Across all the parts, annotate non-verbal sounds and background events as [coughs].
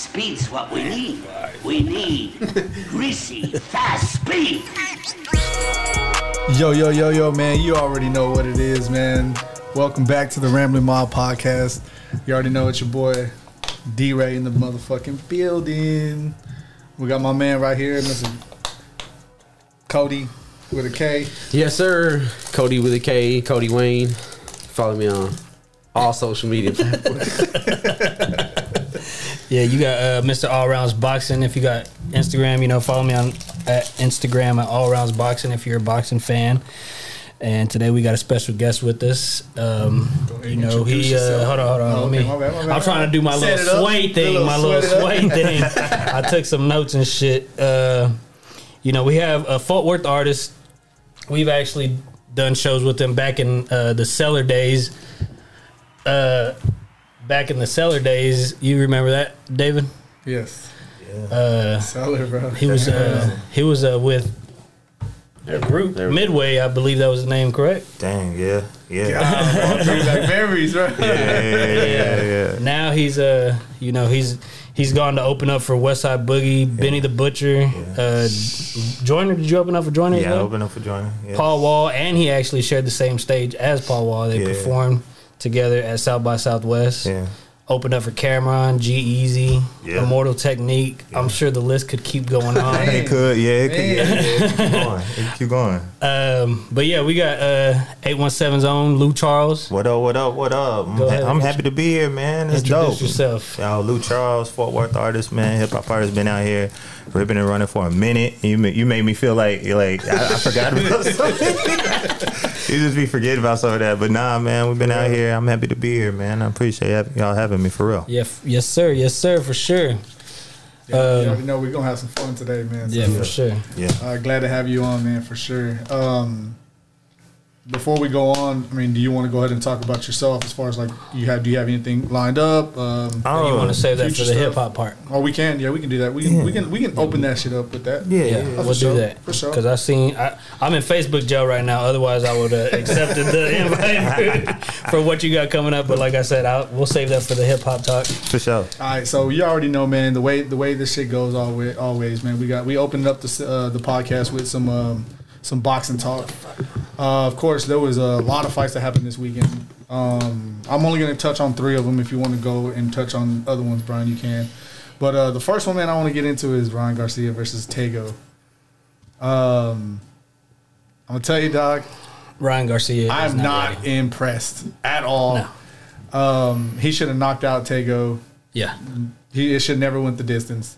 speed's what we need. We need greasy, fast speed. Yo, yo, yo, yo, man. You already know what it is, man. Welcome back to the Rambling Mob Podcast. You already know it's your boy D Ray in the motherfucking building. We got my man right here, Mr. Cody with a K. Yes, sir. Cody with a K, Cody Wayne. Follow me on all social media. Yeah, you got uh, Mr. All Rounds Boxing. If you got Instagram, you know, follow me on at Instagram at All Rounds Boxing if you're a boxing fan. And today we got a special guest with us. Um, ahead, you know, introduce he uh, yourself. hold on, hold on. Oh, let me. okay, my bad, my bad, I'm trying to do my my bad. Set it little up, sway do a thing, little my little sway [laughs] sway thing. I took some notes and shit. Uh, you know, we have a Fort Worth artist. We've actually done shows with them back in uh, the cellar days. Uh, back in the cellar days, you remember that, David? Yes. Uh, Solid, bro. he was uh, he was uh, with their group Their- Midway, I believe that was the name, correct? Dang, yeah, yeah, God, bro. He's [laughs] like berries, bro. yeah, yeah, yeah, yeah. Now he's uh you know he's he's gone to open up for Westside Boogie, Benny the Butcher, uh, Joyner. Did you open up for Joyner? as Yeah, well? open up for joining. Yeah. Paul Wall, and he actually shared the same stage as Paul Wall. They Yeah. performed together at South by Southwest. Yeah. Opened up for Cameron, G Easy, Yeah. Immortal Technique. I'm sure the list could keep going [laughs] on. It could, yeah, it could, yeah, yeah, it keep going, it keep going. Um, but yeah, we got uh 817's own Lou Charles. What up, what up, what up? I'm, Go ahead. I'm happy to be here, man. It's Introduce dope. yourself. Y'all, Lou Charles, Fort Worth artist, man, hip hop artist, been out here ripping and running for a minute. You ma- you made me feel like like I, I [laughs] forgot about something. [laughs] you just be forgetting about some of that, but nah, man, we've been out here. I'm happy to be here, man. I appreciate y'all having me for real. Yeah, f- yes sir, yes sir, for sure. You already Um, know we're going to have some fun today, man. So yeah, for sure. Yeah, Uh, glad to have you on, man, for sure. Um, before we go on, I mean, do you want to go ahead and talk about yourself as far as like you have? Do you have anything lined up? Um, you Oh. want to save that for future the stuff. hip hop part? oh, we can, yeah, we can do that. We can, we can, we can open that shit up with that. yeah, Yeah, yeah. for we'll sure, do that. for sure. Because I seen I, I'm in Facebook jail right now. Otherwise, I [laughs] would have accepted the invite for- for what you got coming up. But like I said, I, we'll save that for the hip hop talk. for sure. All right, so you already know, man. The way the way this shit goes, always, always, man. We got we opened up the uh, the podcast with some um, some boxing talk. Uh, of course, there was a lot of fights that happened this weekend. Um, I'm only gonna touch on three of them. If you want to go and touch on other ones, Brian, you can. But uh, the first one, man, I want to get into is Ryan Garcia versus Tego. Um, I'm gonna tell you, Doc, Ryan Garcia. is I'm not, ready. impressed at all. Um, he should have knocked out Tego. Yeah. He it should never went the distance.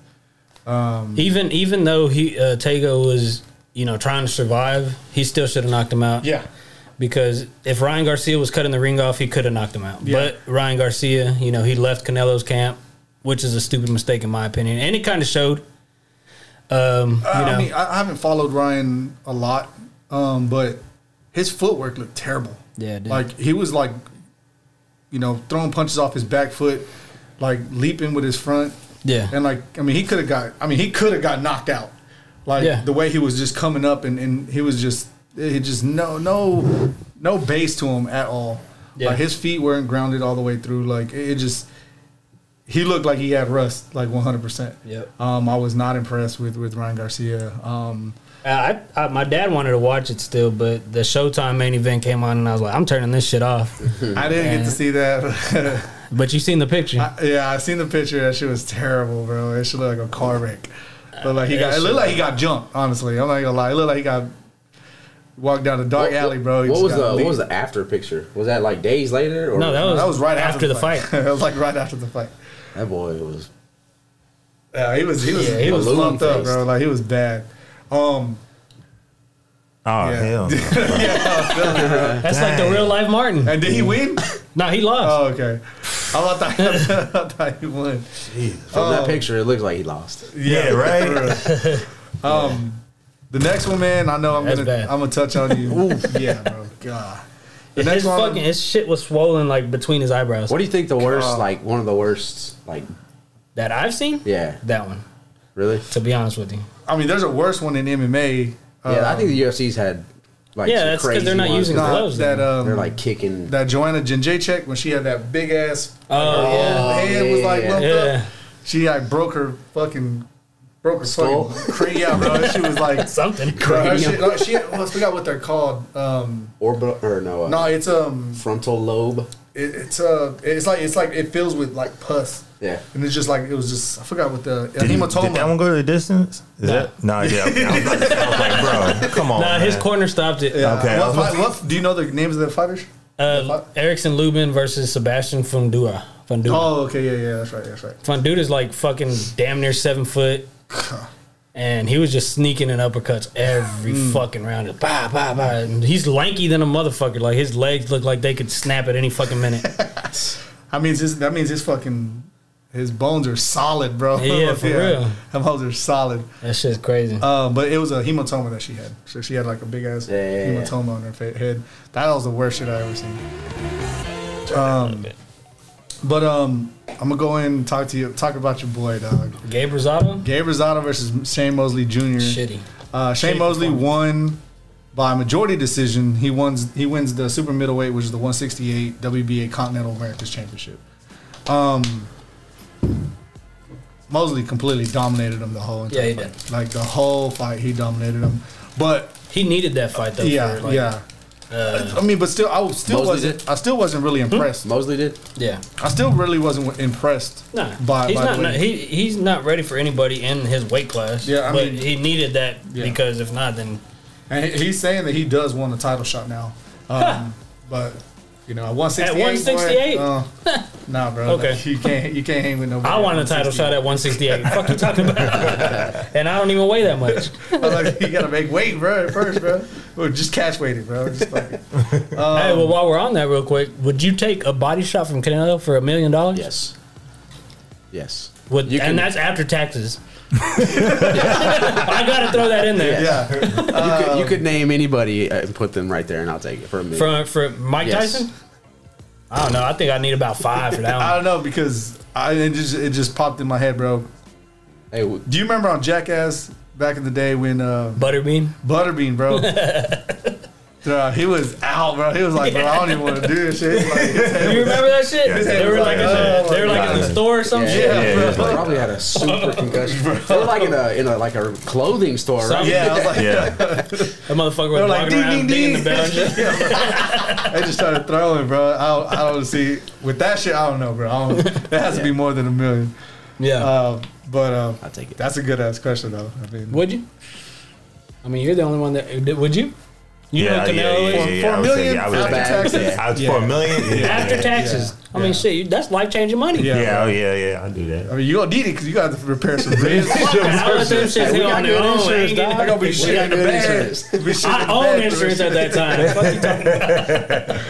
Even even though he uh, Tego was you know trying to survive, he still should have knocked him out. because if Ryan Garcia was cutting the ring off, he could have knocked him out. Yeah. But Ryan Garcia, you know, he left Canelo's camp, which is a stupid mistake in my opinion, and it kind of showed. Um, you know, Uh, I mean, I I haven't followed Ryan a lot, um, but his footwork looked terrible. Yeah, it did. like he was like, you know, throwing punches off his back foot, like leaping with his front, yeah, and like I mean, he could have got. I mean, he could have got knocked out. Like Yeah. the way he was just coming up, and, and he was just eh, he just no no no base to him at all. Yeah. Like his feet weren't grounded all the way through. Like it it just he looked like he had rust, like one hundred percent. Yep. Um, I was not impressed with with Ryan Garcia. Um, I, I, my dad wanted to watch it still, but the Showtime main event came on, and I was like, I'm turning this [laughs] shit off. I didn't get to Yeah. see that. [laughs] but you seen the picture? I- yeah, I seen the picture. That shit was terrible, bro. It should look like a car wreck. But like he Uh, got, that it shit- looked like he got jumped. Honestly, I'm not gonna lie. It looked like he got walked down a dark alley, bro. He What just was got the what leaped. was the after picture? Was that like days later? Or no, that was That was right after, the fight. [laughs] that was like right after the fight. that boy was. Yeah, he was he was Yeah, he he was was lumped up, bro. balloon-faced. Like he was bad. Um, Oh Yeah. hell, no. That's like the Dang. real life Martin. and did he win? No, he lost. Oh, okay. I thought, [laughs] I thought he won. From that picture, it looks like he lost. yeah, right. Um, the next one, man. I know I'm That's gonna bad. I'm gonna touch on [laughs] you. [laughs] yeah, bro. God. Oh, The his next one. fucking his shit was swollen like between his eyebrows. What do you think the worst? God. Like one of the worst? Like that I've seen? yeah, That one. really? To be honest with you. I mean, there's a worse one in MMA. Uh, yeah, I think the UFC's had like Yeah, some that's 'cause crazy they're not ones. using nah, gloves, that though. um, They're like kicking. that Joanna Jędrzejczyk when she had that big ass Oh, yeah. head was like yeah. lumped Yeah. up. She like broke her fucking broke her Skull? fucking cra- yeah, bro. She was [laughs] like Something. bro, her shit- oh, she, well, I forgot what they're called. Um, Orbital or no, uh, no, it's um, frontal lobe. it, it's uh, it's like it's like it fills with like pus. Yeah. and it's just like it was just I forgot what the Did, you- hematoma. did that one go to the distance? Is that [laughs] no? Yeah, okay. I was about to say, I was like, bro, come on. Nah, his man. corner stopped it. Yeah. Okay, I What was fight- what- do you know the names of the fighters? Uh, Erickson Lubin versus Sebastian Fundura. Fundura. Oh, okay, yeah, yeah, that's right, that's right. My dude is like fucking damn near seven foot. And he was just sneaking in uppercuts every Hmm. fucking round. Just Bah, bah, bah. And he's lanky than a motherfucker. Like his legs look like they could snap at any [laughs] fucking minute. I mean, his, that means his fucking his bones are solid, bro. [laughs] Yeah, for real. Her bones are solid. that shit's crazy. Uh, but it was a hematoma that she had. So she had like a big ass Yeah, yeah, yeah. hematoma on her fa- head. That was the worst shit I ever seen. Um, But um, I'm gonna go in and talk to you, talk about your boy, dog. Gabe Rosado? Gabe Rosado versus Shane Mosley Jr. Shitty. Uh, Shane Shitty Mosley won by majority decision. He wins. He wins the super middleweight, which is the 168 WBA Continental Americas Championship. Um, Mosley completely dominated him the whole entire Yeah, he fight. Like the whole fight, he dominated him. But He needed that fight though. yeah, for, like, uh, yeah. I mean, but still, I was- still Mosley wasn't. did- I still wasn't really Hmm? impressed. Mosley did. Yeah. I still really wasn't impressed. Nah, by, he's by not, the way- not- he he's not ready for anybody in his weight class. Yeah, I but mean- he needed that Yeah. because if not, then And he- he's saying that he does want a title shot now. Um, but you know, at 168. boy, 168? uh, nah, [laughs] bro. Okay. like, you can't you can't hang with nobody. I want a title shot at 168. Fuck you talking about? and I don't even weigh that much. [laughs] I was like, you gotta make weight, bro. At first, bro. Or just catch weighted, bro. Just fuck it. hey, well, while we're on that, real quick, would you take a body shot from Canelo for a million dollars? Yes. Yes. With, You can- and that's after taxes. [laughs] I gotta throw that in there. Yeah. you, could, you could name anybody uh, and put them right there, and I'll take it for a minute. For for Mike Yes. Tyson, I don't know. I think I need about five [laughs] for I that don't one. know because I it just it just popped in my head, bro. hey, w- Do you remember on Jackass back in the day when uh, Butterbean. Butterbean, [laughs] bro? Bro, he was out, bro. He was like, bro, I don't even want to do this shit. [laughs] Like, You remember that shit? Yeah, they were yeah, like, in yeah. the- they were like in the Yeah. store or some yeah, shit. yeah, Yeah, bro. yeah, like- probably had a super concussion. they were like in a in a like a clothing store, Some- right? yeah, I was like, Yeah, That motherfucker They're like, was walking "Ding, around ding, dinging ding." the bell and shit. They just started throwing, bro. I don't, I don't see with that shit. I don't know, bro. I don't, that has to be more than a million. Yeah. Uh, but uh, I'll take it. That's a good ass question, though. I mean, would you? I mean, you're the only one that would you? You yeah, yeah, know yeah, Canelo for is- yeah, yeah. a I would say- million, yeah, I would after say- taxes. yeah, I would- for a million. Yeah, after yeah. taxes. I mean, shit, you, that's life changing money. [laughs] Yeah. Yeah, oh yeah, yeah. I do that. I mean, you gonna need it because you got to repair some ribs. Fuck that, I let them shits hang on their own. I ain't getting- I gonna be We shit got in the [laughs] good bag. insurance. Be shit in I the own bag. insurance at that time. Fuck you talking about?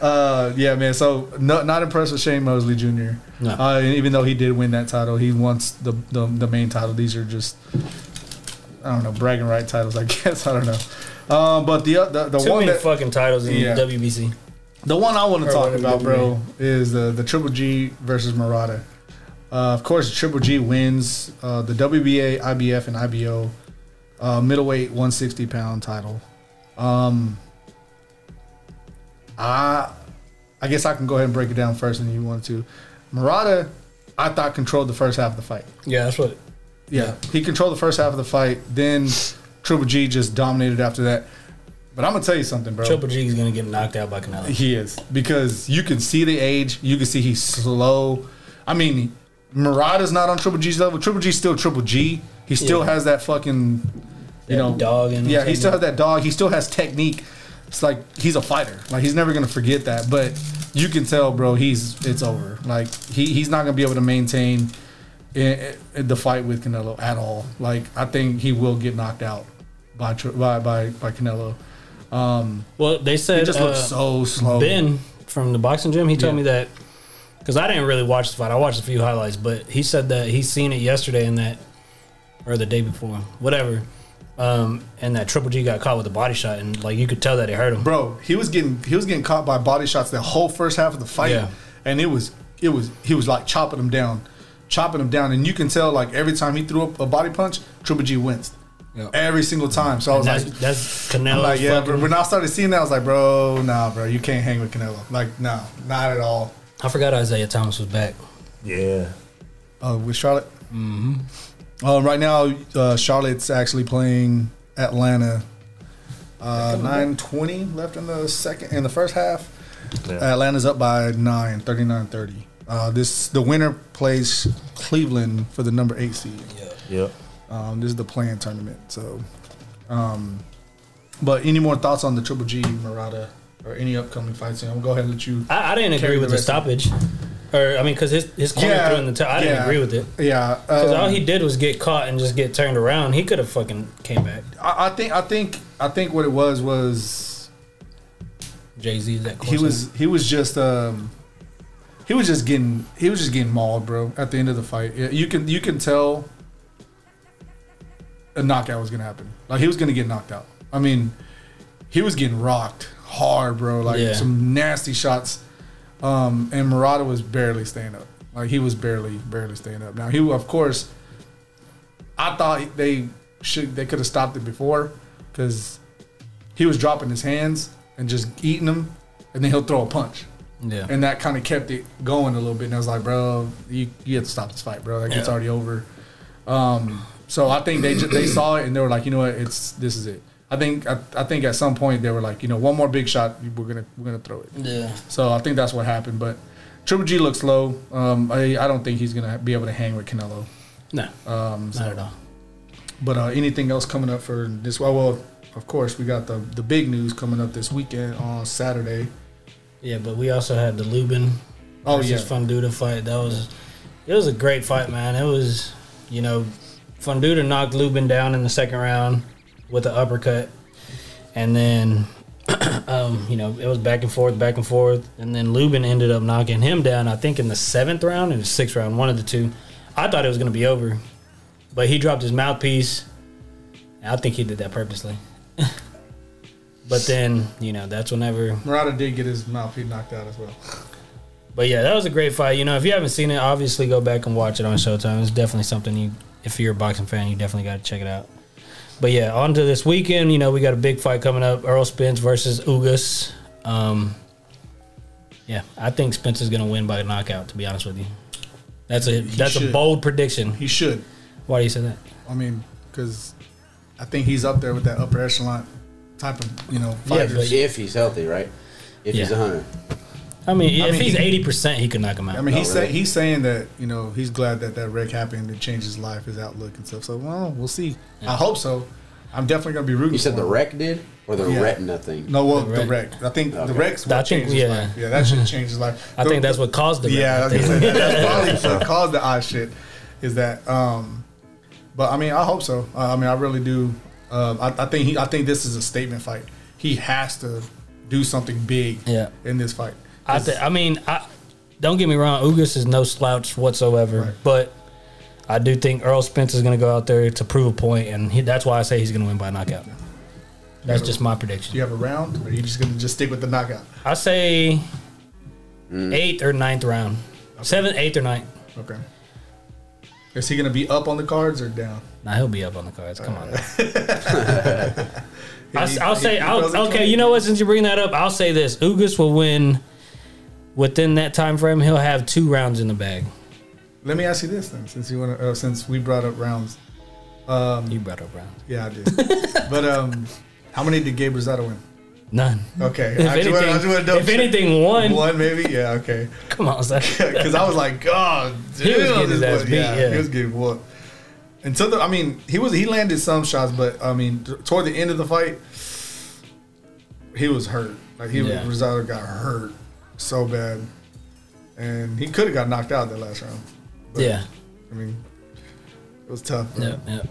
Uh, yeah, man. So no, not impressed with Shane Mosley Jr. No. Uh, and even though he did win that title, he wants the, the the main title. These are just I don't know bragging right titles, I guess. [laughs] I don't know. Um, but the the, [laughs] the Too one many that, fucking titles in Yeah. WBC. the one I want to Or talk what about, it bro, is the the Triple G versus Murata. Uh, of course, Triple G wins uh, the WBA, IBF, and IBO uh, middleweight 160 pound title. Um, I I guess I can go ahead and break it down first, and you want to. Murata, I thought controlled the first half of the fight. Yeah, that's what. Yeah, he controlled the first half of the fight. Then Triple G just dominated after that. But I'm gonna tell you something, bro. Triple G is gonna get knocked out by Canelo. He is because you can see the age. You can see he's slow. I mean, Murata's not on Triple G's level. Triple G's still Triple G. He still Yeah. has that fucking, you That know, dog in him, Yeah, he something. still has that dog. He still has technique. It's like he's a fighter. Like he's never gonna forget that. But you can tell, bro, he's it's over. Like he, he's not gonna be able to maintain i i the fight with Canelo at all. Like I think he will get knocked out by Tri- by by, by Canelo. Well, they said He just looks uh, so slow. Ben from the boxing gym, he told Oh. Yeah. me that because I didn't really watch the fight. I watched a few highlights, but he said that he's seen it yesterday and that, or the day before, whatever. Um, and that Triple G got caught with a body shot, and like you could tell that it hurt him. bro he was getting he was getting caught by body shots the whole first half of the fight Yeah. and it was it was he was like chopping him down chopping him down and you can tell like every time he threw up a body punch triple g wins Yeah. every single time so i was That's like that's I'm Canelo. like, yeah, fucking- but when I started seeing that, I was like, bro, nah, bro, you can't hang with Canelo. Like, no, not at all. I forgot Isaiah Thomas was back. Yeah. Uh, with Charlotte. Mm-hmm. Uh, right now, uh, Charlotte's actually playing Atlanta. Uh, nine twenty left in the second in the first half. Yeah. Atlanta's up by nine, 39-30. Uh, this the winner plays Cleveland for the number eight seed. Yep. Um, this is the playing tournament. So, um, but any more thoughts on the Triple G Murata or any upcoming fights? I'm gonna go ahead and let you. I, I didn't agree Carry with the the rest of stoppage, or I mean, because his his corner threw in the towel. I didn't yeah, agree with it. Yeah, Because um, all he did was get caught and just get turned around. He could have fucking came back. I, I think I think I think what it was was Jay Z that he was he was just um he was just getting he was just getting mauled, bro. At the end of the fight, Yeah, you can you can tell a knockout was gonna happen. Like he was gonna get knocked out. I mean, he was getting rocked hard, bro. Like Yeah. some nasty shots. Um, and Murata was barely staying up. Like he was barely barely staying up. Now he of course I thought they should they could have stopped it before because he was dropping his hands and just eating them, and then he'll throw a punch, yeah. and that kind of kept it going a little bit. And I was like, bro, you you have to stop this fight, bro. Like it's Yeah. already over. Um, so I think they just, they saw it and they were like, you know what, it's this is it. I think I, I think at some point they were like, you know, one more big shot, we're gonna we're gonna throw it. yeah. So I think that's what happened. But Triple G looks low. Um, I I don't think he's gonna be able to hang with Canelo. No. Um, not at all. But uh, anything else coming up for this? Well, well, of course, we got the the big news coming up this weekend on Saturday. Yeah, but we also had the Lubin. Oh, versus yeah. Fonduta fight. That was it was a great fight, man. It was you know Fonduta knocked Lubin down in the second round with an uppercut, and then [clears throat] um, you know it was back and forth, back and forth, and then Lubin ended up knocking him down. I think in the seventh round and the sixth round, one of the two. I thought it was going to be over, but he dropped his mouthpiece. And I think he did that purposely. [laughs] but then you know that's whenever Murata did get his mouthpiece knocked out as well. but yeah, that was a great fight. You know, if you haven't seen it, obviously go back and watch it on Showtime. It's definitely something you, if you're a boxing fan, you definitely got to check it out. But yeah, on to this weekend. You know, we got a big fight coming up: Earl Spence versus Ugas. Um, yeah, I think Spence is gonna win by knockout. To be honest with you, that's a that's a should. bold prediction. He should. Why do you say that? I mean, because I think he's up there with that upper echelon type of you know Yeah, fighters. but if he's healthy, right? If he's Yeah. a hunter. I mean, if mean, he's he- eighty percent, he could knock him out. I mean, he's Not say, really. he's saying that you know he's glad that that wreck happened. It changed his life, his outlook and stuff. So well, we'll see. I hope so. I'm definitely gonna be rooting. You said for the him. wreck did? Or the Yeah. retina thing? No, well, The the wreck. I think the Okay. wreck's I what think- changed his yeah. life. Yeah, that should change his life. I The- think that's what caused the Yeah, I yeah. was gonna say, that's probably what caused the eye shit. Is that? um But I mean, I hope so. Uh, I mean, I really do. Um, I, I think he. I think this is a statement fight. He has to do something big. Yeah. In this fight. I, th- I mean, I, don't get me wrong. Ugas is no slouch whatsoever, Right. but I do think Earl Spence is going to go out there to prove a point, and he, that's why I say he's going to win by knockout. That's just my prediction. Do you have a round, or are you just gonna just stick with the knockout? I say eighth or ninth round, seventh, eighth or ninth. Okay. Is he gonna be up on the cards or down? Nah, he'll be up on the cards. [laughs] Come on. He- I, will he- say, he throws I'll, a okay, twenty. you know what? Since you bring that up, I'll say this: Ugas will win within that time frame. He'll have two rounds in the bag. Let me ask you this then, since you want to, uh, since we brought up rounds. You brought up rounds. Yeah, I did. [laughs] but um, how many did Gabe Rosado win? None. Okay. If I just wanna- I just wanna anything, double if check. anything, one. one maybe. Yeah. Okay. Come on, son. [laughs] Because I was like, God, damn, was getting his this ass boy- beat, yeah. he was getting whooped. And so the, I mean, he was he landed some shots, but I mean, t- toward the end of the fight, he was hurt. Like he Yeah. Rosado got hurt so bad, and he could have got knocked out that last round. But, yeah. I mean, it was tough. bro. Yeah, yeah.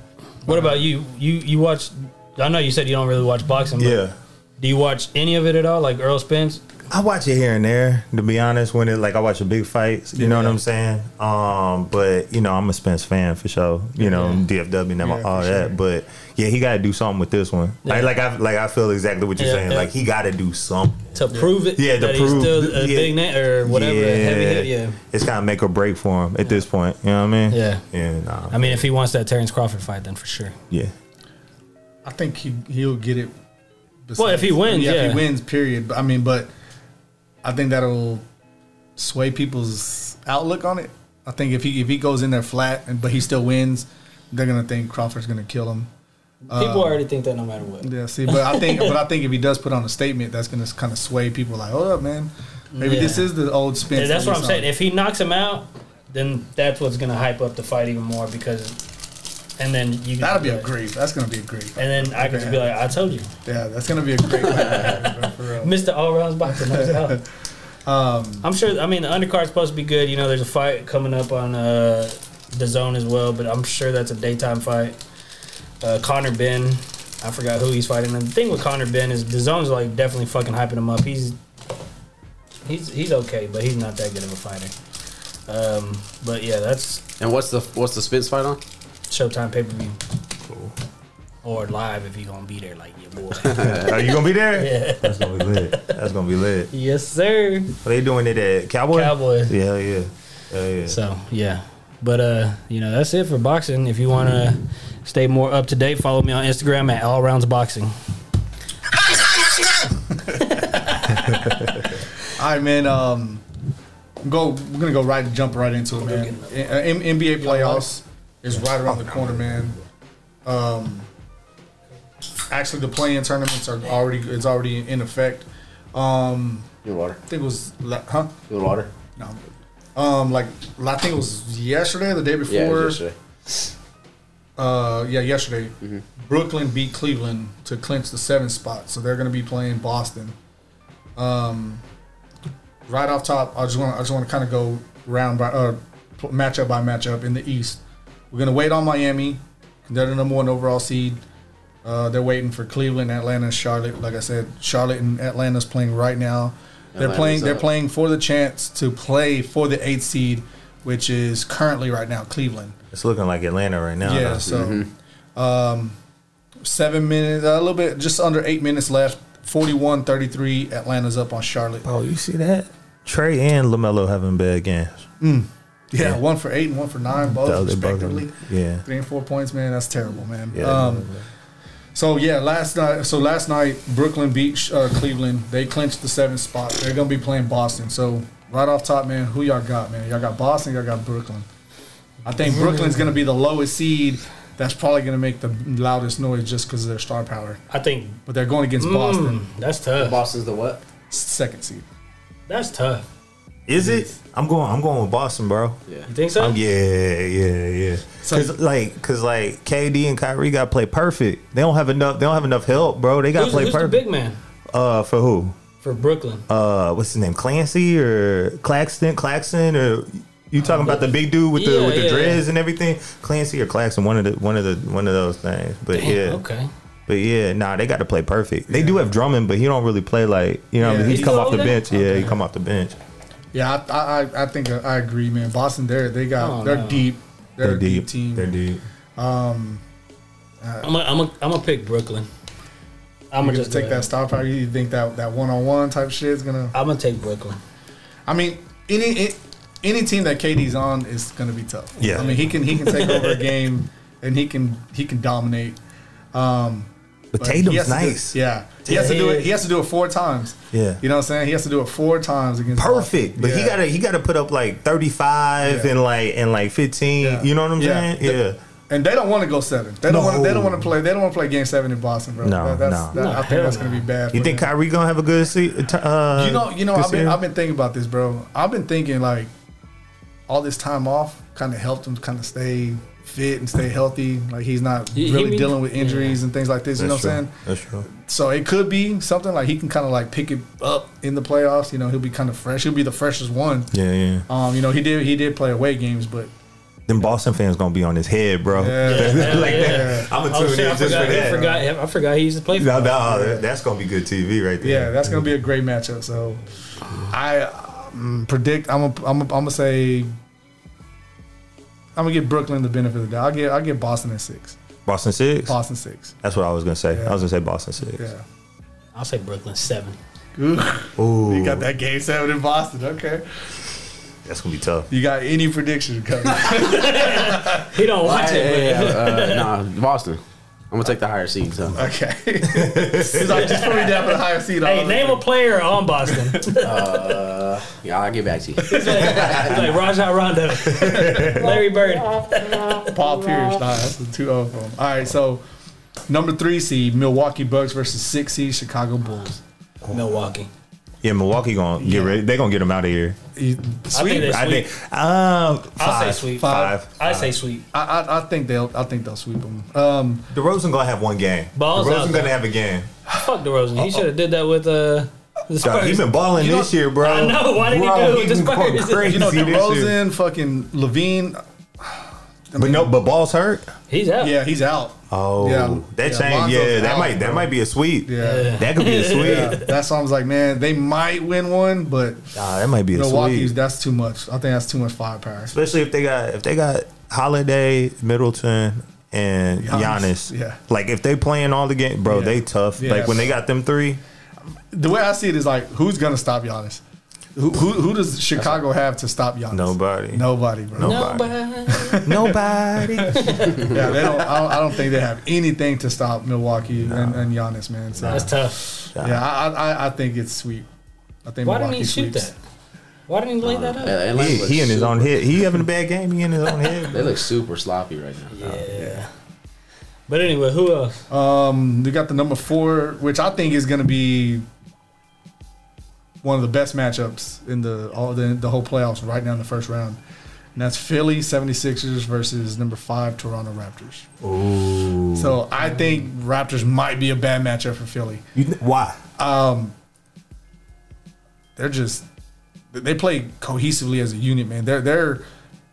What about you? You you watch? I know you said you don't really watch boxing. But Yeah. Do you watch any of it at all? Like Earl Spence? I watch it here and there, to be honest. When it like I watch the big fights, you know what I'm saying. Um, but you know I'm a Spence fan for sure. You know DFW and them, Yeah, for all that. sure. But yeah, he got to do something with this one. Like Yeah. like I like I feel exactly what you're Yeah, saying. yeah. Like he got to do something. To prove it? Yeah, to that prove- he's still a yeah. big name or whatever. a Heavy hit, yeah. It's kind of make or break for him at this point. You know what I mean? Yeah. Yeah. Nah. I mean, if he wants that Terrence Crawford fight, then for sure. yeah. I think he he'll get it. Well, if he wins, if yeah. he wins, period. But I mean, but I think that'll sway people's outlook on it. I think if he if he goes in there flat and but he still wins, they're gonna think Crawford's gonna kill him. People already think that no matter what. Yeah, see, but I think but I think if he does put on a statement, that's gonna kind of sway people like, hold up, man, maybe this Yeah. is the old spin. Yeah, that's that we what I'm saw." saying. If he knocks him out, then that's what's gonna hype up the fight even more because, and then you can That'll be a great. That's gonna be a great. And then I can just be like, I told you, Yeah, that's gonna be a [laughs] great. fight, bro, for real. Mister All Rounds Boxing. knows it all. I'm sure. I mean, the undercard's supposed to be good. You know, there's a fight coming up on uh, the zone as well, but I'm sure that's a daytime fight. Uh, Connor Ben, I forgot who he's fighting. And the thing with Connor Ben is the zone's like definitely fucking hyping him up. He's he's he's okay, but he's not that good of a fighter. Um, but yeah, that's And what's the what's the Spence fight on? Showtime pay per view. Or live if you're gonna be there, like your boy. [laughs] Are you gonna [laughs] be there? That's gonna be lit. That's gonna be lit. yes, sir. Are they doing it at Cowboy? Cowboy. Yeah, hell yeah, hell yeah. So yeah, but uh, you know that's it for boxing. If you want to stay more up to date, follow me on Instagram at All Rounds Boxing. All right, man. Um, go. We're gonna go right jump right into it, man. N- uh, NBA playoffs is right around the corner, man. Um, actually, the play-in tournaments are already it's already in effect. Um, Your water. I think it was la- huh? Your water. No, I'm good. um, like I think it was yesterday, or the day before. Yeah, yesterday. uh, yeah, yesterday, Mm-hmm. Brooklyn beat Cleveland to clinch the seventh spot. So they're going to be playing Boston. Um, right off top, I just want I just want to kind of go round by uh, p- matchup by matchup in the East. We're going to wait on Miami. They're the number one overall seed. Uh, they're waiting for Cleveland, Atlanta, and Charlotte. Like I said, Charlotte and Atlanta's playing right now. They're Atlanta's playing. They're up. playing for the chance to play for the eighth seed, which is currently right now Cleveland. It's looking like Atlanta right now. Yeah, though. so um, seven minutes, a little bit, just under eight minutes left. 41 33, Atlanta's up on Charlotte. Oh, you see that? Trey and Lamelo having bad games. Yeah, one for eight and one for nine, both The other- both of them. respectively. Yeah. Three and four points, man. That's terrible, man. Yeah. um, so yeah, last night. So last night, Brooklyn beat uh, Cleveland. They clinched the seventh spot. They're gonna be playing Boston. So right off top, man, who y'all got, man? Y'all got Boston. Y'all got Brooklyn. I think Brooklyn's gonna be the lowest seed. That's probably gonna make the loudest noise just because of their star power. I think But they're going against Boston, Mm, that's tough. Boston's the what? second seed. That's tough. Is it? I'm going. I'm going with Boston, bro. Yeah. You think so? I'm, yeah, yeah, yeah. So- Cause like, cause like, KD and Kyrie got to play perfect. They don't have enough. They don't have enough help, bro. They got to who's play who's the perfect. big man Uh, for who? for Brooklyn? Uh, what's his name? Clancy or Claxton? Claxton or you talking about the big dude with the Yeah, with the yeah, dreads and everything? Clancy or Claxton? One of the one of the one of those things. But yeah, Okay. But yeah, nah, they got to play perfect. They do have Drummond, but he don't really play like you know. what I mean? Yeah. He's He come go off the over there? bench. Yeah, he come off the bench. Yeah, I, I, I- I think uh, I agree, man. Boston, they're they got Oh, they're no. deep. They're, a deep, team. They're deep. I'm gonna I'm gonna I'm gonna pick Brooklyn. I'm I'm gonna gonna just take that star power. You think that that one on one type shit is gonna? I'm gonna take Brooklyn. I mean, any any team that KD's on is gonna be tough. Yeah. I mean he can he can take over a game and he can he can dominate. But he has Tatum's to do- nice. yeah, he has to do it. He has to do it four times. Yeah. you know what I'm saying. He has to do it four times against Perfect, but he Yeah. gotta he gotta put up like thirty five Yeah. and like and like fifteen. Yeah. You know what I'm Yeah. saying? Yeah, And they don't want to go seven. They don't No. want. They don't want to play. They don't want to play game seven in Boston, bro. No, That- that's, no. that- No, I think hell that's no. gonna be bad. you for think them. Kyrie gonna have a good season? Uh, You know, you know, good I've been, season? I've been thinking about this, bro. I've been thinking like all this time off kind of helped him kind of stay fit and stay healthy. Like he's not You hear really me? dealing with injuries and things like this. you know That's what I'm true. saying? That's true. So it could be something like he can kind of like pick it up in the playoffs. You know, he'll be kind of fresh. He'll be the freshest one. Yeah, yeah. Um, you know, he did he did play away games, but Them Boston fans gonna be on his head, bro. Yeah, [laughs] [laughs] like yeah. that. I'm gonna Oh tune in shit! I just for forgot. I that. forgot. I forgot he used to play. For No, no, that's gonna be good TV right there. yeah, that's gonna be a great matchup. So I um, predict I'm a, I'm a, I'm gonna say I'm gonna give Brooklyn the benefit of the doubt. I'll get I'll get Boston at six. Boston six. Boston six. That's what I was gonna say. Yeah. I was gonna say Boston six. Yeah. I'll say Brooklyn seven. Ooh, Ooh, you got that game seven in Boston. Okay. that's gonna be tough. You got any [laughs] prediction coming? He don't watch Yeah, it. [laughs] yeah, yeah, uh, nah, Boston. gonna take the higher seed. So Okay. He's like, just put me down for the higher seat. Hey, name a player on [laughs] Boston. It's like, yeah, I'll get back to you. it's like Rajon [laughs] Rondo, Larry Bird. Paul Pierce. Nah, that's the two of them. All right, so number three seed Milwaukee Bucks versus six seed Chicago Bulls. Milwaukee. Yeah, Milwaukee gonna get ready. They gonna get them out of here. You- they Sweep. I Sweep. think. Um, five, I'll say sweep. Five. I say sweep. I, I, I think they'll I think they'll sweep them. Um, DeRozan gonna have one game. Balls out, DeRozan though. gonna have a game. Fuck DeRozan. He should have did that with uh, the Dog, Spurs. he been balling You know- this year, bro. I know, why didn't he Bro, do it with the been going Spurs? Crazy you know this year. DeRozan, fucking Levine. but no, but Ball's hurt. He's out. Yeah, he's out. Oh, Yeah. that Yeah, changed. Lonzo's Yeah, that out, might that bro. might be a sweep. Yeah. that could be [laughs] a sweep. Yeah, that's why I was like, man, they might win one, but Nah, that might be a Milwaukee's sweep. that's too much. I think that's too much firepower. Especially if they got if they got Holiday, Middleton, and Giannis, Giannis. yeah. like if they playing all the game, bro, Yeah. they tough. Yeah. Like when they got them three, The way I see it is like, who's gonna stop Giannis? Who who, who does Chicago have to stop Giannis? Nobody. Nobody, bro. No. [laughs] Nobody. [laughs] nobody. Yeah, they don't. I, don't, I don't think they have anything to stop Milwaukee and, and Giannis, man. So That's tough. yeah, I, I I think it's sweet. I think Why didn't Milwaukee he shoot sweeps. that? Why didn't he lay that up? Atlanta he, looks he in his super- own head. He having a bad game. He in his own [laughs] head. They look super sloppy right [laughs] now. Yeah. But anyway, who else? Um, we got the number four, which I think is going to be one of the best matchups in the all the, the whole playoffs right now in the first round. And that's Philly 76ers versus number five Toronto Raptors. Ooh. So I think Raptors might be a bad matchup for Philly. You, kn- why? They're just they play cohesively as a unit, man. They're they're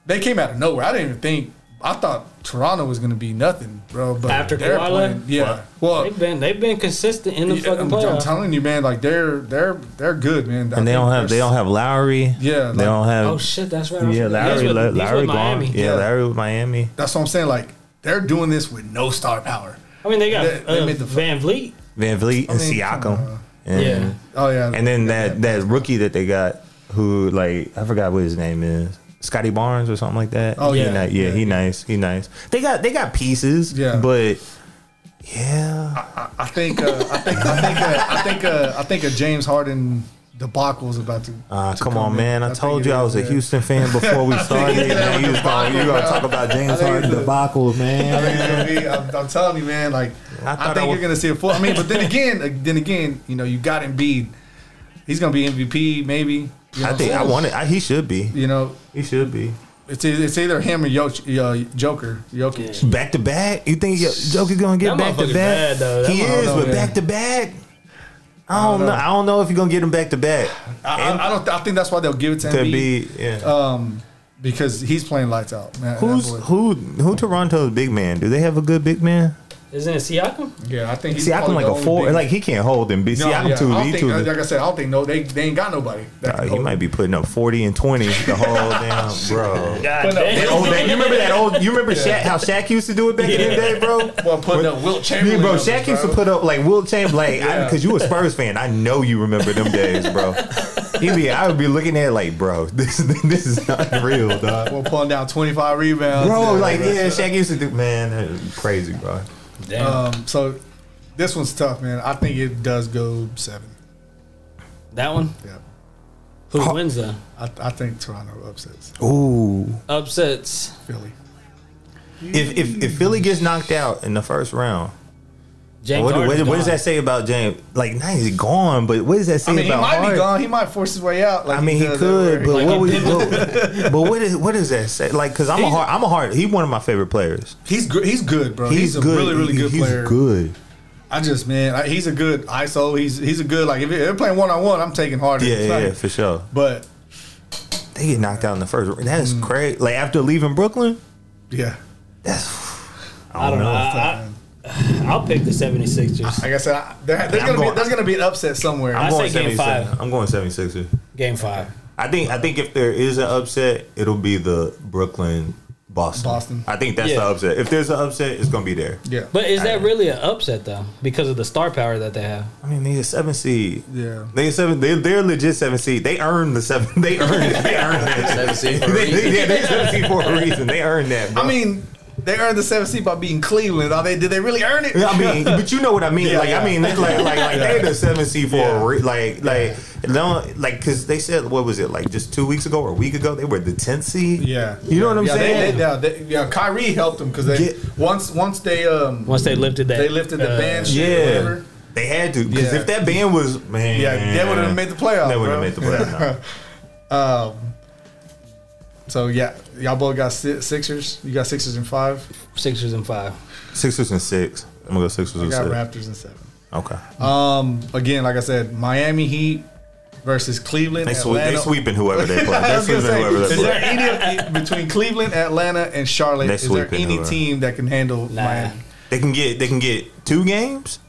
they came out of nowhere. I didn't even think I thought Toronto was going to be nothing, bro. But After they're Kawhi playing, left? yeah. Well, They've been they've been consistent in the Yeah, fucking I'm, I'm playoffs. telling you, man. Like they're they're they're good, man. And they don't have they don't have Lowry. Yeah, they like- don't have. Oh shit, that's right. I Yeah, forgot. He's Lowry. with- Lowry, he's Lowry with gone. Miami. Yeah, Yeah. Lowry with Miami. That's what I'm saying. Like they're doing this with no star power. I mean, they got They- they uh, made the- Van Vliet. Van Vliet and I mean, come Siakam. on. And, Yeah. Oh yeah, And then that that rookie that they got, who like I forgot what his name is, Scotty Barnes or something like that. Oh, He yeah. ni- yeah, Yeah. he nice, he nice. They got they got pieces. Yeah. but yeah, I, I think uh, I think I think uh, I think uh, I think a James Harden debacle is about to. uh, to come on, in. man. I, think told it you I is, was a yeah. Houston fan before [laughs] we started. now you was gonna, you gonna talk about I James think Harden it's a- debacle, I man. think it's gonna be- I'm, I'm telling you, man. Like I I, thought I think was- you're gonna see a full. I mean, but then again, uh, then again, you know, you got Embiid. He's gonna be MVP, maybe. You know I what think I'm I saying? want it. I, he should be. You know, He should be it's either, it's either him or Yo- uh, Joker, Jokic. back to back. You think your Joker's gonna get That back to motherfucker's bad, back? though. That he motherfucker- is, know, but man. back to back. I don't know. I don't know if you're gonna get him back to back. I, I- I don't. I think that's why they'll give it to to Embiid Uh, be yeah. because he's playing lights out. Man, That Who's boy- who? Who Toronto's big man? Do they have a good big man? Isn't it Siakam? Yeah, I think he's Siakam probably like the a only four. big- Like he can't hold him. Be No, Siakam yeah, too. I He don't too. think, like I said, I don't think no, they they ain't got nobody. That Uh, he might be putting up forty and twenty the whole damn bro. God That damn. old, that, you remember that old? You remember Shaq, how Shaq used to do it back in the Yeah. day, bro? [laughs] well putting up Wilt Chamberlain. Yeah, bro, numbers, Shaq used to bro. put up like Will Chamberlain, like Yeah. because you a Spurs fan, I know you remember them days, bro. He be, I would be looking at it like, bro, this this is not real, dog. Well, pulling down twenty five rebounds, Bro, Yeah, like bro. yeah, Shaq used to do, man, that is crazy, bro. Damn. Um, so this one's tough, man. I think it does go seven. that one. Yeah, Who wins though? I, I think Toronto upsets Ooh. Upsets. Philly. if, if if Philly gets knocked out in the first round, James what, what, Harden's what does gone. that say about James? Like, now he's gone, but what does that say I mean, he about might be Harden? gone. He might force his way out. Like I mean, he does could, but everywhere. Like what he would [laughs] did. but, but what is what does that say? Like, because I'm a He's- hard, I'm a hard. He's one of my favorite players. he's good. He's good, bro. Oh, He's, He's, a good. really, really good he's player. good. I just man, I, he's a good ISO. He's he's a good like if they're playing one on one, I'm taking Harden. Yeah, It's yeah, not- yeah, for sure. But They get knocked out in the first. round. That is Mm. crazy. Like after leaving Brooklyn, yeah, that's. I don't know. Uh, I, I, I'll pick the 76ers. like I said, I, there, there's I'm gonna going- be there's gonna be an upset somewhere. I I'm going say game 76. five. I'm going 76ers. Game five. I think I think if there is an upset, it'll be the Brooklyn Boston. Boston. I think that's Yeah. the upset. If there's an upset, it's gonna be there. yeah, But is that really an upset though? Because of the star power that they have. I mean, they a seven seed. Yeah. they a seven. They they're legit seven seed. They earned the seven. They earned it. They earned it. Seven seed for a they, reason. they, yeah, they seven seed for a reason. They earned that. Bro. I mean, They earned the seventh seed by beating Cleveland. Are they? Did they really earn it? I mean, but you know what I mean. Yeah, like, yeah. I mean, they, like, like, like they're the seven seed for Yeah. a re- like, like, don't like because they said what was it like just two weeks ago or a week ago they were the tenth seed. Yeah, you know what I'm yeah, They, saying. they, yeah, they, yeah, Kyrie helped them because they Get- once once they um Once they lifted that, they lifted the uh, ban shit or yeah, whatever. they had to because Yeah. if that band was man, Yeah, they would've made the playoff, They would have bro. made the playoff. [laughs] no. Um, so yeah, y'all both got si- Sixers. You got Sixers and five. Sixers and five. Sixers and six. I'm gonna go Sixers I and got six. Raptors and seven. Okay, Um, again, like I said, Miami Heat versus Cleveland. they, sweep, Atlanta. they sweeping whoever [laughs] they play. I They was gonna sweeping say, whoever they is there play. any between Cleveland, Atlanta, and Charlotte? They is there sweeping any whoever. team that can handle Nah. Miami? They can get they can get two games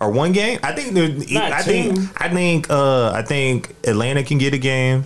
or one game. I think they're. Not I think two. I think uh I think Atlanta can get a game.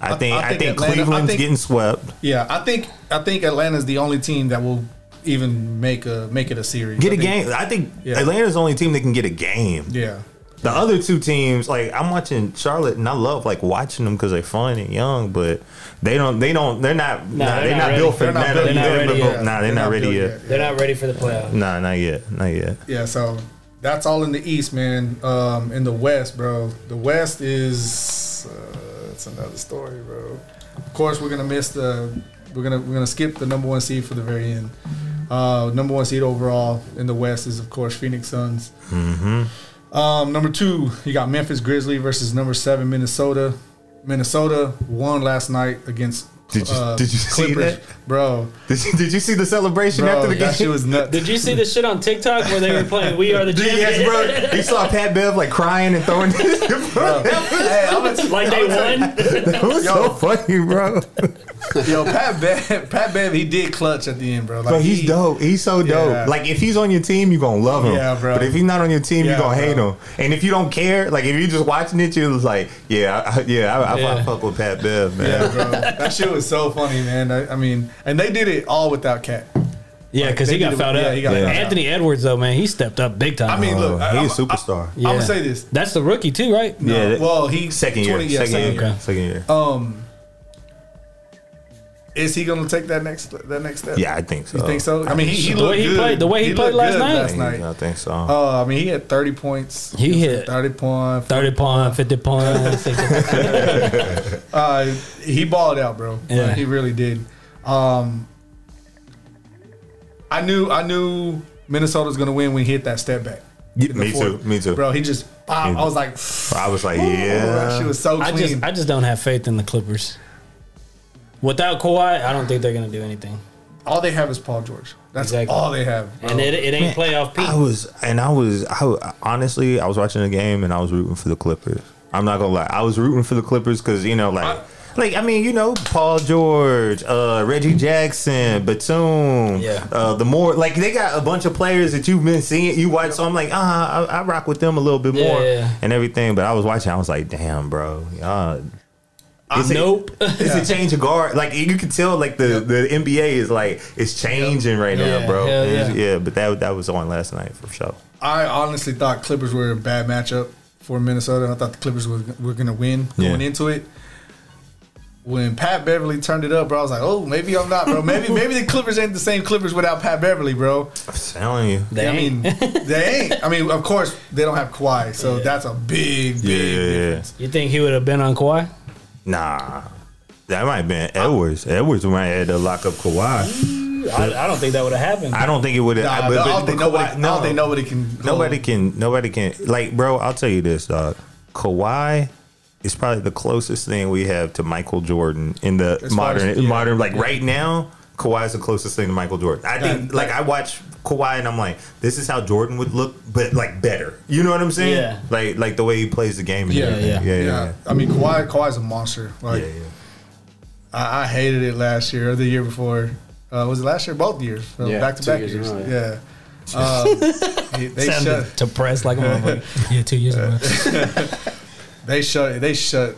I think I, I think, think Atlanta- I Cleveland's think- getting swept. Yeah, I think I think Atlanta's the only team that will even make a make it a series. Get I a think- game. I think Yeah. Atlanta's the only team that can get a game. Yeah, The other two teams, like I'm watching Charlotte, and I love like watching them because they're fun and young, but they don't. They don't. They're not. Nah, they're, not, built for. They're not nah, built yet. they're not They're not built- ready yet. Nah, they're not ready built yet. They're not ready for the playoffs. Nah, not yet. Not yet. [laughs] Yeah, so that's all in the East, man. Um, in the West, bro, the West is uh, it's another story, bro. Of course, we're gonna miss the we're gonna we're gonna skip the number one seed for the very end. Uh, number one seed overall in the West is of course Phoenix Suns. Mm-hmm. Um, number two, you got Memphis Grizzlies versus number seven Minnesota. Minnesota won last night against. Did you- uh, did you see Clippers. that? bro? Did you, did you see the celebration Bro, after the that game? shit was nuts. Did you see the shit on TikTok where they were playing "We Are the Champions"? Yes, bro. You saw Pat Bev like crying [laughs] and [laughs] throwing. Hey, [laughs] I'm gonna- Like they won. [laughs] It was so funny, bro. Yo, Pat Bev, Pat Bev, he did clutch at the end, bro. Like, But he's he- dope. He's so dope. Yeah. Like if he's on your team, you gonna love him. Yeah, bro. But if he's not on your team, Yeah, you gonna hate bro. him. And if you don't care, like if you're just watching it, you're just like, yeah, I, I- yeah, I, I, Yeah. fuck with Pat Bev, man. Yeah, bro. That shit was so funny, man. I, I mean, and they did it all without Cat. [laughs] Yeah, because They he got did- fouled yeah, out. he got Yeah. fouled out. Anthony Edwards though, man, he stepped up big time. I mean, Oh, look, I, he's a I'm- I- superstar. I'm gonna say this. That's the rookie too, right? Yeah, that- well, he Second year, 20 yeah, second, year, year. second year. Um, is he gonna take that next that next step? yeah, I think so. you think so? I mean, he, he The looked way he good. played- the way he played looked last good night? I Last think- night. I think so. Uh, I mean, he had thirty points. He hit thirty point. thirty point, fifty [laughs] point. 60. Uh, he balled out, bro. Yeah. Like, he really did. Um, I knew I knew Minnesota was gonna win when he hit that step back, Yeah, me before- too. Me too. bro. He just pop. I was like, I was like, oh, that yeah. shit was so I clean. just I just don't have faith in the Clippers. Without Kawhi, I don't think they're gonna do anything. all they have is Paul George. That's Exactly. all they have. bro. And it, it ain't playoff I peak. was, and I was, I w- honestly, I was watching the game and I was rooting for the Clippers. I'm not gonna lie, I was rooting for the Clippers because you know, like, like I mean, you know, Paul George, uh, Reggie Jackson, Batum, Yeah. uh, the more like they got a bunch of players that you've been seeing, you watch. So I'm like, ah, I, I rock with them a little bit Yeah, more yeah. and everything. But I was watching, I was like, damn, bro, y'all. It's a- Nope. [laughs] It's a change of guard. Like you can tell, like the, the NBA is like it's changing right Yeah, now, bro. hell And it's- yeah. yeah, but that that was on last night for sure. I honestly thought Clippers were a bad matchup for Minnesota. I thought the Clippers were, were going to win going Yeah. into it. When Pat Beverly turned it up, bro, I was like, "Oh, maybe I'm not, bro. Maybe [laughs] maybe the Clippers ain't the same Clippers without Pat Beverly, bro." I'm telling you. They I mean, [laughs] ain't. they ain't. I mean, of course they don't have Kawhi, so that's a big, big. Yeah, yeah, yeah. difference. You think he would have been on Kawhi? Nah. That might have been Edwards. Edwards might have had to lock up Kawhi. I, I don't think that would have happened. I don't think it would have. Nah, but, I but- don't but think nobody. Kawhi- I don't think nobody can. hold- Nobody can. Nobody can. Like, bro, I'll tell you this, dog. Kawhi is probably the closest thing we have to Michael Jordan in the As far modern, as- yeah. modern. Like right now, Kawhi is the closest thing to Michael Jordan. I think. That- like, I watch Kawhi and I'm like, this is how Jordan would look, but like better. You know what I'm saying? Yeah. Like, like the way he plays the game. and Yeah, everything. yeah, yeah, Yeah. yeah, I mean, Kawhi. Kawhi's a monster. yeah, Like yeah, yeah. I, I hated it last year or the year before. Uh, was it last year? Both years. So Yeah, back to two back years in years. a row, Yeah. [laughs] Um, he- they Sounded shut. depressed like a motherfucker. [laughs] yeah, two years ago. They shut. They shut.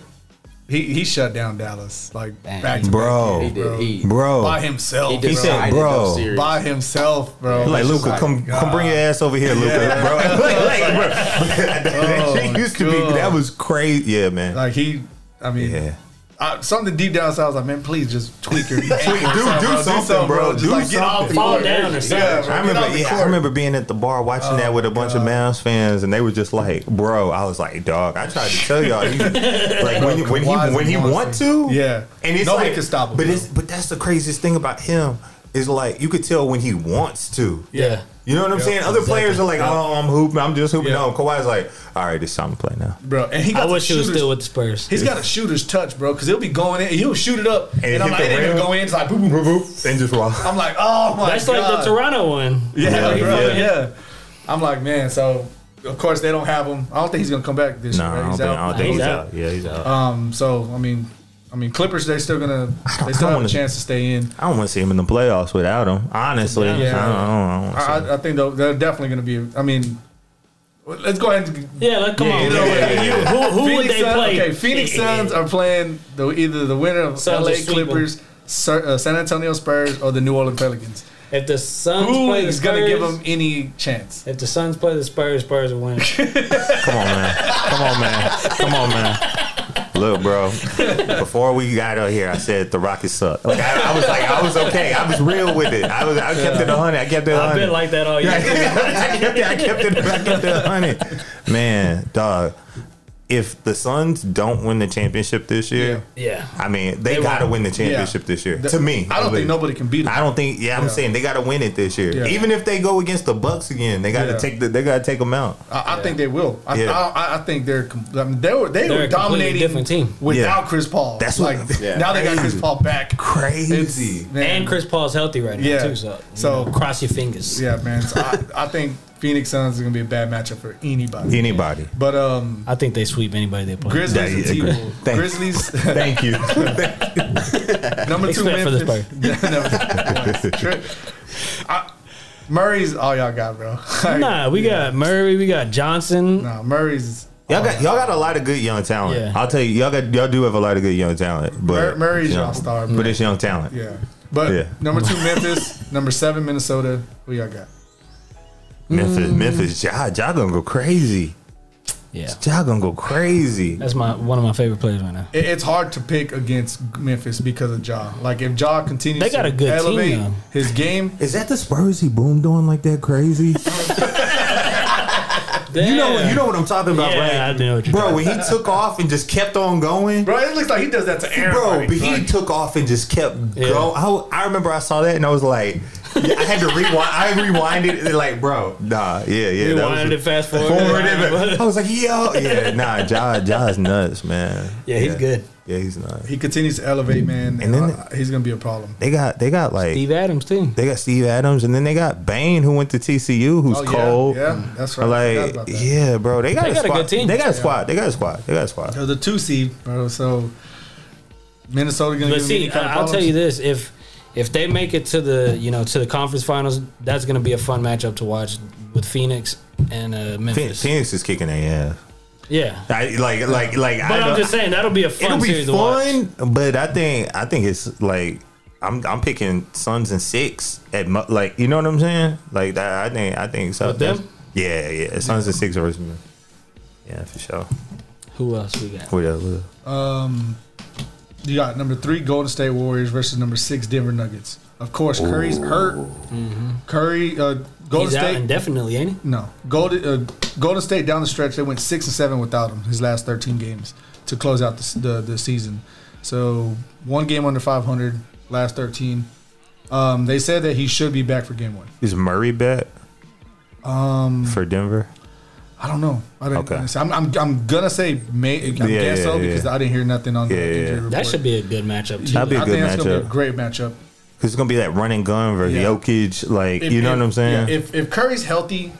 He he shut down Dallas like back to Bro. He back years, did. He, Bro, by he himself. decided bro. said, those bro, series. by himself, bro. Like just Luca, like, come come bring your ass over here, Luca, bro. [laughs] like, like, bro. that Oh [laughs] Oh, shit used to be God. that was crazy. Yeah, man. Like he. I mean, yeah. I I, something deep down inside, I was like, man, please just tweak [laughs] your, tweak, do, do something, bro. Just Do like get off the something. Fall court. down or something. Yeah, bro, get I off remember, the yeah, I court. Oh remember being at the bar watching that with a bunch of Mavs fans, and they were just like, "Bro," I was like, "Dog," I tried to tell [laughs] y'all, he- like when, you- when he Kawhi's a when he monster. want to, Yeah. and it's Nobody like, can stop him, But bro. it's but that's the craziest thing about him is like you could tell when he wants to. Yeah. You know what I'm saying? Other players are like, "Oh, I'm hooping, I'm just hooping." Yeah. No, Kawhi's like, "All right, it's time to play now." bro. And he got I the wish he was shooter's- still with the Spurs. He's got a shooter's touch, bro, because he'll be going in, he'll shoot it up, and, it I'm hit like, the it ain't gonna rim. go in. It's like, boop, boop, boop, boop. And just roll. [laughs] I'm like, oh my That's god, like the Toronto one. Yeah, Yeah, bro, yeah. yeah. I'm like, man. So, of course, they don't have him. I don't think he's gonna come back this No, year. Right? I don't He's think, I out. don't think He's he's out. out. Yeah, he's out. Um, so I mean, I mean, Clippers. They're still gonna. They still I have a wanna- chance to stay in. I don't want to see him in the playoffs without him. Honestly, I don't, Yeah. I don't, I don't I, I- I think they'll- they're definitely gonna be. I mean, let's go ahead. and Yeah, like come on. you know, man. yeah, You- Who, who would Phoenix they Suns, play? Okay, Phoenix [laughs] Suns are playing the, either the winner of Suns LA are sweeping. Clippers, Sir, uh, San Antonio Spurs, or the New Orleans Pelicans. If the Suns Who play the is going to give Spurs- them any chance? If the Suns play the Spurs, Spurs [laughs] will win. Come on, man. Come on, man. Come on, man. Look, bro. Before we got out here, I said the Rockets suck. Like I, I was like, I was okay. I was real with it. I was. I kept it a hundred. I kept it a I've hundred. been like that all I year. [laughs] kept it. I kept it. I kept it a hundred. Man, dog. If the Suns don't win the championship this year, Yeah. I mean, they, They got to won't. win the championship Yeah. this year. The- to me, I don't at think least. nobody can beat them. I don't think. Yeah, I'm Yeah. saying they got to win it this year. Yeah. Even if they go against the Bucks again, they got to Yeah. take the. They got to take them out. I, I think they will. I, Yeah. I, I think they're. com- I mean, they were they They're were a completely dominating different team. without Yeah. Chris Paul. That's like what- Yeah. now they got Chris Paul back. Crazy. It's- man. And Chris Paul's healthy right now Yeah. too, so, you So- know, cross your fingers. Yeah, man. So I, I think Phoenix Suns is going to be a bad matchup for anybody. Anybody. But um, I think they sweep anybody they play. Grizzlies Yeah, and yeah, agree. T-Wolves. Thank- Grizzlies. [laughs] Thank you. Number two, Except for Memphis. this Never- Tri- I- Murray's all y'all got, bro. [laughs] Like, Nah, we got Murray, we got Johnson. nah, Murray's y'all got y'all got a lot of good young talent. Yeah. I'll tell you, y'all got y'all do have a lot of good young talent. Mur- But Murray's you know, y'all star, But man. it's young talent. yeah. But Yeah. number two, Memphis. number seven, Minnesota. Who y'all got? Memphis, Memphis, y'all, y'all gonna go crazy. Yeah. Y'all gonna go crazy. That's my one of my favorite players right now. It, it's hard to pick against Memphis because of Ja. Like if Ja continues They got to a good team, elevate though. his game, Is that the Spurs he boomed on like that [laughs] crazy? You know what you know what I'm talking about, Yeah, right? I know what you're Bro, when he took off and just kept on going. bro, it looks like he does that to Bro, everybody. but he Like, took off and just kept going. I, I remember I saw that and I was like, yeah, I had to rewind. I rewinded it like, bro, nah, yeah, yeah. that was- Rewinded it fast forward. [laughs] forward. and- I was like, yo, yeah, nah, Ja, Ja's nuts, man. Yeah, he's good. Yeah, he's nuts. he continues to elevate, man. Mm-hmm. And And then- then he's gonna be a problem. They got they got like Steve Adams too. they got Steve Adams, and then they got Bain, who went to TCU, who's Oh, yeah, cold. yeah, that's right. I forgot Like, about that. yeah, bro, they got, They a, got a squad. good team. They got a squad. They got a squad. They got a squad. They're the two seed, bro. So Minnesota gonna. But give him any see, kind of I- I'll tell problems? you this: if if they make it to the you know to the conference finals, that's going to be a fun matchup to watch with Phoenix and uh, Phoenix, Memphis. Phoenix is kicking their ass. Yeah, I, like, like, like. but I I'm don't- just saying that'll be a fun it'll be series to watch. fun, but I think I think it's like I'm I'm picking Suns and six at mo- like you know what I'm saying. Like that, I think I think so. With them? Yeah, yeah. Suns and six versus me. Yeah, for sure. Who else we got? What else? What else? Um, you got number three Golden State Warriors versus number six Denver Nuggets. Of course, Curry's hurt. Curry, uh, Golden Mm-hmm. He's out State. indefinitely, ain't he? no, Golden uh, Golden State down the stretch they went six and seven without him his last thirteen games to close out the s- the, the season. So one game under five hundred last thirteen. Um, they said that he should be back for game one. Is Murray bet? Um, for Denver. I don't know. I didn't. Okay. I'm, I'm I'm gonna say may. I Yeah, guess so yeah, yeah. because I didn't hear nothing on Yeah, yeah, the injury yeah. report. That should be a good matchup too. That'd be a I good think that's gonna be matchup. a great matchup. Cause it's gonna be that running gun versus Yeah. Jokic. Like If- you know if- what I'm saying. yeah, if if Curry's healthy,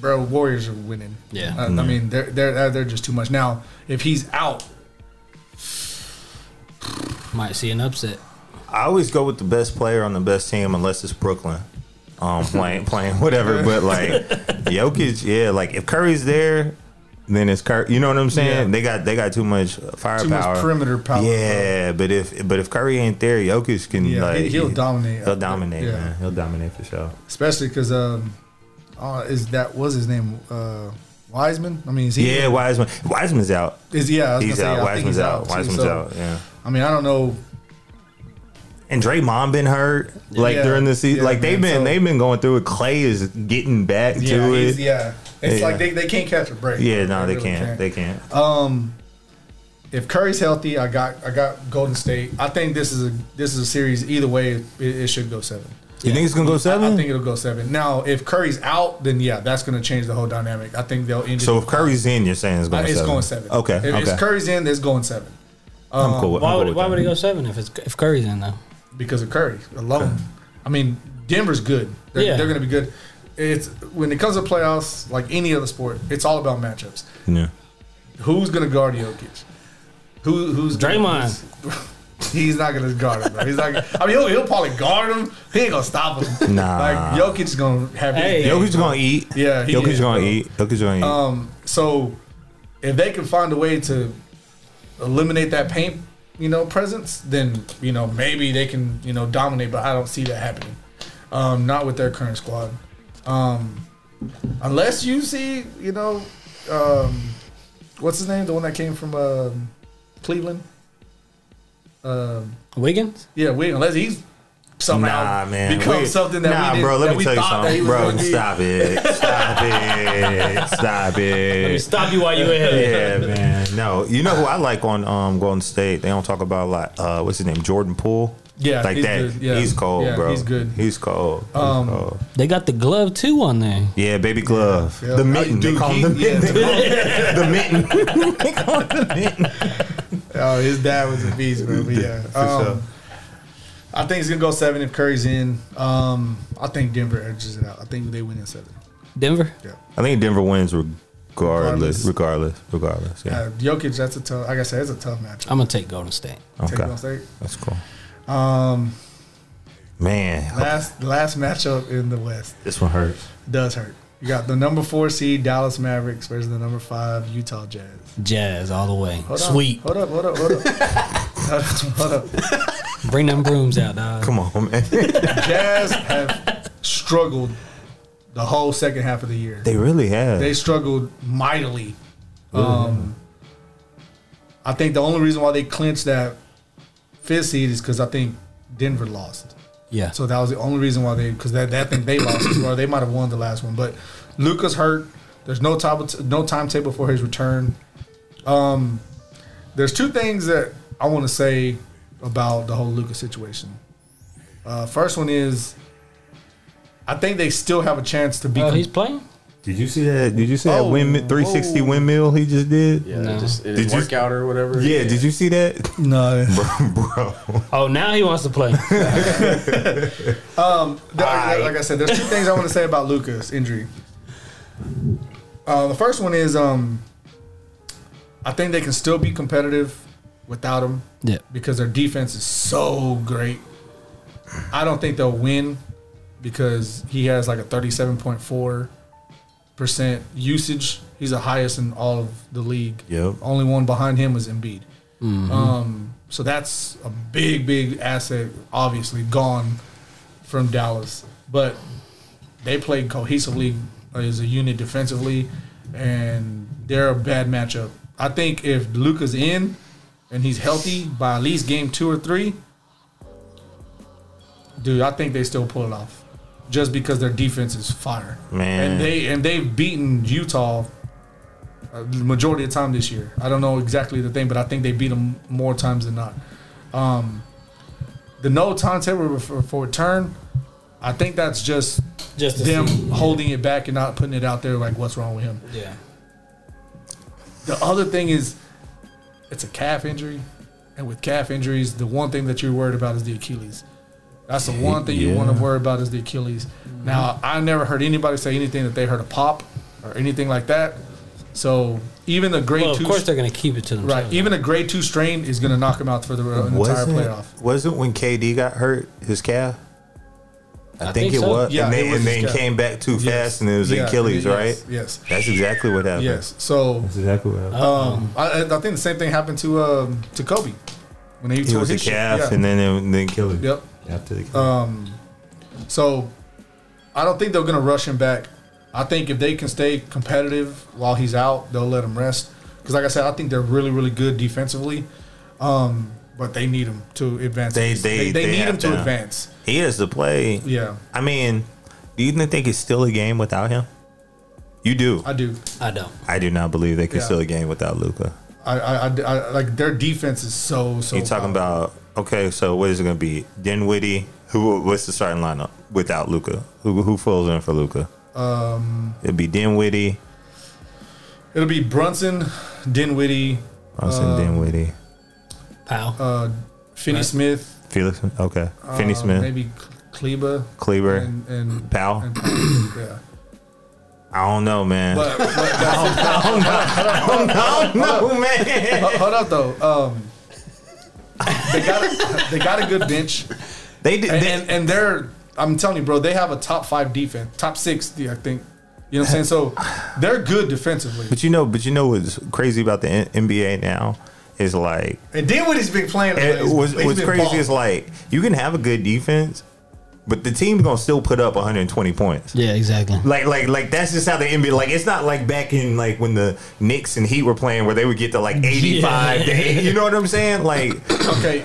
bro, Warriors are winning. Yeah. Uh, Mm-hmm. I mean they're they're they're just too much. Now if he's out, Might see an upset. I always go with the best player on the best team unless it's Brooklyn. [laughs] Um, playing, playing, whatever. But like Jokic, yeah. Like if Curry's there, then it's Curry. You know what I'm saying? Yeah. They got they got too much firepower, perimeter power, Yeah, but if but if Curry ain't there, Jokic can Yeah, like he- he'll dominate. He'll dominate, Yeah. man. He'll dominate for sure. especially because um, uh, is that was his name uh, Wiseman? I mean, is he Yeah, Wiseman. Wiseman's out. Is yeah, I was He's gonna say, out. yeah, I think Wiseman's he's out. too, Wiseman's so, out. Yeah. I mean, I don't know. And Draymond been hurt like Yeah. during the season. Yeah, like man, they've been so- they've been going through it. Clay is getting back Yeah, to it. he's- yeah. It's Yeah. like they, they can't catch a break. Yeah, no, they really Uh, can't. They can't. if Curry's healthy, I got I got Golden State. I think this is a this is a series. Either way, it, it should go seven. you think it's gonna go seven? I think it'll go seven. Now, if Curry's out, then yeah, that's going to change the whole dynamic. I think they'll end. so it, if Curry's in, you're saying it's Uh, going it's seven. going seven. Okay. If, okay. if Curry's in, it's um, going seven I'm cool. With, Why I'm would cool why would with that. it go seven if it's if Curry's in though? because of Curry alone. I mean, Denver's good. They're, Yeah. they're going to be good. It's when it comes to playoffs, like any other sport, it's all about matchups. Yeah. Who's going to guard Jokic? Who, who's Draymond. [laughs] He's not gonna guard him. Bro. He's not. I mean, he'll, he'll probably guard him. He ain't gonna stop him. [laughs] Nah. Like Jokic is gonna have. his Hey. day. Jokic's gonna eat. Yeah, he Jokic's is, gonna bro. eat. Jokic's gonna eat. Um, so if they can find a way to eliminate that paint, you know, presence, then you know maybe they can you know dominate. But I don't see that happening. Um, not with their current squad. Um, unless you see, you know, um, what's his name, the one that came from um Cleveland. Um, Wiggins? yeah, we unless he's somehow Nah, man. become We- something that nah, we did, bro. Let that me we tell you thought that he something, was bro. gonna be. Stop it. Stop it. [laughs] Stop it. Stop you while you're ahead. Yeah, man. No, you know who I like on um, Golden State. They don't talk about a lot. Uh, what's his name? Jordan Poole. Yeah, like he's that. good. Yeah. He's cold, Yeah, bro. he's good. Um, He's cold. He's cold. They got the glove too on there. Yeah, baby glove. Yeah. The mitten. they Dude, call him he- the yeah, mitten. the mitten. they call him the mitten. Oh, his dad was a beast, bro. But yeah, [laughs] For um, sure. I think it's gonna go seven if Curry's in. Um, I think Denver edges it out. I think they win in seven. Denver? I think Denver wins Regardless. regardless. Regardless. Regardless. Yeah. Uh, Jokic, that's a tough. Like I said, it's a tough matchup. I'm gonna take Golden State. Take okay. Golden State. That's cool. Um, Man, last the last matchup in the West this one hurts. does hurt. You got the number four seed Dallas Mavericks versus the number five Utah Jazz. Jazz all the way. Hold up, Sweet. Hold up. Hold up. Hold up. hold up. Hold up. Bring them brooms out, dog. Come [laughs] on, man. Jazz have struggled the whole second half of the year. they really have. they struggled mightily. Um, I think the only reason why they clinched that fifth seed is because I think Denver lost. Yeah. Oh, So that was the only reason why they because that, that thing they lost as well. They might have won the last one, but Luca's hurt. There's no time no timetable for his return. Um, there's two things that I want to say about the whole Luca situation. Uh, first one is, I think they still have a chance to be. oh, he's playing? Did you see that? Did you see that Oh, windmill, 360 whoa. windmill he just did? Yeah. Yeah, No. just in Did his you- workout or whatever. Did you see that, [laughs] no, bro? Oh, now he wants to play. There- like, like I said, there's two things I want to say about Luca's injury. Uh, the first one is um, I think they can still be competitive without him [laughs] yeah. because their defense is so great. I don't think they'll win because he has like a 37.4% usage. He's the highest in all of the league. Yep. Only one behind him was Embiid. Um, so that's a big, big asset, obviously, gone from Dallas. But they play cohesively uh, as a unit defensively, and they're a bad matchup. I think if Luca's in and he's healthy by at least game two or three, dude, I think they still pull it off. Just because their defense is fire, Man. and they and they've beaten Utah uh, the majority of the time this year. I don't know exactly the thing, but I think they beat them more times than not. Um, the no time table for, for return, I think that's just Just to them see. holding it back and not putting it out there. Like, what's wrong with him? Yeah. The other thing is, it's a calf injury, and with calf injuries, the one thing that you're worried about is the Achilles. That's the one thing you want Yeah. Mm-hmm. to worry about is the Achilles. Now, I never heard anybody say anything that they heard a pop or anything like that. So even a grade Well, of two, course they're gonna keep it to themselves. right? Even a grade two strain is going to knock him out for the uh, an entire playoff. Wasn't, wasn't when KD got hurt his calf? I, I think, think it so. was. Yeah, and it they, was and his then calf. came back too fast, and it was Yeah, Achilles, yes, right? Yes. That's exactly what happened. Yes. So That's exactly what happened. um, I, I think the same thing happened to um, to Kobe when he, he tore was a his shit. calf, Yeah. and then it, then Achilles. Yep. Uh, After the calf. So I don't think they're going to rush him back. I think if they can stay competitive while he's out, they'll let him rest. Because, like I said, I think they're really, really good defensively. Um, but they need him to advance. They- they- they need have him to to. advance. He is the play. Yeah, I mean, do you think it's still a game without him? You do. I do. I don't. I do not believe they can Yeah. still a game without Luca. I, I, I, I- like their defense is so so. You talking powerful. about okay? So what is it going to be? Dinwiddie. Who? What's the starting lineup without Luca? Who who falls in for Luca? Um, it'd be Dinwiddie, It'll be Brunson, Dinwiddie, Bronson Dinwiddie, Pow. uh, Finney Right. Smith, Felix. Okay, uh, Finney Smith, maybe Kleba, Kleber, and and, Powell. and yeah. I don't know, man. [laughs] But, but I don't know. I don't know, I don't know, [laughs] man. Ho- Hold up though. Um, they got a, they got a good bench, They did. and, They, and and they're I'm telling you, bro, they have a top five defense, top six, yeah, I think. You know what I'm saying? So they're good defensively. but you know, but you know what's crazy about the N- NBA now is like And Dinwiddie's been playing. it he's- was he's what's been crazy balling. is like you can have a good defense, but the team's gonna still put up 120 points. yeah, exactly. Like, like, like that's just how the NBA. Like, it's not like back in like when the Knicks and Heat were playing, where they would get to like 85. To 80, you know what I'm [coughs] saying? Like, okay.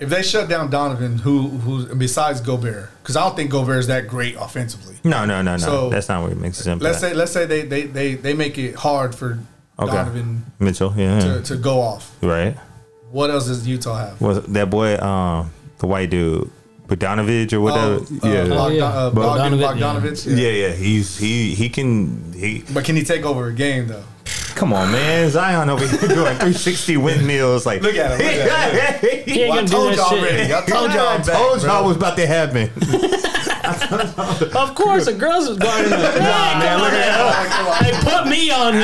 If they shut down Donovan, who who's besides Gobert, because I don't think Gobert is that great offensively. no, no, no, no. So, that's not what it makes sense. Let's say let's say they they they, they make it hard for okay, Donovan Mitchell. Yeah, to, to go off. right. What else does Utah have? Was that boy, um, the white dude, Budanovich or whatever? Oh, yeah. uh, Bogdan- Oh, yeah. uh, Bogdan Bogdanovich, Bogdanovich. yeah, yeah, he's he he can he But can he take over a game though? come on man Zion over here [laughs] doing 360 windmills like Look at him, look [laughs] He ain't Well, I gonna do told that y'all shit. already. I [laughs] told y'all. I I'm back, told bro. y'all was about to happen [laughs] Of course, the girls was [laughs] guarding him. nah man look at that They put me on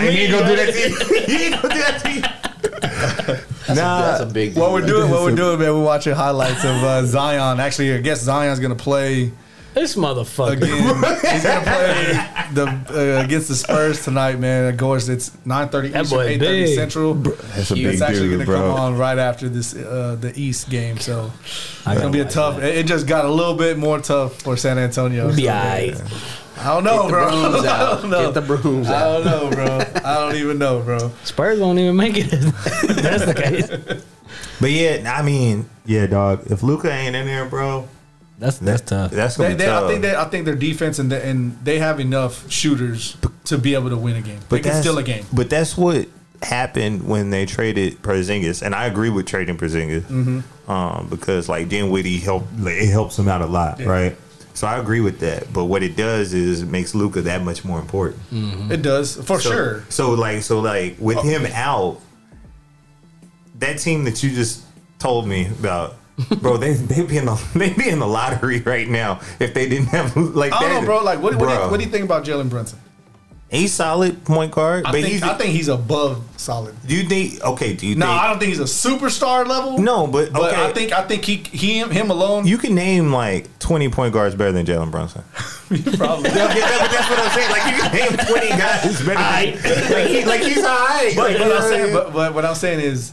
him. He ain't gonna do that to me. he ain't gonna do that to you he ain't gonna do that to you That's nah a big. What we're doing, what we're doing, man, we're watching highlights of uh, Zion. Actually, I guess Zion's gonna play [laughs] This [laughs] motherfucker. again. He's gonna play the uh, against the Spurs tonight, man. Of course, it's nine thirty That Eastern, boy eight thirty big. Central. that's a It's actually gonna come on right after this uh, the East game, so it's gonna be a tough. It it just got a little bit more tough for San Antonio. So, Be alright. I don't know, the bro. [laughs] brooms I out. don't know. Get the brooms I out. don't know, bro. I don't even know, bro. Spurs won't even make it. [laughs] That's the case. but yeah I mean yeah dog if Luca ain't in there bro That's that's tough. that's gonna They, be they, tough I think they, I think their defense and the, and they have enough shooters to be able to win a game. But they can that's- steal a game. But that's what happened when they traded Porzingis, and I agree with trading Porzingis um, because like Dinwiddie help like, it helps him out a lot, right? So I agree with that. But what it does is it makes Luca that much more important. It does for Mm-hmm. So- sure. So like so like with him out, that team that you just told me about. Bro, they [laughs] they be in the they be in the lottery right now if they didn't have like. I don't that- know, bro. Like, what, what, do you, Bro. what do you think about Jalen Brunson? He's solid point guard, I but think he's. I think he's above solid. do you think? Okay, do you No, think? I don't think he's a superstar level. No, but, but okay. I think I think he him him alone. [laughs] you can name like 20 point guards better than Jalen Brunson. [laughs] probably. Yeah, that- but that's what I'm saying. Like you can name [laughs] 20 guys better. Than, like, he, like he's all right. But, Like, but, I'm uh, saying, but, but what I'm saying is,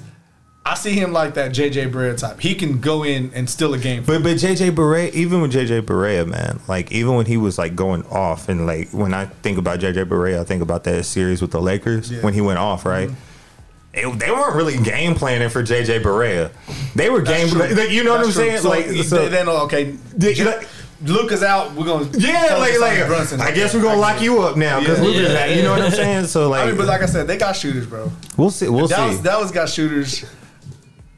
I see him like that JJ Barea type. He can go in and steal a game. But but JJ Barea, even with JJ Barea, man, like even when he was like going off, and like when I think about JJ Barea, I think about that series with the Lakers when he went off, right? Mm-hmm. It- they weren't really game planning for JJ Barea. They were game, That's true. like, you know what I'm That's true. saying? So like he- so, then oh, okay, Did you- like- Luca's out. We're gonna yeah, focus like on like Brunson. I guess Okay, we're gonna get lock it. you up now because Yeah. Luka's out. You know what I'm saying? So [laughs] like, I mean, but like I said, they got shooters, bro. we'll see, we'll Dallas, see. Dallas got shooters.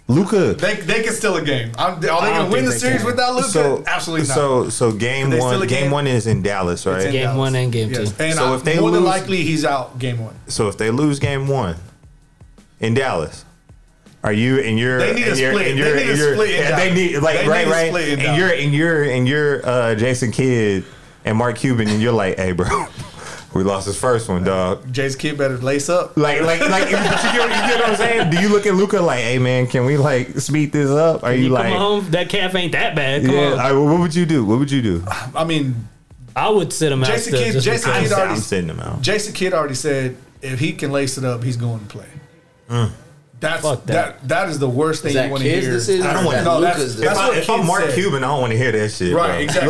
Luca. They they can steal a game. I'm, are they gonna don't win think the they series can. without Luca? So Absolutely not. So so game Could they one still a game, game? one is in Dallas, right? in Game Dallas. one and game Yes. two. And So I- if they more than lose- likely he's out game one. So if they lose game one in Dallas, are you and your They need a and your- split. and They your- need a and your- split in yeah, They Dallas. need like They need right a right split in and you're and you're and you're uh, Jason Kidd and Mark Cuban and you're like, hey bro, [laughs] we lost this first one, dog. Jay's kid better lace up. Like, like, like, [laughs] you get, you get what I'm saying? Do you look at Luca like, hey man, can we like speed this up? Are you, You like, come home, that calf ain't that bad. Come yeah? on. I- what would you do? What would you do? I mean, I would sit him out. Jason still, Kidd- just Jason because. Kidd- already- I'm sending him out. Jason Kidd already said if he can lace it up, he's going to play. Mm. That's Fuck that. that. That is the worst thing you that want to kids hear. decision? I don't want Is No, that that's- Luca's If, that's- decision? I, what if I'm kids Mark say. Cuban, I don't want to hear that shit. Right, bro. exactly.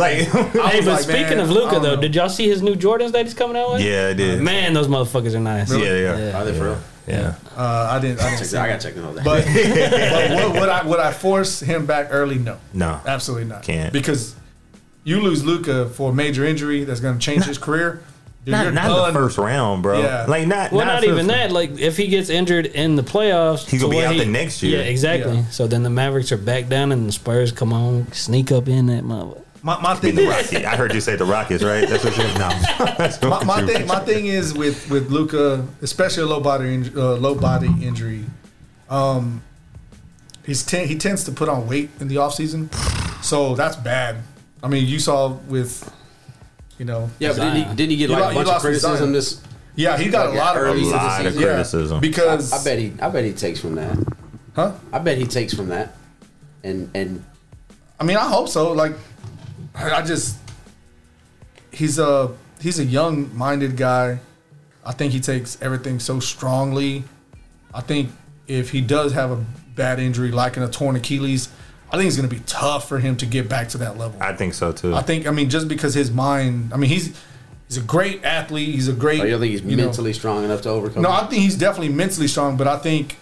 [laughs] Like, [laughs] I Hey, was but like, speaking man, um, of I Luca don't though, know. did y'all see his new Jordans that he's coming out with? yeah, I did. Man, those motherfuckers are nice. Yeah, yeah. Are they for real? Yeah. Uh, I didn't. I didn't Check see that- I it. gotta check the whole thing. [laughs] But, but would, would I would I force him back early? No, No. absolutely not. Can't. because you lose Luca for a major injury that's going to change his career. dude, Not, you're not in done. the first round, bro. Yeah. Like not. Well, not for- even that. Like, if he gets injured in the playoffs, He's gonna to be where out he- the next year. Yeah, exactly. Yeah. So then the Mavericks are back down, and the Spurs come on, sneak up in [laughs] that mother. My, my Being thing. the Rocky. I heard you say the Rockets, right? That's what you no. [laughs] That's My, what my you- thing. My thing is with with Luca, especially a low body inj- uh, low body injury. Um, he's ten, he tends to put on weight in the offseason, so that's bad. I mean, you saw with, you know, Yeah, but didn't he, Zion. didn't he get You like lo- a you bunch of lost to criticism Zion. this? yeah, he got Like a lot of early a early lot of Yeah. criticism. because I bet he. I bet he takes from that. huh? I bet he takes from that. And and I mean, I hope so. Like, I I just he's a he's a young minded guy. I think he takes everything so strongly. I think if he does have a bad injury, like in a torn Achilles, I think it's going to be tough for him to get back to that level. I, I think so too. think. I mean, just because his mind. I mean, he's he's a great athlete. He's a great. oh, you don't think he's you know- mentally strong enough to overcome? no, it? I think he's definitely mentally strong, but I think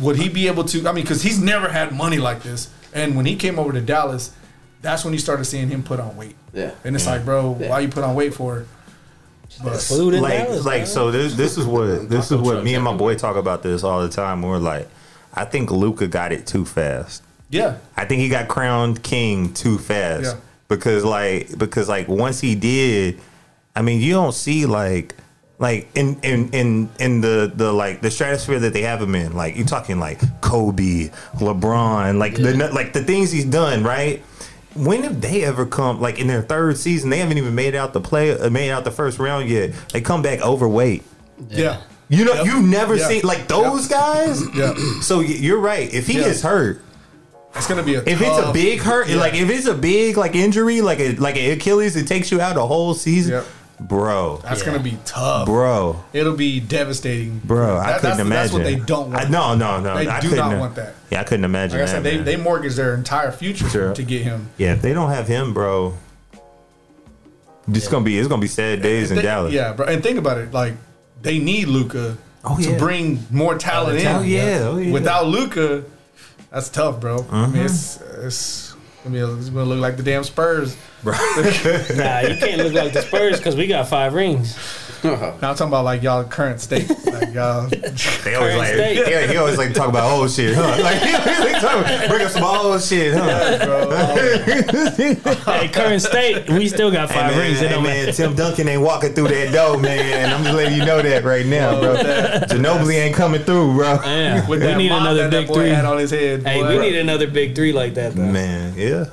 would he be able to? I mean, because he's never had money like this, and when he came over to Dallas, that's when you started seeing him put on weight. Yeah. and it's like, bro, Yeah. why you put on weight for? But, Food in like, Dallas, like man. so this this is what this is Taco what truck, me and my boy talk about this all the time. We're like, I think Luca got it too fast. yeah, I think he got crowned king too fast Yeah. because like because like once he did, I mean you don't see like like in in in in the the like the stratosphere that they have him in like you're talking like Kobe, LeBron, like the like the things he's done right. When have they ever come like in their third season? They haven't even made out the play, uh, made out the first round yet. They come back overweight. yeah, You know, you've never Yeah. seen like those guys. yeah. So y- you're right. If he Yeah. gets hurt, It's gonna be a if it's a tough- big hurt, Yeah. like if it's a big like injury, like a like an Achilles, it takes you out a whole season, Yep. bro, That's gonna be tough, bro, It'll be devastating, bro. I That- couldn't that's, imagine. That's what they don't want. I, no, no, no. They I do couldn't- not want that. Yeah, I couldn't imagine. Like I that, said, they, man. they mortgage their entire future Sure. to get him. yeah, if they don't have him, bro. It's gonna be it's gonna be sad days in Thi- Dallas. Yeah, bro. And think about it. Like they need Luca Oh, to yeah. bring more talent in. Oh, yeah. Oh, yeah. Without Luca, that's tough, bro. I mean, it's it's. I mean, it's gonna look like the damn Spurs. nah, you can't look like the Spurs because we got five rings. Now I'm talking about like y'all current state, like y'all. They always Current like state. yeah, he always like to talk about old shit, huh? [laughs] Like he always talk about, bring up some old shit, huh? [laughs] hey, current state, we still got Hey, five man, rings. It hey, don't matter. man, Tim Duncan ain't walking through that door, man. I'm just letting you know that right now, bro. [laughs] Ginobili ain't coming through, bro. Yeah, we With that need mop another that that big boy three. had on his head. Hey, boy. we need another big three like that, though. Man, yeah.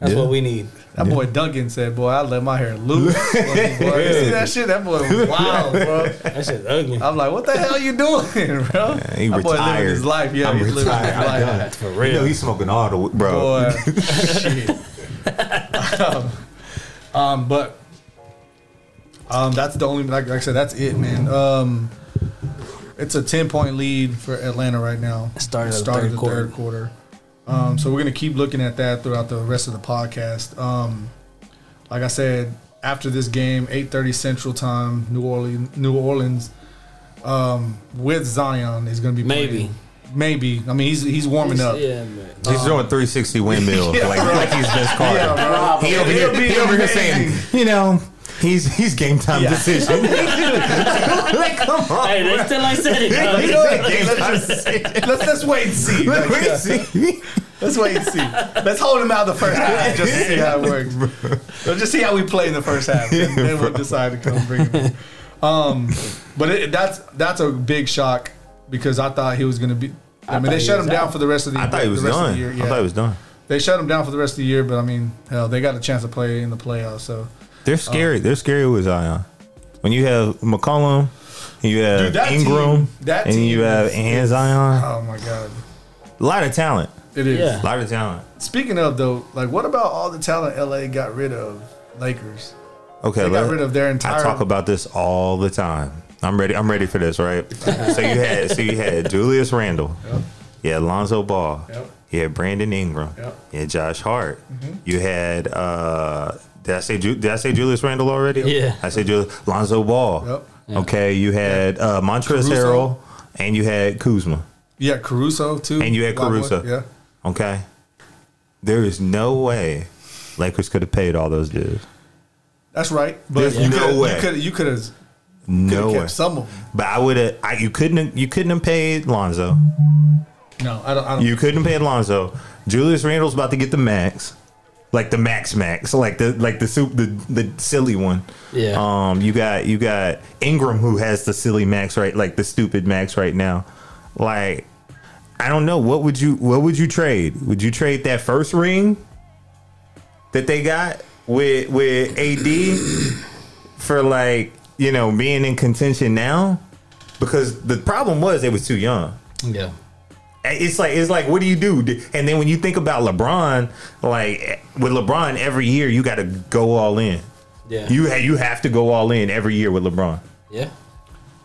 That's what we need. that boy Duncan said, "Boy, I let my hair loose." boy, you see that shit? That boy was wild, bro. That shit's ugly. I'm like, "What the hell you doing, [laughs] bro?" he that boy living retired. his life. Yeah, I'm he's living his retired. I'm life. done. For You know real. he's smoking all the bro. Boy, shit. Um, um, but um, that's the only like, like I said. That's it, man. Um, it's a ten point lead for Atlanta right now. Started the Started third the quarter. third quarter. Um, so we're gonna keep looking at that throughout the rest of the podcast. Um, like I said, after this game, eight thirty Central Time, New Orleans, New Orleans, um, with Zion is gonna be Maybe. playing. maybe. I mean, he's he's warming up. Yeah, man. He's doing [laughs] 360 windmills like, like he's Vince Carter. Yeah, bro. He over here, he over here saying, you know, he's he's game time decision. [laughs] like, come on. Hey, they still ain't said it. He's dog. [laughs] saying game time decision. [laughs] Let's let's wait and see. Like, Wait, see? Let's wait and see. Let's hold him out the first half just to see how it works. Let's just see how we play in the first half, and then we'll decide to come bring him. in. Um, but it, that's that's a big shock because I thought he was going to be. I, mean, thought they he shut was him down out. for the rest of the. I thought he was the rest of the done. year, I yeah. thought he was done. They shut him down for the rest of the year, but I mean, hell, they got a chance to play in the playoffs. So They're scary. They're scary with Zion. When you have McCollum, you have Dude, that Ingram, team- that and you team have is- and Zion. oh my god, A lot of talent. it is. Yeah. A lot of talent. Speaking of though, like what about all the talent LA got rid of? Lakers. Okay, They let- got rid of their I entire. talk about this all the time. I'm ready. I'm ready for this, right? so you had so you had Julius Randle, you had Lonzo Ball, Yep. you had Brandon Ingram, Yep. Mm-hmm. you had Josh Hart, you had uh, did I say Ju- did I say Julius Randle already? Yeah. I said Julius Lonzo Ball, Yep. Okay, you had uh, Montrezl Caruso. Harrell, and you had Kuzma, Yeah, Caruso too. and you had White boy, Caruso. Yeah. Okay, there is no way Lakers could have paid all those dudes. That's right. But There's you no coulda- way. You could you could have No way. kept some of them. But I would have. You couldn't. have- You couldn't have paid Lonzo. No, I don't. I don't You couldn't have paid Lonzo. Julius Randle's about to get the max, like the max max, like the like the soup the the silly one. Yeah. Um. You got you got Ingram who has the silly max right, like the stupid max right now. Like, I don't know what would you what would you trade? Would you trade that first ring that they got with with AD for like you know being in contention now? Because the problem was they was too young. yeah. It's like it's like what do you do? And then when you think about LeBron, like with LeBron every year you got to go all in. Yeah. You ha- you have to go all in every year with LeBron. yeah.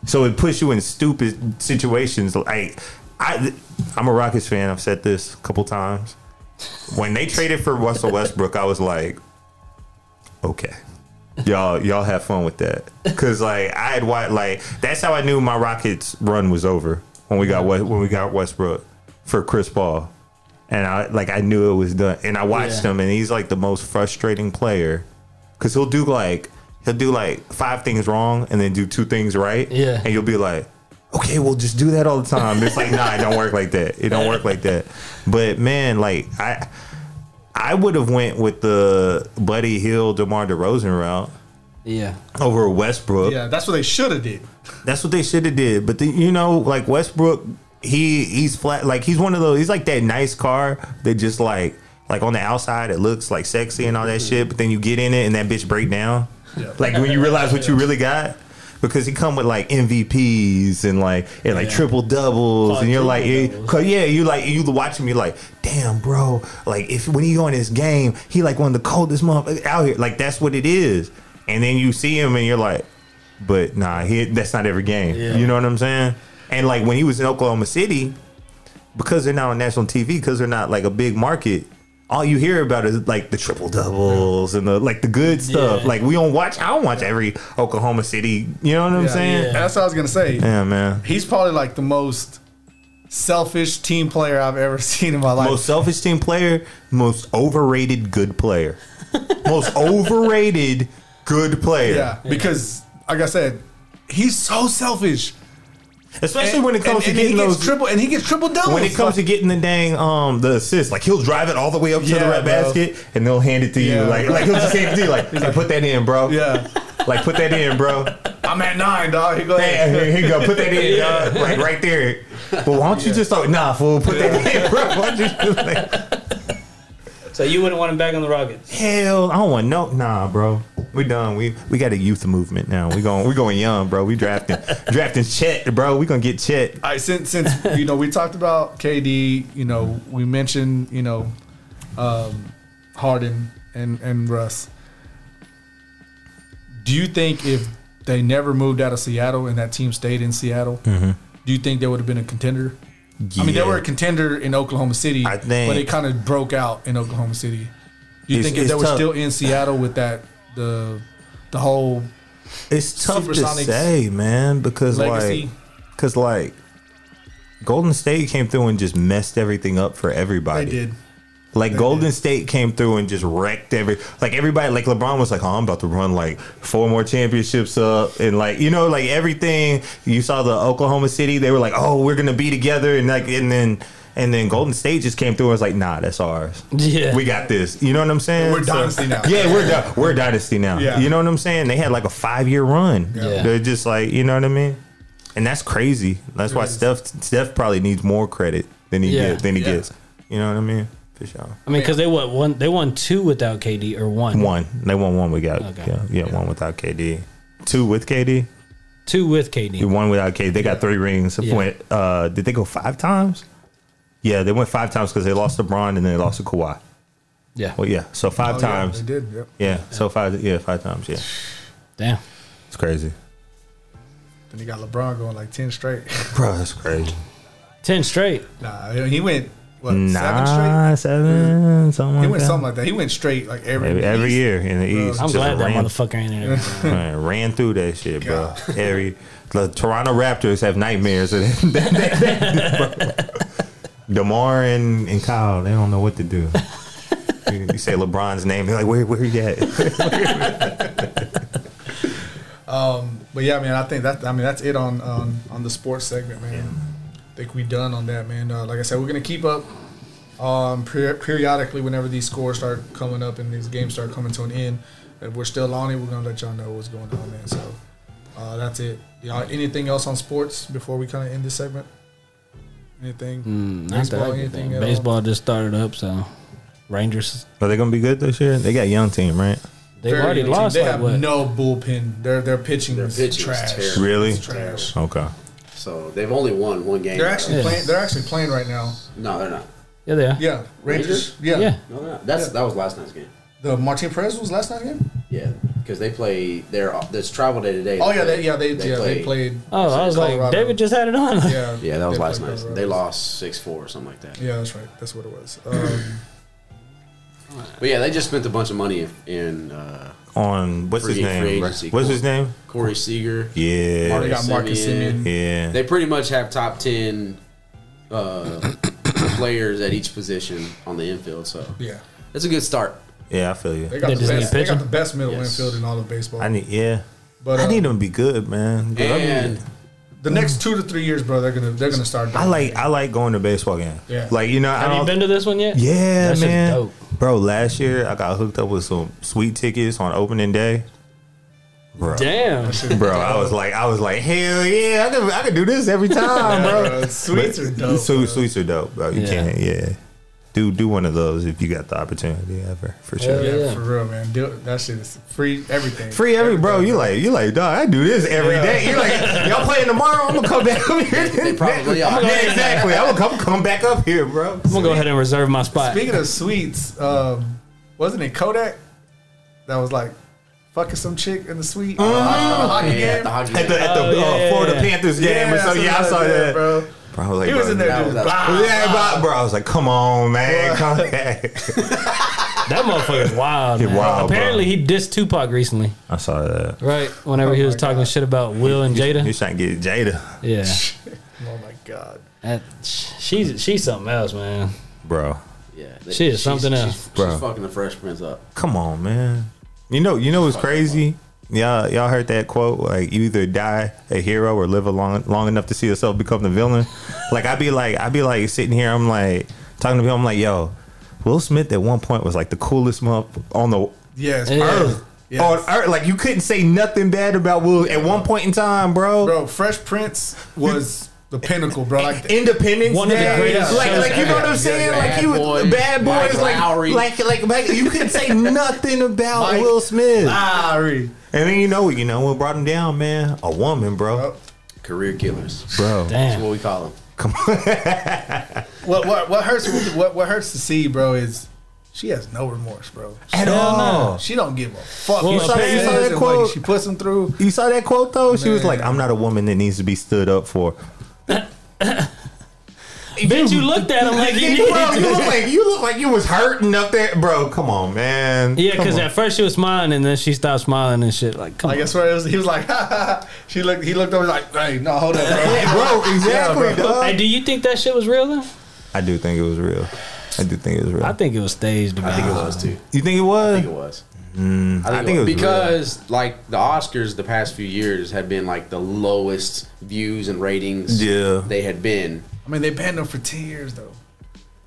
So it puts you in stupid situations. Like I, I'm a Rockets fan. I've said this a couple times. When they traded for Russell Westbrook, I was like, okay, y'all y'all have fun with that. Cause like I had what like that's how I knew my Rockets run was over when we got West, when we got Westbrook for Chris Paul, and I like I knew it was done. And I watched Yeah. him, and he's like the most frustrating player. Cause he'll do like he'll do like five things wrong and then do two things right. Yeah. And you'll be like, okay, well just do that all the time. It's like, nah, it don't work like that. It don't work like that. But man, like I I would have went with the Buddy Hill, DeMar DeRozan route Yeah. over Westbrook. yeah, that's what they should have did. That's what they should have did. But the, you know, like Westbrook, he he's flat. Like he's one of those. He's like that nice car that just like like on the outside it looks like sexy and all that shit, but then you get in it and that bitch break down. Like when you realize what you really got. Because he come with like MVPs and like and like triple doubles and you're like Quadruple yeah, doubles. cause yeah you like you watching me like damn bro like if when he go in this game he like one of the coldest motherfuckers out here like that's what it is and then you see him and you're like but nah, he, that's not every game. Yeah. You know what I'm saying? And like when he was in Oklahoma City, because they're not on national TV, because they're not like a big market, all you hear about is like the triple doubles and the like the good stuff. Yeah. Like we don't watch. I don't watch every Oklahoma City. You know what I'm Yeah, saying? Yeah, That's what I was gonna say. man. He's probably like the most selfish team player I've ever [laughs] seen in my life. Most selfish team player, most overrated [laughs] good player, most overrated good player. yeah, because like I said, he's so selfish. Especially when it comes and, to and getting he gets those triple and he gets triple doubles. when it comes to getting the dang um the assist, like he'll drive it all the way up to the Yeah, red bro. basket and they'll hand it to Yeah. you. Like like he'll just hand it to [laughs] you. Like, hey, put that in, [laughs] bro. yeah, Like put that in, [laughs] bro. I'm at nine, dog. He go Hey, ahead. here- here you go. Put that in, dog. Like right there. But why don't you just like, nah, fool? Put that in, bro. Why don't you just like, So you wouldn't want him back on the Rockets. hell? I don't want no, nah, bro. We done. We we got a youth movement now. We going we going young, bro. We drafting drafting Chet, bro. We gonna get Chet. All right, since since you know we talked about KD, you know we mentioned you know um, Harden and and Russ. Do you think if they never moved out of Seattle and that team stayed in Seattle, do you think they would have been a contender? I mean, they Mm-hmm. Yeah. were a contender in Oklahoma City, I think- but it kind of broke out in Oklahoma City. Do you It's- think if it's they were tough. still in Seattle with that the the whole It's tough to Supersonics say, man, because legacy? like, because like, Golden State came through and just messed everything up for everybody. they did? Like Golden State came through and just wrecked every like everybody like LeBron was like, Oh, I'm about to run like four more championships up and like you know, like everything you saw the Oklahoma City, they were like, Oh, we're gonna be together and like and then and then Golden State just came through and was like, nah, that's ours. Yeah. We got this. You know what I'm saying? We're dynasty now. Yeah, we're di- we're dynasty now. Yeah. You know what I'm saying? They had like a five year run. Yeah. They're just like, you know what I mean? And that's crazy. That's why Steph Steph probably needs more credit than he Yeah. gets than he Yeah. gets. You know what I mean? For sure. I mean, because they won one. They won two without KD or one. One. They won one without Okay. yeah, yeah, one without KD. Two with KD. Two with KD. One without KD. They got three rings. Yeah. Went, uh, did they go five times? Yeah, they went five times because they lost to Braun and then they lost to Kawhi. Yeah. Well, yeah. So five Oh, yeah, times. they did. Yep. Yeah. So five. Yeah, five times. Yeah. Damn. It's crazy, Then you got LeBron going like ten straight. bro. That's crazy. Ten straight. Nah, he went what, seven straight. nah, seven, something He like went that. something like that. He went straight like every every, every East. year in the East. I'm just glad that ran- motherfucker ain't in there. [laughs] Man, ran through that shit, bro. Every the Toronto Raptors have nightmares. [laughs] Of that, that, that, bro. Demar and, and Kyle, they don't know what to do. You you say LeBron's name, they're like, "Where, where you at?" But yeah, man, I think that I mean that's it on on, on the sports segment, man. I think we done on that, man. Uh, like I said, we're gonna keep up um, per- periodically whenever these scores start coming up and these games start coming to an end. If we're still on it, we're gonna let y'all know what's going on, man. So uh, that's it. Y'all, anything else on sports before we kind of end this segment? Anything? Baseball, anything at all? Baseball just started up, so Rangers Are they gonna be good this year? They got a young team, right? they've Very already good team. lost They like have what? no bullpen. Their their pitching Their is pitching is trash. terrible. Really? Trash. Okay. So they've only won one game. They're actually Yeah. playing. They're actually playing right now. No, they're not. yeah, they are. Yeah, Rangers. Yeah. yeah. No, they're not. That's that was last night's game. The Martin Perez was last night game. Yeah, because they play their this travel day today. Oh yeah, they, yeah, they, yeah, they played. Oh, I was like, Colorado. David just had it on. Yeah, [laughs] Yeah, that was they last played night. Colorado. They lost six four or something like that. Yeah, that's right. That's what it was. Um, But yeah, they just spent a bunch of money in uh, On what's his Free- free name? agency. What's his name? Corey Seager. they Yeah, got Marcus Simeon. Simeon. yeah. They pretty much have top ten uh, players at each position on the infield. So Yeah, that's a good start. Yeah, I feel you. they got They the just need best. They got pitching. the best middle Yes. infield in all of baseball. I need yeah. But, I uh, need them to be good, man. 'Cause I mean, And the next two to three years, bro, they're gonna they're gonna start. I like I like going to baseball games. Yeah. Like you know, [laughs] I Have Um, don't, you been to this one yet? Yeah, That shit's man. dope. Bro, last year I got hooked up with some sweet tickets on opening day. Bro, Damn. [laughs] [laughs] bro, I was like, I was like, hell yeah, I could, I could do [laughs] this every time, bro. sweets [laughs] are dope. Swe- sweets are dope, bro. You Yeah. can't, yeah. Do do one of those if you got the opportunity ever, for sure. Hell Yeah, Yeah. for real, man. Do, that shit is free. Everything. Free every bro, you like you like dog. I do this every Yeah. day. You like y'all playing tomorrow? I'm gonna come back up here. They probably yeah, are. exactly. I'm gonna come, come back up here, bro. I'm gonna go ahead and reserve my spot. Speaking of sweets, um, wasn't it Kodak that was like fucking some chick in the suite? Oh, Uh, hockey yeah, game? the hockey At the, at the Oh, yeah, uh, yeah, Florida yeah. Panthers game, or that's something. what yeah, I was saw at, that. bro. Bro, I was like, He was bro, in there that doing was- blah, Yeah, bro, bro, I was like, come on, man. Come back. That motherfucker's wild. He man. wild, bro. Apparently, he dissed Tupac recently, I saw that. right? Whenever he was talking shit about Will and You [laughs] Jada. trying to get Jada. Yeah, Oh my god. that, she's she's something else, man. Bro, Yeah, they- She is she's- something she's- else. she's Bro. fucking the Fresh Prince up. come on, man. You know, you know what's crazy? Y'all, y'all heard that quote? Like, you either die a hero or live a long, long enough to see yourself become the villain. Like, I'd be like, I'd be like sitting here, I'm like, talking to people, I'm like, yo, Will Smith at one point was like the coolest month on the Yes, Yeah. earth. Yes. On earth, like you couldn't say nothing bad about Will at one point in time, bro. bro. Fresh Prince was the pinnacle, bro. [laughs] Like Independence One of the Day. greatest like, shows like you know what ever. I'm saying? Yeah, like he was Bad Boys, Bad Boys, Mike like, Lowry. like like like you could say nothing about Mike Will Smith. Larry. And then you know you know what brought him down, man? A woman, bro. Yep. Career killers. Bro, That's Damn. what we call them. What what what hurts what what hurts to see, bro, is she has no remorse, bro. at Hell all. no. She don't give a fuck. what Well, You saw that- she you saw says that and quote? what she puts him through. You saw that quote though? She was Man. like, "I'm not a woman that needs to be stood up for." Bitch, you looked at him like you [laughs] You, needed bro, to. you look like you look like you was hurting up there, bro. Come on, man. Yeah, Come because on. at first she was smiling and then she stopped smiling and shit. Like, come Like I on. swear it was, he was like, [laughs] ha, ha, ha. she looked he looked over like, hey, no, hold up, bro. [laughs] bro, exactly, Yeah, bro. dog. Hey, do you think that shit was real though? I do think it was real. I do think it was real. I think it was staged. I think it was too. you think it I was? think it was. Mm, I think it was because like the Oscars the past few years have been like the lowest views and ratings Yeah. they had been. I mean they banned him for ten years though.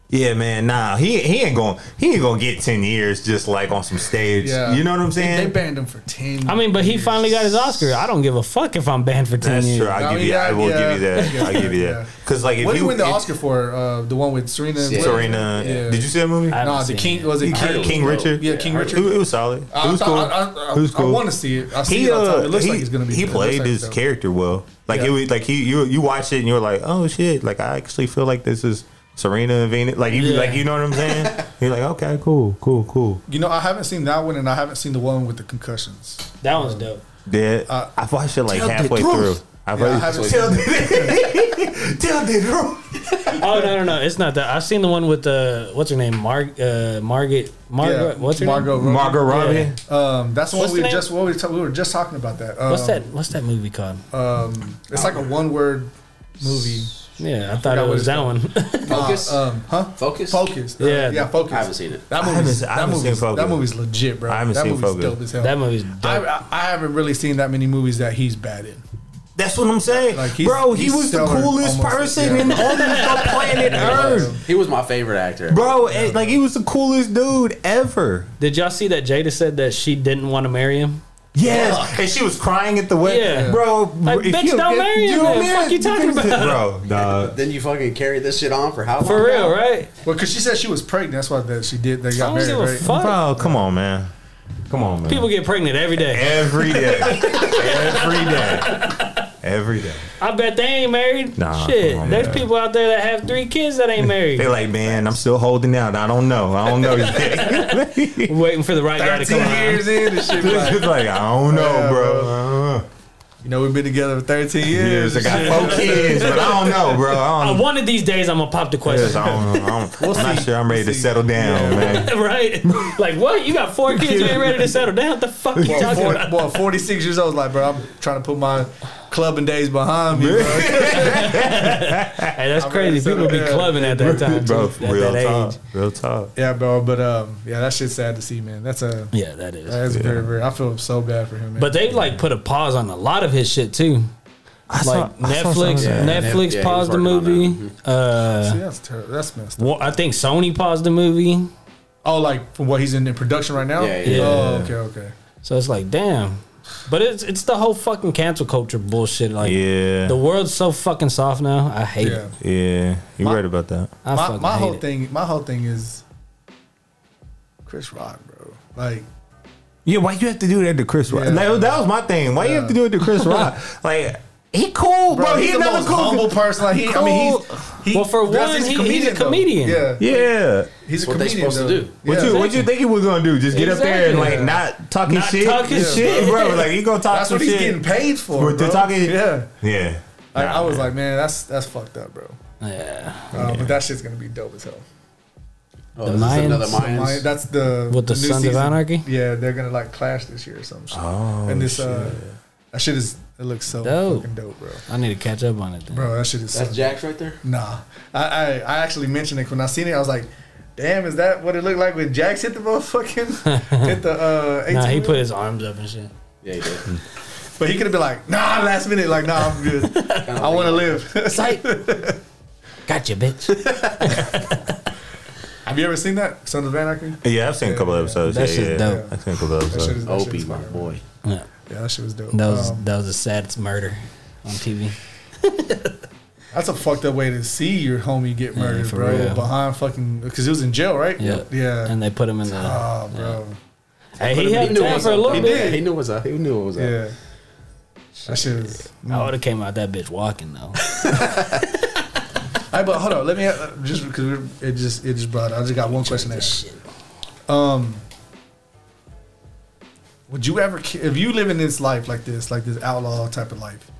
Yeah, man. Nah, he he ain't going he ain't gonna get ten years just like on some stage. Yeah. You know what I'm They, saying? banned him for ten I mean, but he years. finally got his Oscar. I don't give a fuck if I'm banned for ten That's years. true. I No, give you. yeah, I will yeah. give you that. I will give you Yeah. that. Cause like if What did you he win the if- Oscar for? Uh, the one with Serena and Serena. Yeah. Did you see that movie? I- No, haven't the seen King it. was it King, King, King Richard. Yeah, King Richard. It, it was solid. It I was cool. thought- I, I, I, it was cool. I want to see it. I see he it all the time. uh, It looks he, like it's gonna be. good. he It looks played like his so. character well. Like Yeah. it was like he you you watch it and you're like oh shit like I actually feel like this is Serena and Venus like you Yeah. like you know what I'm saying [laughs] you're like okay cool cool cool You know, I haven't seen that one, and I haven't seen the one with the concussions. That one's dope. Uh, Did I watched it like halfway through. I've I heard haven't so- seen Tell the- tell the room. Oh no no no! It's not that. I've seen the one with uh, what's her name, Marg, uh, Margaret, yeah, Margaret. what's her Margot Robbie. Margot Robbie. Yeah. Um, that's the one What's we the name? just what we, ta- we were just talking about that. Um, name? What's that? What's that movie called? Um, it's like a one word movie. yeah, I thought forgot it what was it's that one. [laughs] Focus. Uh, um, huh? Focus. Focus. Uh, Yeah. yeah. Focus. I haven't seen it. That haven't movie's, se- I that, haven't movie's, seen Focus. that movie's legit, bro. I haven't that seen movie's Focus. dope as hell. that movie's Uh, I, dope. I, I haven't really seen that many movies that he's bad in. That's what I'm saying, Like, he's- bro. He he's was the stellar coolest almost, person yeah. in on the [laughs] planet Earth, He was my favorite actor. bro. eh, like he was the coolest dude ever. Did y'all see that Jada said that she didn't want to marry him? Yes, and she was crying at the wedding, Yeah. bro. Like, if bitch, don't marry him, then. Fuck you talking bro? [laughs] Nah, Then you fucking carry this shit on for how long? Oh, For real, right? Well, because she said she was pregnant. That's why that she did. They I got don't married, give a right? fuck. bro. Come on, man. Come on, man. People get pregnant every day. [laughs] every day, every day, every day. I bet they ain't married. Nah, Shit, come on, there's man. people out there that have three kids that ain't They [laughs] married, like, man, I'm still holding out. I don't know. I don't know [laughs] yet. waiting for the right guy to come around. years in and shit. like, [laughs] It's like I don't know, Yeah, bro. bro. you know, we've been together for 13 years. Years, I got four kids, but I don't know, bro. I Uh, don't One of these days, I'm gonna pop the Yes, question. I don't know. I don't, I'm not sure I'm ready to settle down, [laughs] man. right? Like what? You got four kids? You ain't ready to settle down? What the fuck you Well, talking four- about? well, 46 years old, like, bro, I'm trying to put my clubbing days behind me, bro. Hey, that's I'm ready crazy. to settle People be down. clubbing at that time, too, Bro, at real that talk. age. Real talk. yeah, bro, but um, yeah, that shit's sad to see, man. That's a Yeah, that is. that's very very. I feel so bad for him, man. But they've like put a pause on a lot of his shit too. I Like Netflix, Netflix Yeah, he was paused the working on that. movie. Uh, See, that's terrible. That's messed. up. well, I think Sony paused the movie. Oh, like from what he's in, in production right now. Yeah, yeah. Oh, okay, okay. So it's like, damn. But it's it's the whole fucking cancel culture bullshit. Like, Yeah. the world's so fucking soft now. I hate Yeah. it. Yeah. You right about that. I my fucking my hate whole it. thing, my whole thing is Chris Rock, bro. Like, Yeah, why you have to do that to Chris Rock? Yeah. Like, that was my thing. Why you have to do it to [laughs] Chris Rock? Like, he cool, bro. bro, he he's the another most cool. humble person. Like, he, I mean, Cool. he's he, Well, for that's- one, he's he- he's a though. comedian. Yeah, Yeah. he's a What they comedian. supposed to though. do. What Yeah. you what you think he was gonna do? Just get up there and like Exactly. not talk his Not shit? talk his shit, bro. Like he gonna talk That's some what he's shit. getting paid for. With the bro. talking- yeah. Yeah. I, Nah, I was man. like, man, that's that's fucked up, bro. Yeah. Uh, But that shit's gonna be dope as hell. Oh, The is this Mayans. another So my, Mayans. that's the With the new Sons of season. Anarchy? Yeah, they're gonna like clash this year or some shit. Oh, and this uh, that shit is it looks so Dope. fucking dope, bro. I need to catch up on it. Then. Bro, that shit is That's so Jax right there. Nah, I, I I actually mentioned it when I seen it. I was like, damn, is that what it looked like when Jax hit the [laughs] motherfucking hit the uh? 18 Nah, he put wheel? his arms up and shit. Yeah, he did. but he could have been like, nah, last minute, like, nah, I'm [laughs] good. I want to live. [laughs] Sight. Gotcha, bitch. have you ever seen that Sons of Anarchy? Yeah, I've seen a couple episodes. That yeah, shit's yeah. dope. I've seen a couple That shit is episodes. that shit Opie, is my fire. boy. Yeah. Yeah, that shit was dope. That was Um, that was the saddest murder on TV. that's a fucked up way to see your homie get murdered, for bro. real. Behind fucking because he was in jail, right? Yeah. Yeah. And they put him in the. oh, bro. hey, he had knew time what's for a up. little He bit. did. He knew what's up. He knew what was up. Yeah. That shit is. I would have came out that bitch walking [laughs] though. All right, but hold on. Let me uh, just because it just it just brought. I just got one question. There. Um, would you ever ki- if you live in this life like this, like this outlaw type of life,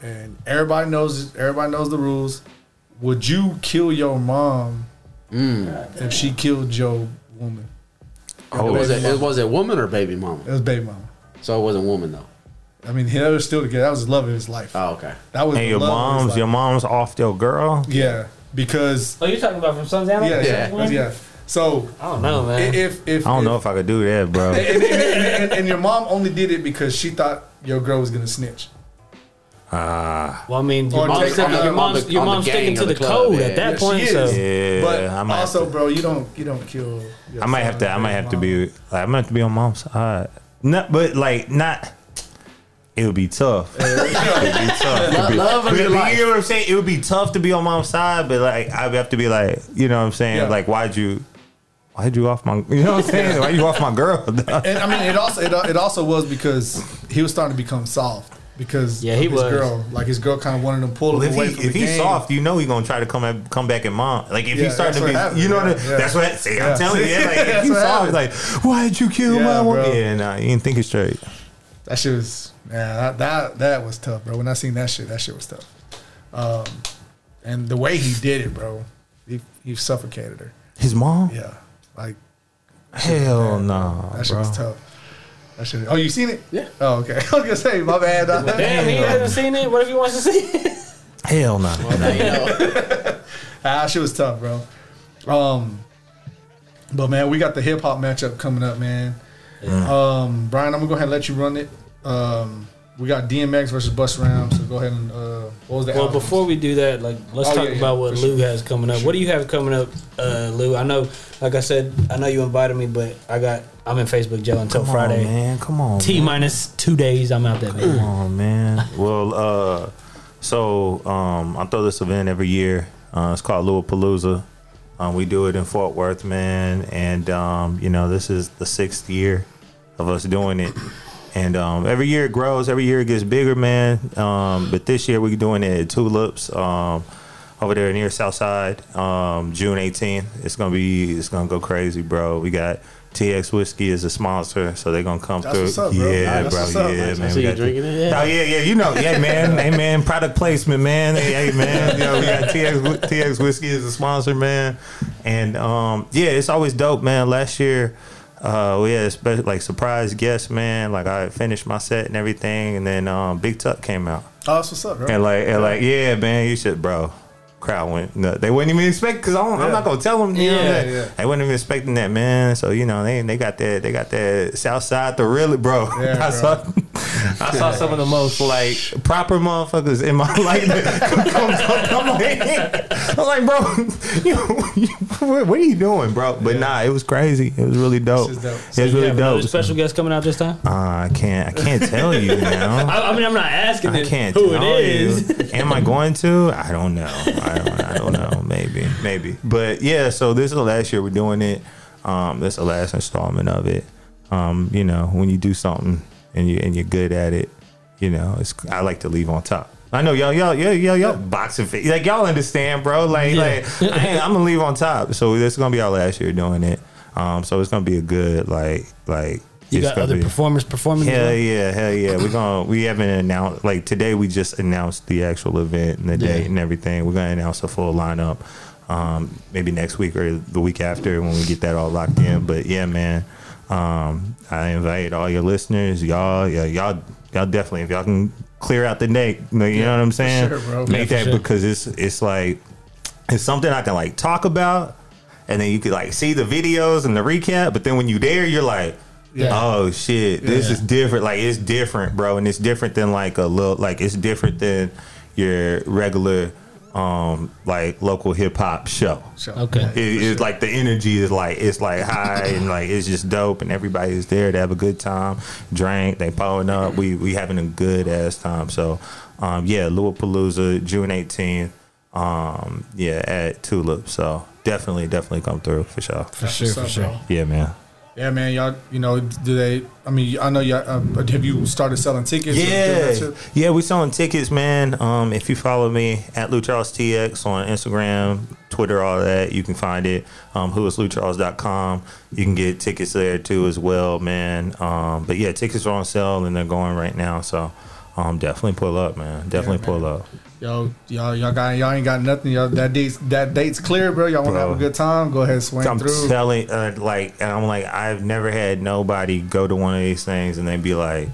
and everybody knows everybody knows the rules? Would you kill your mom Mm. if she killed your woman? It Oh, was a, it was a woman or baby mama. It was baby mama. So it wasn't woman though. I mean, they was still together. That was the love of his life. Oh, okay. That was Uh, And the your love of his mom's life. your mom's off your girl. yeah, because Oh, you're talking about from Sons Anarchy? yeah, Yeah. yeah, yeah. So I don't know, i- man. if if I don't if, know if I could do that, [laughs] bro. and, and- and- and- and your mom only did it because she thought your girl was gonna snitch. well, I mean, your Or mom's, take sticking, on your the- mom's, on the- your on the mom's sticking gang to of the, the club, code yeah. at that Yeah, point. she So is. Yeah, but I might also, have to, bro, you don't you don't kill. your I might have son to. I or might your have to mom. be. Like, I might have to be on mom's side. No, but like not. It would [laughs] be tough. it would be tough. to be- love of but your you life. know what I'm saying? It would be tough to be on mom's side, but like I'd have to be like, you know what I'm saying? Yeah. Like, why'd you, why'd you off my, you know what I'm saying? Why you off my girl? [laughs] And I mean, it also it, it also was because he was starting to become soft because Yeah, he of his was. girl like his girl kind of wanted to pull Well, him if away he from if the he's game. soft, you know he's gonna try to come at, come back at mom. Like if Yeah, he's that's starting to what be, happens, you know, yeah, what yeah. that's what. See, I'm Yeah. telling you, yeah, like if That's he's what soft, happens. like why'd you kill Yeah, my woman? bro. Yeah, nah, you didn't think it straight. That shit was yeah, that, that that was tough, bro. When I seen that shit, that shit was tough. Um, and the way he did it, bro, he he suffocated her. His mom? Yeah, like Hell no, that shit Oh, bro. was tough. That shit. Oh, you seen it? Yeah. Oh, okay. [laughs] I was gonna say my bad. [laughs] dog. Damn, he hasn't seen it. What if he wants to see [laughs] it? Hell no. Now you know. Ah, shit was tough, bro. Um, but man, we got the hip hop matchup coming up, man. Um, Brian, I'm gonna go ahead and let you run it. Um, we got DMX versus Bust Round, so go ahead and uh, what was that? Well, before we do that, like let's Oh, talk yeah, yeah, about what for Lou has coming up. What do you have coming up, uh, Lou? I know, like I said, I know you invited me, but I got I'm in Facebook jail until Come Friday. on, man. Come on. T man. minus two days, I'm out that Come bitch. on, man. Well, uh, so um, I throw this event every year. Uh, it's called Louapalooza. Um, we do it in Fort Worth, man, and um, you know this is the sixth year of us doing it. And um, every year it grows. Every year it gets bigger, man. Um, but this year we're doing it at Tulips um, over there near Southside, um, June 18th. It's gonna be it's gonna go crazy, bro. We got TX Whiskey as a sponsor, so they're gonna come That's through. what's up, bro. Yeah, That's bro. what's up, yeah, man. man. So We you got- drinking it? Yeah. Oh yeah, yeah, you know, [laughs] yeah, man, hey man, product placement, man, hey, hey, man, you know, we got TX Whi- TX whiskey as a sponsor, man, and um, yeah, it's always dope, man. Last year, uh, we had a special like surprise guest, man. Like I finished my set and everything, and then um, Big Tuck came out, oh, that's what's up, bro. and like, and like, yeah, man, you should, bro. Crowd went. No, they wouldn't even expect because I'm not gonna tell them. You know, Yeah, that. yeah. They wouldn't even expecting that, man. So you know they they got that they got that South Side the real bro. [laughs] I Yeah, saw I saw some of the most like proper motherfuckers in my [laughs] life. come, come, come, come on. I'm like, bro, [laughs] you, what, what are you doing, bro? But nah, it was crazy. It was really dope. This is dope. It was You really have another dope. special guest coming out this time. Uh, I can't I can't tell you [laughs] now. I, I mean, I'm not asking I it- can't who it tell is. you. Am I going to? I don't know. I don't, I don't know. Maybe, maybe. But yeah, so this is the last year we're doing it. Um, this is the last installment of it. Um, you know, when you do something and you and you're good at it, you know, it's I like to leave on top. I know y'all, y'all, y'all, y'all, y'all boxing fit. Like y'all understand, bro. Like, like I am gonna leave on top. So this is gonna be our last year doing it. Um, so it's gonna be a good like, like. You it's got gonna other be- performers performing. as Hell well? yeah, hell yeah. We're gonna we haven't announced like today we just announced the actual event and the date and everything. We're gonna announce a full lineup. Um, maybe next week or the week after when we get that all locked in. But yeah, man. Um, I invite all your listeners, y'all, yeah, y'all y'all definitely if y'all can clear out the neck, you know what I'm saying? sure, bro. Make Yeah, that for sure. because it's it's like it's something I can like talk about, and then you could like see the videos and the recap. But then when you there, you're like, oh shit, this is different. Like it's different, bro, and it's different than like a little like it's different than your regular um like local hip hop show. So, Okay. It, it's like the energy is like it's like high and like it's just dope and everybody's there to have a good time, drink, they pulling up, we we having a good ass time. So, um, yeah, Palooza, June eighteenth, um, yeah, at Tulip. So definitely, definitely come through for sure. for sure, what's for up, sure. bro. Yeah, man. Yeah, man, y'all. You know, do they? I mean, I know y'all. Uh, but have you started selling tickets? or doing that Yeah, shit? yeah, we selling tickets, man. Um, if you follow me at Lou Charles TX on Instagram, Twitter, all that, you can find it. Um, whoislucharles.com. You can get tickets there too as well, man. Um, but yeah, tickets are on sale and they're going right now, so um, definitely pull up, man. Definitely pull up. Yo, y'all, y'all got, y'all ain't got nothing. Y'all, that date's that date's clear, bro. Y'all want to Bro. have a good time? Go ahead, and swing I'm through. telling, uh, like, and I'm like, I've never had nobody go to one of these things and they be like,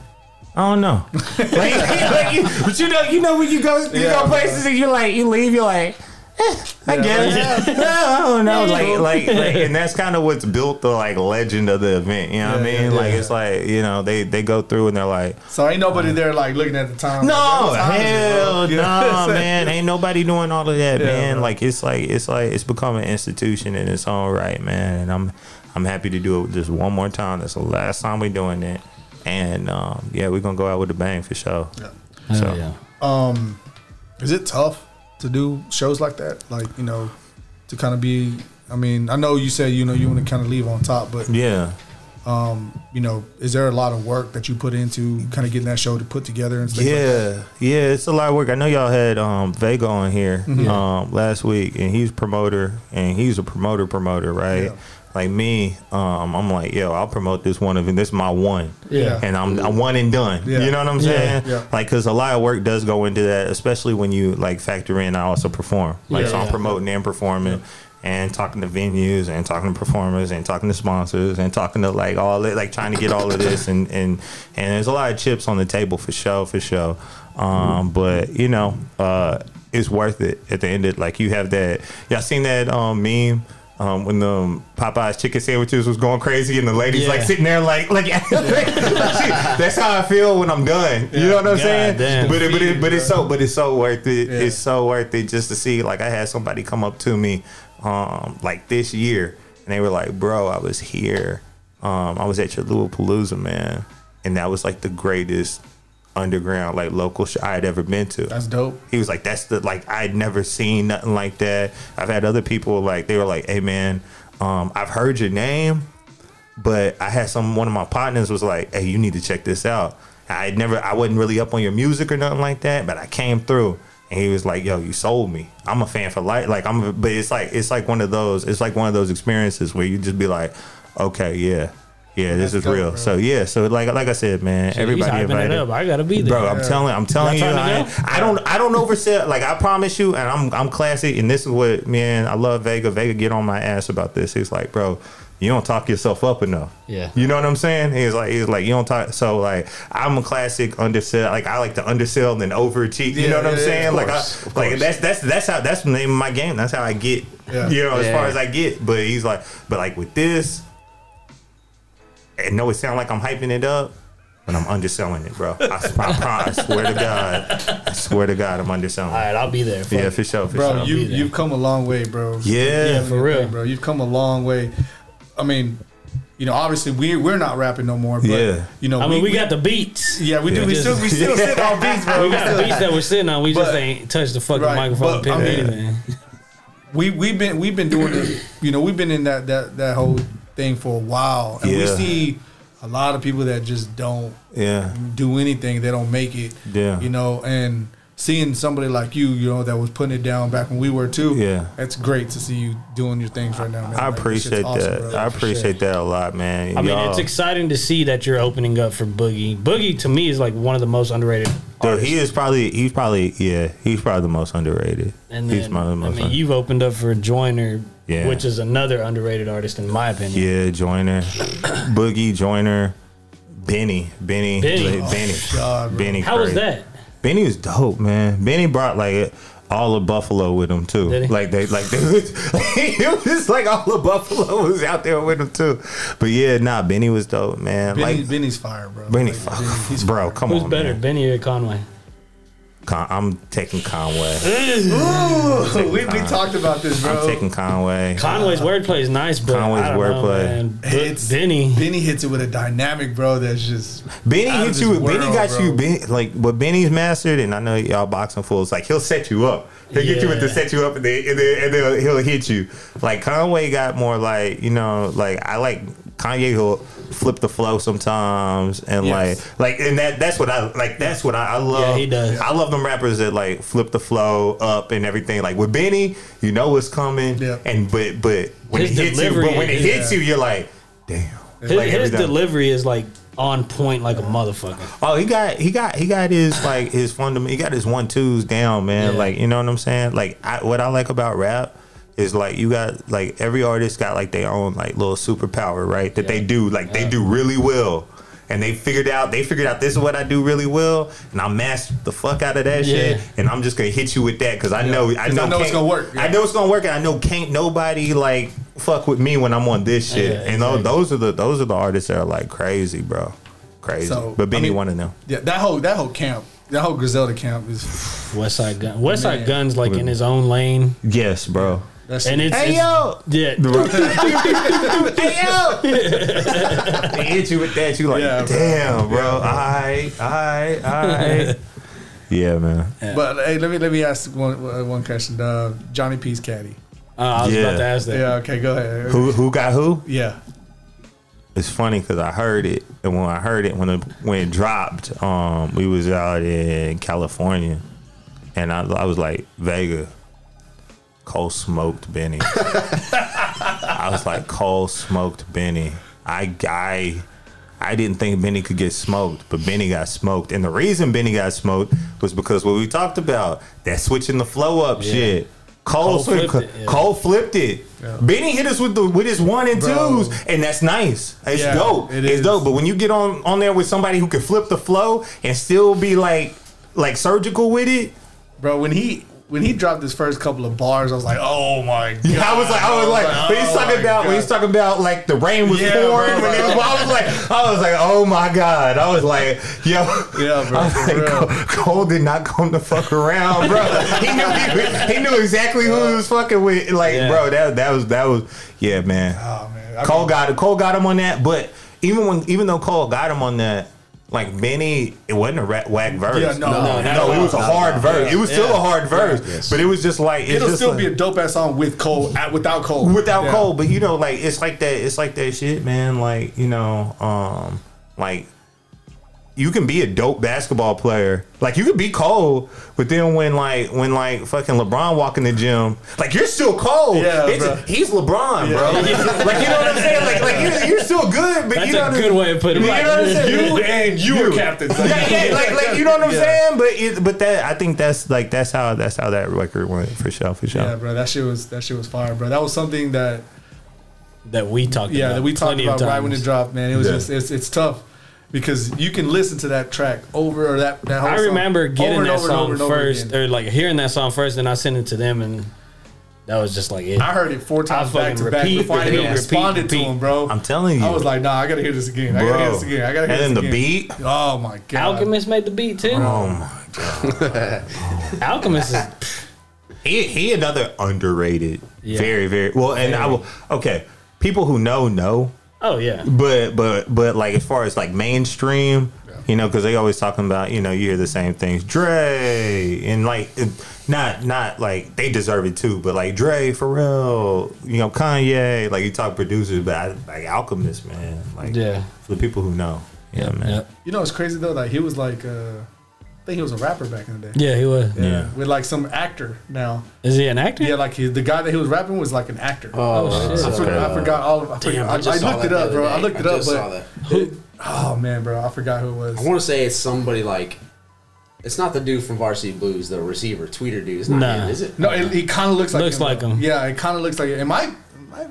I [laughs] don't know. Like, [laughs] like you- but you know, you know when you go, you Yeah, go places and you like, you leave, you're like. eh, I guess. [laughs] I don't know. Like, [laughs] like, like, and that's kind of what's built the like legend of the event. You know what I Yeah, mean? yeah, like, yeah. it's like you know they they go through and they're like, so ain't nobody there like looking at the time. no, like, "Damn, what time is it, bro?" [laughs] hell You no, know what I'm saying? man. Ain't nobody doing all of that, man. bro. Like it's like it's like it's become an institution in its own right, man. And I'm I'm happy to do it just one more time. That's the last time we're doing it. And um, yeah, we're gonna go out with a bang for sure. So Hell yeah. Is it tough to do shows like that? Like you know, to kind of be. I mean, I know you said you know you want to kind of leave on top, but yeah. you know, is there a lot of work that you put into kind of getting that show to put together and stuff? like that? Yeah, yeah, it's a lot of work. I know y'all had um, Vega Mm-hmm. on here um, last week, and he's a promoter, and he's a promoter promoter, right? Like me, um, I'm like, yo, I'll promote this one of this is my one. Yeah. And I'm, I'm one and done. Yeah. You know what I'm saying? yeah. Like, cause a lot of work does go into that, especially when you like factor in. I also perform. Like, Yeah. so I'm Yeah. promoting and performing. And talking to venues and talking to performers and talking to sponsors and talking to like all that, like trying to get all of this and and and there's a lot of chips on the table for show for show, Mm-hmm. um, but you know uh, it's worth it at the end of like you have that y'all seen that um, meme um, when the Popeyes chicken sandwiches was going crazy and the ladies Yeah. like sitting there like like, [laughs] like, she- that's how I feel when I'm done. You know what I'm God saying? damn. But it, but it, but it's so but it's so worth it. It's so worth it just to see. Like I had somebody come up to me um, like this year and they were like, "Bro, I was here. Um, I was at your Palooza, man, and that was like the greatest." underground like local show I had ever been to. That's dope. He was like, that's the like I'd never seen nothing like that. I've had other people like they were like, hey man, um, I've heard your name, but I had some one of my partners was like, hey, you need to check this out. I had never I wasn't really up on your music or nothing like that, but I came through. And he was like, "Yo, you sold me. I'm a fan for life. Like I'm, a, but it's like it's like one of those. It's like one of those experiences where you just be like, okay, yeah, yeah, this is real. So yeah, so like like I said, man, everybody He's hyping invited. it up. I gotta be there. Bro, I'm telling, I'm telling you, Y'all trying to I, go? I don't, I don't oversell. Like I promise you, and I'm, I'm classy. And this is what, man, I love Vega. Vega get on my ass about this. He's like, bro, you don't talk yourself up enough. Yeah. you know what I'm saying. He's like, he's like, you don't talk. So like, I'm a classic undersell. Like I like to undersell and then overachieve. You Yeah, know what I'm yeah, yeah, saying? of like, I, course, of like course. that's that's that's how that's the name of my game. That's how I get. Yeah. You know, as far Yeah. as I get. But he's like, but like with this, and no, it sound like I'm hyping it up, but I'm underselling it, bro. I, s- I prom- I swear to God, I swear to God, I'm underselling. All it. right, I'll be there. Yeah, for sure, for Bro, sure. you be there. you've come a long way, bro. yeah, Yeah, for real. bro. You've come a long way. I mean, you know, obviously we we're not rapping no more, but Yeah. you know, I mean, we got the beats. yeah, we do. We Yeah. still we still sit on beats, bro. [laughs] We got the beats that we're sitting on. We just But- ain't touched the fucking right, microphone. but, pin I mean, anything. we we've been we've been doing it. You know, we've been in that that that whole thing for a while, and we Yeah. see a lot of people that just don't yeah, do anything. They don't make it. Yeah. you know, and seeing somebody like you, you know, that was putting it down back when we were too. Yeah. that's great to see you doing your things right now. Man. I Like, this shit's appreciate awesome, that. bro. I appreciate that a lot, man. I mean, Y'all- it's exciting to see that you're opening up for Boogie. Boogie to me is like one of the most underrated. Dude, he is probably he's probably yeah he's probably the most underrated. And he's then, probably I the most mean, un- you've opened up for Joyner, Yeah. which is another underrated artist in my opinion. [coughs] yeah Joiner, Boogie Joiner, Benny Benny Benny. Oh, like, Benny Benny. How was crazy. that? Benny was dope, man. Benny brought like all of Buffalo with him too. Did he? Like they, like they, [laughs] it was like all of Buffalo was out there with him too. But yeah, nah, Benny was dope, man. Benny, like Benny's fire, bro. Benny, Like, fuck, he's bro, come Who's on, better, Oh, man. Benny or Conway? Con- I'm taking Conway. Ooh, [laughs] we, we talked about this, bro. I'm taking Conway. Conway's wordplay is nice, but Conway's I don't wordplay. Know, man. It's- But Benny. Benny hits it with a dynamic, bro. That's just Benny out of hits this you. with Benny world, got bro. you. Benny, like what Benny's mastered, and I know y'all boxing fools. Like he'll set you up. He'll get you with the Yeah. set you up, and then and then, and then he'll hit you. Like Conway got more like you know like I like Kanye will flip the flow sometimes, and Yes. like like and that that's what I like. That's what I, I love. he does. I love them rappers that like flip the flow up and everything. Like with Benny, you know what's coming, Yeah. and but but when His it hits you, delivery but when it is- hits you, you're like, damn. His, Like every his time. delivery is like on point, like a motherfucker. Oh, he got he got he got his like his fundamental. He got his one twos down, man. Yeah. Like you know what I'm saying. Like I, what I like about rap is like you got like every artist got like their own like little superpower, right? That they do like they do really well. And they figured out they figured out this is what I do really well, and I mastered the fuck out of that shit. Yeah. And I'm just gonna hit you with that because I know I 'Cause know, I know it's can't- gonna work, yeah. I know it's gonna work, and I know can't nobody like fuck with me when I'm on this shit. Yeah, and tho- exactly. those are the those are the artists that are like crazy, bro, crazy. So, but I Benny mean- one of them. yeah. That whole that whole camp, that whole Griselda camp is West Side Gun. West Side Man. Gun's like in his own lane, Yes, bro. that's and it's, it's- yo! yeah. [laughs] Hey yo! they hit you with that. You like, Yeah, bro. damn, bro. Alright, [laughs] alright, alright. Yeah, man. But hey, let me let me ask one uh, one question. Uh, Johnny P's caddy. Uh, I was Yeah. about to ask that. Yeah. Okay. Go ahead. Who who got who? Yeah. It's funny because I heard it, and when I heard it when it when it dropped, um, we was out in California, and [laughs] I, I was like Vega, Cole smoked Benny. I I was like, Cole smoked Benny. I I I didn't think Benny could get smoked, but Benny got smoked. And the reason Benny got smoked was because what we talked about, that switching the flow up shit. Cole, Cole flipped, flipped it, yeah. Cole flipped it. Benny hit us with the with his one and Bro. twos, and that's nice. It's Yeah, dope. it it's is. dope. But when you get on on there with somebody who can flip the flow and still be like like surgical with it, [laughs] bro. When he when he dropped his first couple of bars, I was like, oh my god. [laughs] Yeah, I was like, I was like, when he's oh talking my about when he's God. talking about like the rain was Yeah, pouring. bro, when it was, like- I was like, I was like, oh my god! I was like, yo, Yeah, bro, [laughs] I was for like, real. Cole, [laughs] Cole did not come to fuck around, bro. [laughs] he knew he, was- he knew exactly who he was fucking with. Like, bro, that that was that was yeah, man. Oh, man. I Cole mean- got Cole got him on that, but even when even though Cole got him on that. Like Benny, it wasn't a rat, whack verse. Yeah, no, No, no, no, it was a no, hard no. verse. It was still a hard verse, but it was just like it's It'll just still like- be a dope ass song with Cole at, without Cole. without Yeah. cold, but you know, like it's like that. It's like that shit, man. Like you know, um, like you can be a dope basketball player. Like you can be cold, but then when like when like fucking LeBron walk in the gym, like you're still cold. Yeah, It's- bro. he's LeBron, bro. [laughs] like you know what I'm saying? Like like you're, you're still good, but That's you know a what I'm- good way of putting it. You know what I'm saying? You and you, were captains. yeah, yeah, [laughs] like, like you know what I'm saying, but it, but that I think that's like that's how that's how that record went for sure, for sure. Yeah, bro, that shit was that shit was fire, bro. That was something that [laughs] that we talked yeah about. that we talked plenty of about right when it times. dropped, man. It was Yeah. just it's it's tough because you can listen to that track over or that that whole. I song remember getting over and that over and song over and over first, again. or like hearing that song first, and I sent it to them, and that was just like it. I heard it four times back fucking to back repeat, before I even repeat, responded repeat. to him, bro. I'm telling you, I was like, nah, I gotta hear this again. I gotta hear this again. I gotta hear and then this the again. beat. Oh my god. Alchemist made the beat too. uh, Oh my! Alchemist is He he, another underrated. Yeah. Very very well. And I will. Okay, people who know know, oh yeah, but but but like as far as like mainstream, you know, because they always talking about you know you hear the same things. Dre and like it- not not like they deserve it too, but like Dre, Pharrell, you know, Kanye. Like you talk producers, but I, like Alchemist, man. Like Yeah. for the people who know. Yeah, man. Yep. You know what's crazy though? Like he was like uh I think he was a rapper back in the day. yeah, he was. Yeah. With like some actor now. Is he an actor? Yeah, like he, the guy that he was rapping was like an actor. Oh, I, shit. forgot, I forgot all of I, forgot- Damn, I, I, just I saw looked that it the up, other bro. day. I looked it I up, just saw but that. oh man, bro, I forgot who it was. I want to say it's somebody like. It's not the dude from Varsity Blues, the receiver, tweeter dude. It's not Nah. him, is it? No, it, he kind of looks like Looks him, like though. him. Yeah, it kind of looks like it. It might,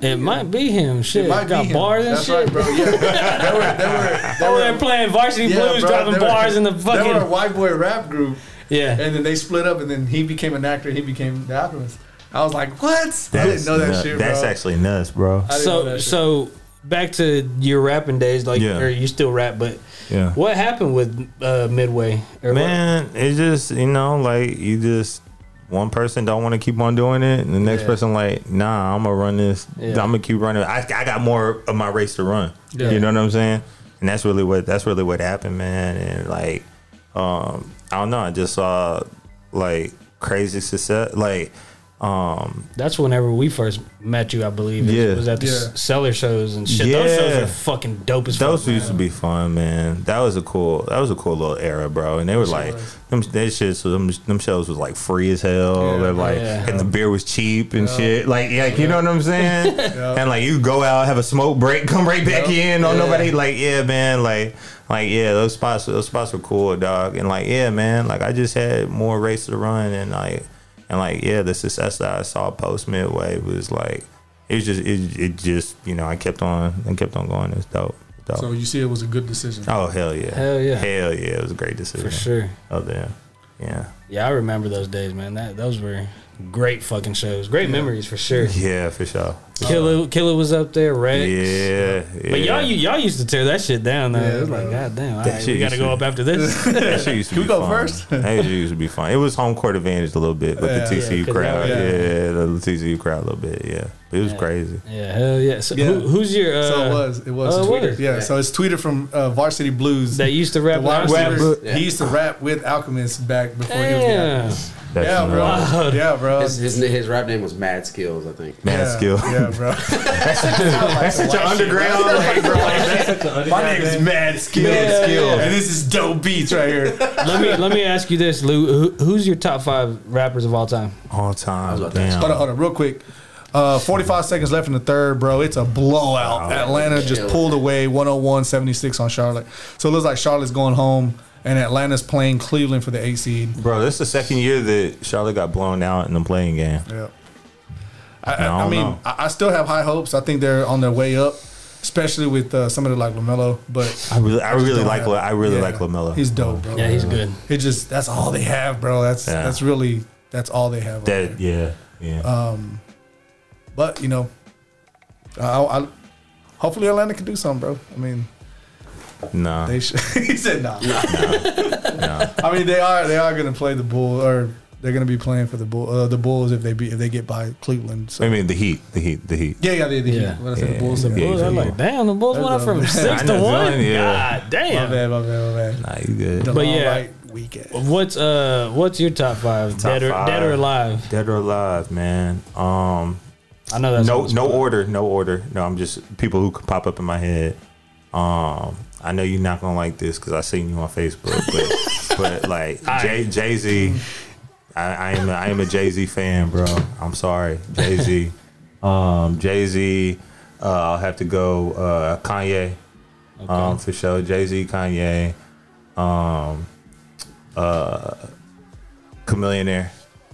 it might be It him. might be him. Shit, got him. bars and That's shit. right, bro. Yeah, [laughs] they were, they Oh, were, they they're were playing varsity yeah, blues, bro, dropping they were- bars in the They were a fucking white boy rap group, yeah. and then they split up, and then he became an actor, he became the alchemist. I was like, what? I That's didn't know that nuts. shit, bro. That's actually nuts, bro. I didn't know So that shit. so back to your rapping days, like Yeah. or you still rap, but Yeah. what happened with uh, Midway? Or what- Man, it's just you know, like you just one person don't want to keep on doing it, and the next Yeah. person like, nah, I'm gonna run this. Yeah. I'm gonna keep running. I, I got more of my race to run. You know what I'm saying? And that's really what that's really what happened, man. And like, um, I don't know. I just saw like crazy success, like. Um, that's whenever we first met you, I believe. Yeah. Yeah, was at the Yeah. seller shows and shit. Those shows Yeah. are fucking dope as fuck. those used to be fun, man. That was a cool, that was a cool little era, bro. And they were like, them, that shit, so them, them shows was like free as hell. Yeah. They're like, Yeah. and the beer was cheap and shit. Like, yeah, like, you know what I'm saying? And like, you go out, have a smoke break, [laughs] come right back in. Don't nobody like, yeah, man. Like, like yeah, those spots, those spots were cool, dog. And like, yeah, man. Like, I just had more races to run, and like, and like, yeah, the success that I saw post midway was like, it was just, it, it just, you know, I kept on and kept on going. It's dope. dope. So you see, it was a good decision. oh hell yeah, Hell yeah. hell yeah. It was a great decision. for sure. Oh yeah, yeah. Yeah, I remember those days, man. That those were great fucking shows. Great memories for sure. [laughs] Yeah, for sure. Killer Killer was up there, Rex. Yeah, yeah. But y'all, you, y'all used to tear that shit down. Though. it was like, bro. God damn, all That right, shit we gotta used to- go up [laughs] after this. That shit used to Can we go first? that shit used to be fun. It was home court advantage a little bit, but Yeah. the TCU Yeah, 'cause that crowd, yeah. was- the TCU crowd a little bit, yeah. But it was crazy. yeah, hell yeah. So Yeah. Who, who's your? Uh, So it was. It was. uh, it was. Yeah, so it's Tweeter from uh, Varsity Blues. that used to rap. The wide last year? receivers, Yeah. He used to rap with Alchemist back before he was the Damn. Alchemist. That's Yeah, bro. nuts. Wow. Yeah, bro. His, his, his rap name was Mad Skills, I think. Man, yeah, skill. Yeah, bro. [laughs] That's such an underground. like, bro, like, My name is Mad Skill. Mad Skill. And this is dope beats right here. let me let me ask you this, Lou. Who, who's your top five rappers of all time? [laughs] all time. about to ask Damn. Hold on, hold on, real quick. Uh, 45 seconds left in the third, bro. It's a blowout. Atlanta just Killer. pulled away 101 76 on Charlotte. So it looks like Charlotte's going home, and Atlanta's playing Cleveland for the eight seed. Bro, this is the second year that Charlotte got blown out in the playing game. Yeah. I, I I, I don't mean, know. I, I still have high hopes. I think they're on their way up, especially with uh, somebody like LaMelo. But I really, I really don't like, have- La- I really yeah, like Lamelo. He's dope, bro. Yeah, he's good. It just that's all they have, bro. That's Yeah. that's really that's all they have. over that, there. yeah, yeah. Uh, But you know, I, I hopefully Atlanta can do something, bro. I mean, nah, they should. [laughs] he said nah. [laughs] I mean, they are they are gonna play the bull or they're gonna be playing for the bull uh, the Bulls if they be if they get by Cleveland. So I mean the Heat, the Heat, the Heat. yeah, yeah, they, they, Yeah. When I said Yeah. the Bulls, yeah. Yeah, Bulls, I'm yeah. like, damn, the Bulls went up from six know, to one. yeah. God My damn. bad, my bad, my bad. Nah, you good. The But long yeah. light weekend. What's uh, what's your top five? Top dead, or, five. dead or alive? Dead or alive, man. Um, I know that's no, what's- no order, no order. No, I'm just people who could pop up in my head. Um, I know you're not gonna like this because I seen you on Facebook, [laughs] but but like Jay Jay Z, I, I am a, I am a Jay Z fan, bro. I'm sorry, Jay Z, um, Jay Z. Uh, I'll have to go uh, Kanye, um, for sure. Jay Z, Kanye, um, uh, Chameleonaire.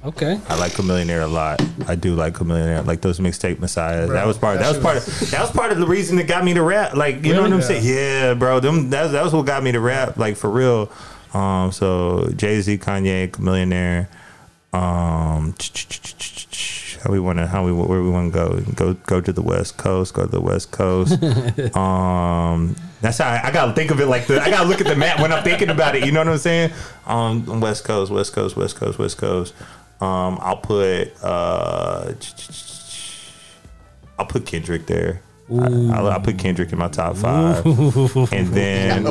Okay. I like Chameleonaire a lot. I do like Chameleonaire. Like those mixtape messiahs. that was part. That, was part. Of, that was part of the reason that got me to rap. Like you know what I'm saying? Yeah, bro. Them. That, that was what got me to rap. Like for real. Um. So Jay Z, Kanye, Chameleonaire. Um. How we want to? How we where we want to go? Go go to the West Coast. Go to the West Coast. um. That's how I, I gotta think of it like the I gotta look at the map when I'm thinking about it. You know what I'm saying? Um, West Coast, West Coast, West Coast, West Coast. Um, I'll put uh, I'll put Kendrick there. I, I'll, I'll put Kendrick in my top five, and then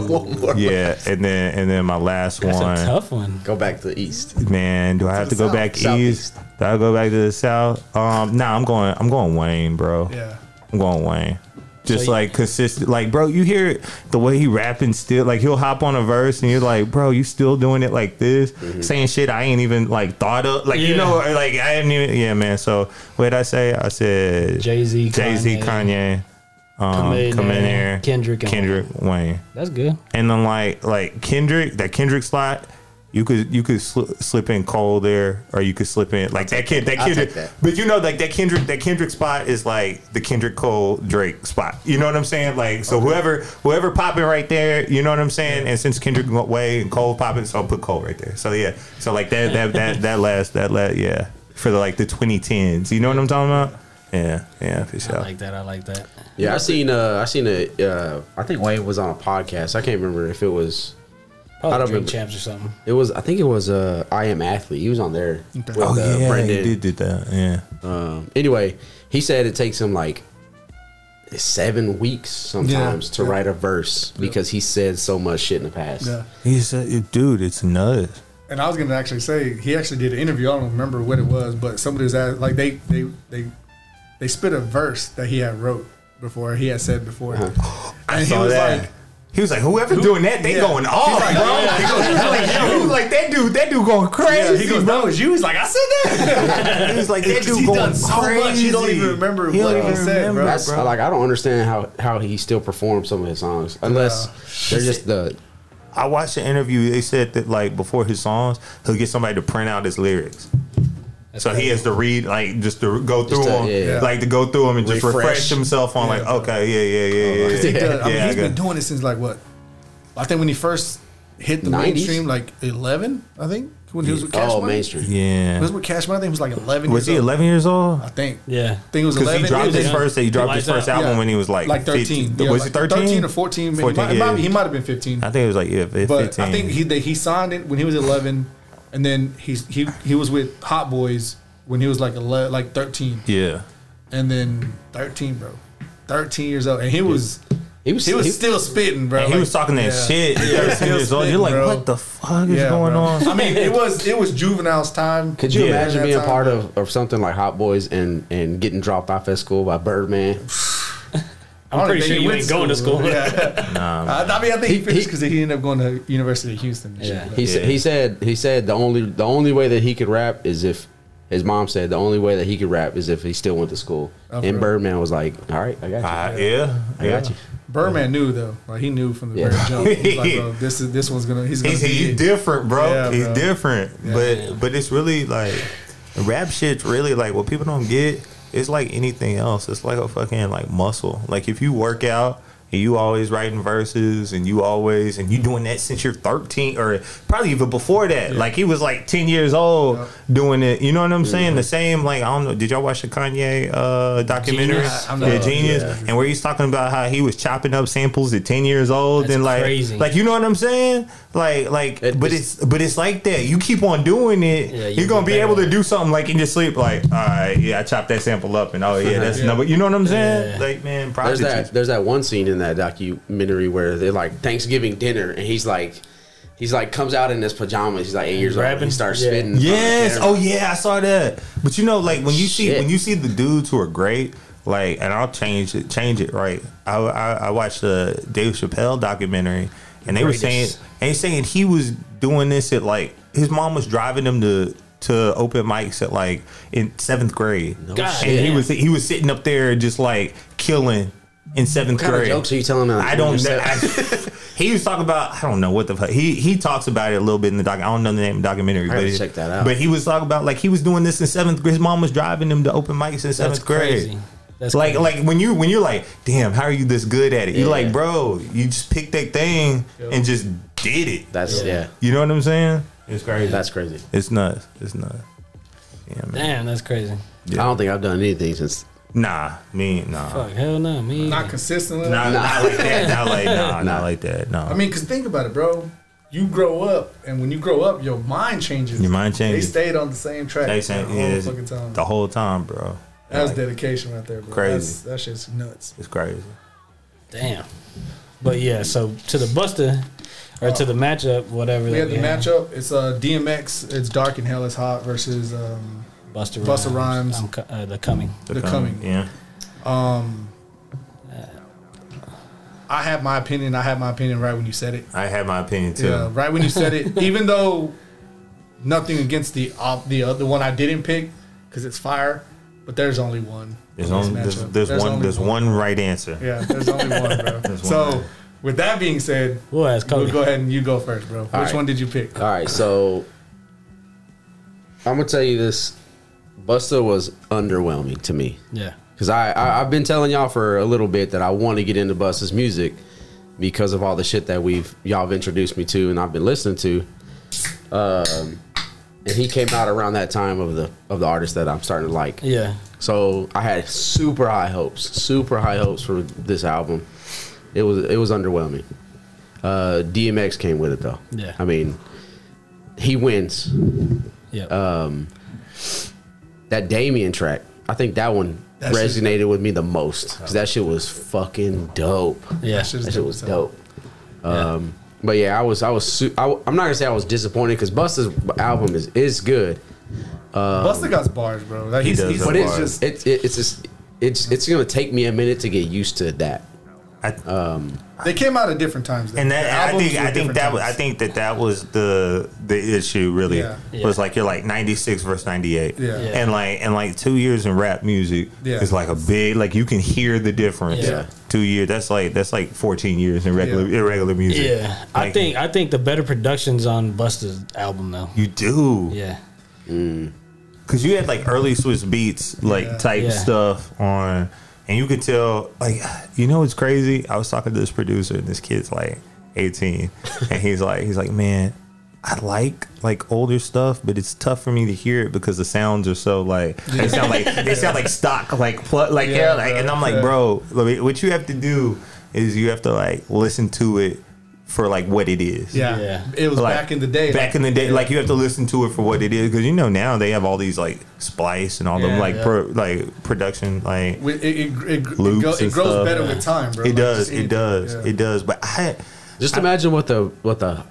yeah, and then and then my last That's one a tough one. Go back to the east. man, do I have to go back Southeast. east? Do I go back to the south? Um, nah, I'm going. I'm going Wayne, bro. Yeah. I'm going Wayne. Just So you- like consistent, like bro, you hear the way he rapping still. Like he'll hop on a verse and you're like, bro, you still doing it like this, saying shit I ain't even like thought of. Like you Mm-hmm. Yeah. know, or, like I didn't even. Yeah, man. So what did I say? I said Jay Z, Jay Z, Kanye, um, Chameleon Air, Chameleon, Kendrick, and Kendrick, Wayne. That's good. And then like like Kendrick, that Kendrick slot, you could you could sli- slip in Cole there, or you could slip in like that kid that I'll Kendrick. take that. But you know, like that Kendrick that Kendrick spot is like the Kendrick Cole Drake spot. You know what I'm saying? Like so whoever whoever popping right there, you know what I'm saying? And since Kendrick went way and Cole popping, so I'll put Cole right there. So yeah, so like that [laughs] that that that last that last yeah for the, like the 2010s. You know what I'm talking about? Yeah, yeah, for sure. I like that. I like that. Yeah, I seen. Uh, I seen a. Uh, I think Wayne was on a podcast. I can't remember if it was. Probably I don't Dream remember. Champs or something. It was. I think it was. Uh, I am athlete. He was on there. With, oh uh, yeah, Brendan. he did do that. Yeah. Um, anyway, he said it takes him like seven weeks sometimes to write a verse because he said so much shit in the past. Yeah. He's a dude, it's nuts. And I was gonna actually say he actually did an interview. I don't remember what it was, but somebody was asked, like they they they they spit a verse that he had wrote before he had said before, I and he saw was that. like, he was like, whoever doing that, they yeah. going off, like, bro. yeah. He goes- he was like, he was like, that dude, that dude going crazy. yeah, he goes, that was you. He's like, I said that. he was like, that Because dude he going done so much, crazy. he don't even remember He what don't he even said, remember, bro. That's bro. like I don't understand how how he still performs some of his songs unless they're just the I watched the interview. They said that like before his songs, he'll get somebody to print out his lyrics. so he has to read like just to go through to- them, yeah. like to go through them and just refresh, Refresh. himself on like okay, yeah, yeah, yeah, [laughs] He yeah. yeah. does. I mean, Yeah, I he's got been it. doing it since like what? I think when he first hit the 90s? mainstream, like eleven, I think when he was with Cash oh Money. mainstream. yeah. He was with Cash Money. I think he was like eleven. Was years he old, 11 years old? I think. Yeah. I think it was Because eleven. he dropped his yeah. first, he dropped his Lights first Out. album when he was like, like 15. thirteen. Yeah, was like it 13? or fourteen? He 14, might- it might yeah. be- He might have been fifteen. I think it was like yeah, fif- 15. But I think he they, he signed it when he was eleven, and then he's he he was with Hot Boys when he was like 11, like thirteen, yeah. and then thirteen, bro, thirteen years old, and he was He was he was he- still spitting, bro. And he Like, was talking that yeah. shit. at 13 years old. You're like, Bro. what the fuck is Yeah, going bro. [laughs] on? I mean, it was it was juvenile's time. Could you Yeah. imagine That being time, part bro. of, of something like Hot Boys and, and getting dropped off at school by Birdman? I'm pretty think sure he you went ain't to going to school. school. [laughs] I, I mean, I think he He- finished he- because he, ended up going to University of Houston. And shit, Yeah. but- He said he said he said the only the only way that he could rap is if His mom said the only way that he could rap is if he still went to school. and Birdman was like, "All right, I got you. Uh, Oh, yeah, I got you." Birdman knew though. Like he knew from the Yeah. very jump. He's [laughs] like, bro, this is this one's gonna. He's gonna. He's, be he's it. different, bro. Yeah, he's bro. different. But but it's really like the rap shit's really like what people don't get. It's like anything else. It's like a fucking like muscle. Like if you work out and you always writing verses and you always and you doing that since you're 13 or probably even before that. Like he was like 10 years old doing it. You know what I'm saying? The same like I don't know. Did y'all watch the Kanye uh documentary? Genius. Yeah, Genius. And where he's talking about how he was chopping up samples at 10 years old That's and like crazy. like you know what I'm saying? Like, like, It- but it's, but it's like that. You keep on doing it, Yeah, you you are gonna get be better able at to it. do something like in your sleep. Like, all right, yeah, I chopped that sample up, and oh yeah, that's number. You know what I'm Yeah. saying? Like, man, There's prodigy. that. There's that one scene in that documentary where they're like Thanksgiving dinner, and he's like, he's like comes out in his pajamas. He's like eight years old. And he Rapping? starts Yeah. spitting. on the Yes. camera. Oh yeah, I saw that. But you know, like when you see Shit. when you see the dudes who are great, like, and I'll change it, change it. Right. I I, I watched the Dave Chappelle documentary, and they were saying Greatest. they saying he was doing this at like his mom was driving him to. To open mics at like in seventh grade, God and he damn. was he was sitting up there just like killing in seventh What kind of grade. jokes are you telling us? I don't know. I- [laughs] he was talking about I don't know what the fuck. He he talks about it a little bit in the doc. I don't know the name of the documentary, gotta but it- check that out. But he was talking about like he was doing this in seventh grade. His mom was driving him to open mics in seventh grade. crazy. That's like crazy. like when you when you're like, damn, how are you this good at it? You're Yeah. like, bro, you just picked that thing and just did it. That's yeah. You know what I'm saying? It's crazy. That's crazy. it's nuts. It's nuts. Yeah, man. Damn, that's crazy. I don't think I've done anything since. Nah, me nah. Fuck, hell no, me. not consistently. Nah, not like that. Not like nah, not like that. No. I mean, cause think about it, bro. You grow up, and when you grow up, your mind changes. Your mind changes. They stayed on the same track They saying the whole yeah, fucking time. the whole time, bro. That was Like, dedication right there, bro. Crazy. That's, that shit's nuts. It's crazy. Damn. But yeah, so to the Buster or to the matchup, whatever. We that had the had. matchup. It's uh, DMX. It's Dark and Hell is Hot versus um, Buster Busta Rhymes. I'm co- uh, the coming. The Coming. Yeah. I have my opinion. I have my opinion right when you said it. I had my opinion too. Yeah, right when you said [laughs] it. Even though nothing against the op, the other one I didn't pick because it's fire, but there's only one. There's in this only there's, matchup. there's, one only there's one right answer. Yeah, there's only one, bro. [laughs] There's so one. with that being said, We'll ask we'll Cody. go ahead and you go first, bro. Which right. one did you pick? Um, All right, so I'm gonna tell you this. Buster was underwhelming to me. Yeah. Because I, I I've been telling y'all for a little bit that I want to get into Buster's music because of all the shit that we've y'all have introduced me to and I've been listening to. Um, and he came out around that time of the of the artist that I'm starting to like. Yeah. So I had super high hopes, super high hopes for this album. It was it was underwhelming. Uh, DMX came with it though. Yeah. I mean, he wins Yeah. that Damien track. I think that one resonated with me the most because that shit was fucking dope. yeah. shit's That shit dope was as hell. dope. Um, but yeah, I was I was su- I, am not gonna say I was disappointed because Busta's album is is good, Busta got bars, bro. Like, he's, does he's, have but but it's bars. just It, it, it's just it's it's gonna take me a minute to get used to that. I, Uh, they came out at different times. Though. and that The I albums think were I think different that was I times. think that that was the the issue really Yeah. Yeah. was like you're like 96 versus 98 Yeah. Yeah. and like and like two years in rap music Yeah. is like a big like you can hear the difference Yeah. two years that's like that's like 14 years in regular irregular music yeah. I Like, think I think the better productions on Buster's album though. you do Yeah. because you had like early Swiss beats like Yeah. type Yeah. stuff on, and you could tell like you know what's crazy. I was talking to this producer, and this kid's like eighteen, and he's [laughs] like he's like man, I like like older stuff, but it's tough for me to hear it because the sounds are so like they sound like they sound like stock like pl- like yeah, Yeah, like, bro. and I'm like Yeah. bro, like, what you have to do is you have to like listen to it for like what it is yeah. Yeah. It was like, back in the day. Back like, in the day, like you have to listen to it for what it is, because you know now they have all these like splice and all them Yeah, like yeah. pro, like production like with- it, it, it, it, Loops go- and it grows stuff. better with time, bro. it Like, does, just it anything. does, Yeah. it does. But I Just imagine what the what the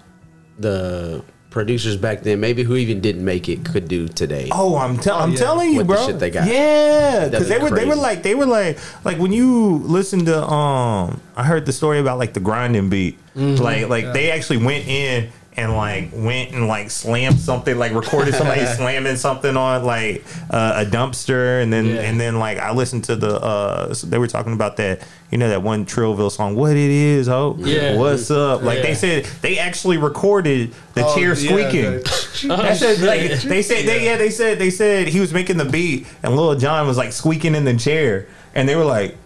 the producers back then, maybe who even didn't make it, could do today. oh, I'm telling, I'm yeah. telling you, With the bro. shit they got. Yeah, That'd because they be were they were crazy. like they were like like when you listen to Mm-hmm. um, I heard the story about like the grinding beat, like like they actually went in. and like went and like slammed something, like recorded [laughs] somebody slamming something on like uh, a dumpster, and then and then like I listened to the uh, they were talking about that you know that one Trillville song, what it is, oh Yeah. what's up? Like they Yeah. said they actually recorded the chair squeaking. Oh, That said, shit. like they said, they yeah, they said they said he was making the beat, and Lil John was like squeaking in the chair, and they were like,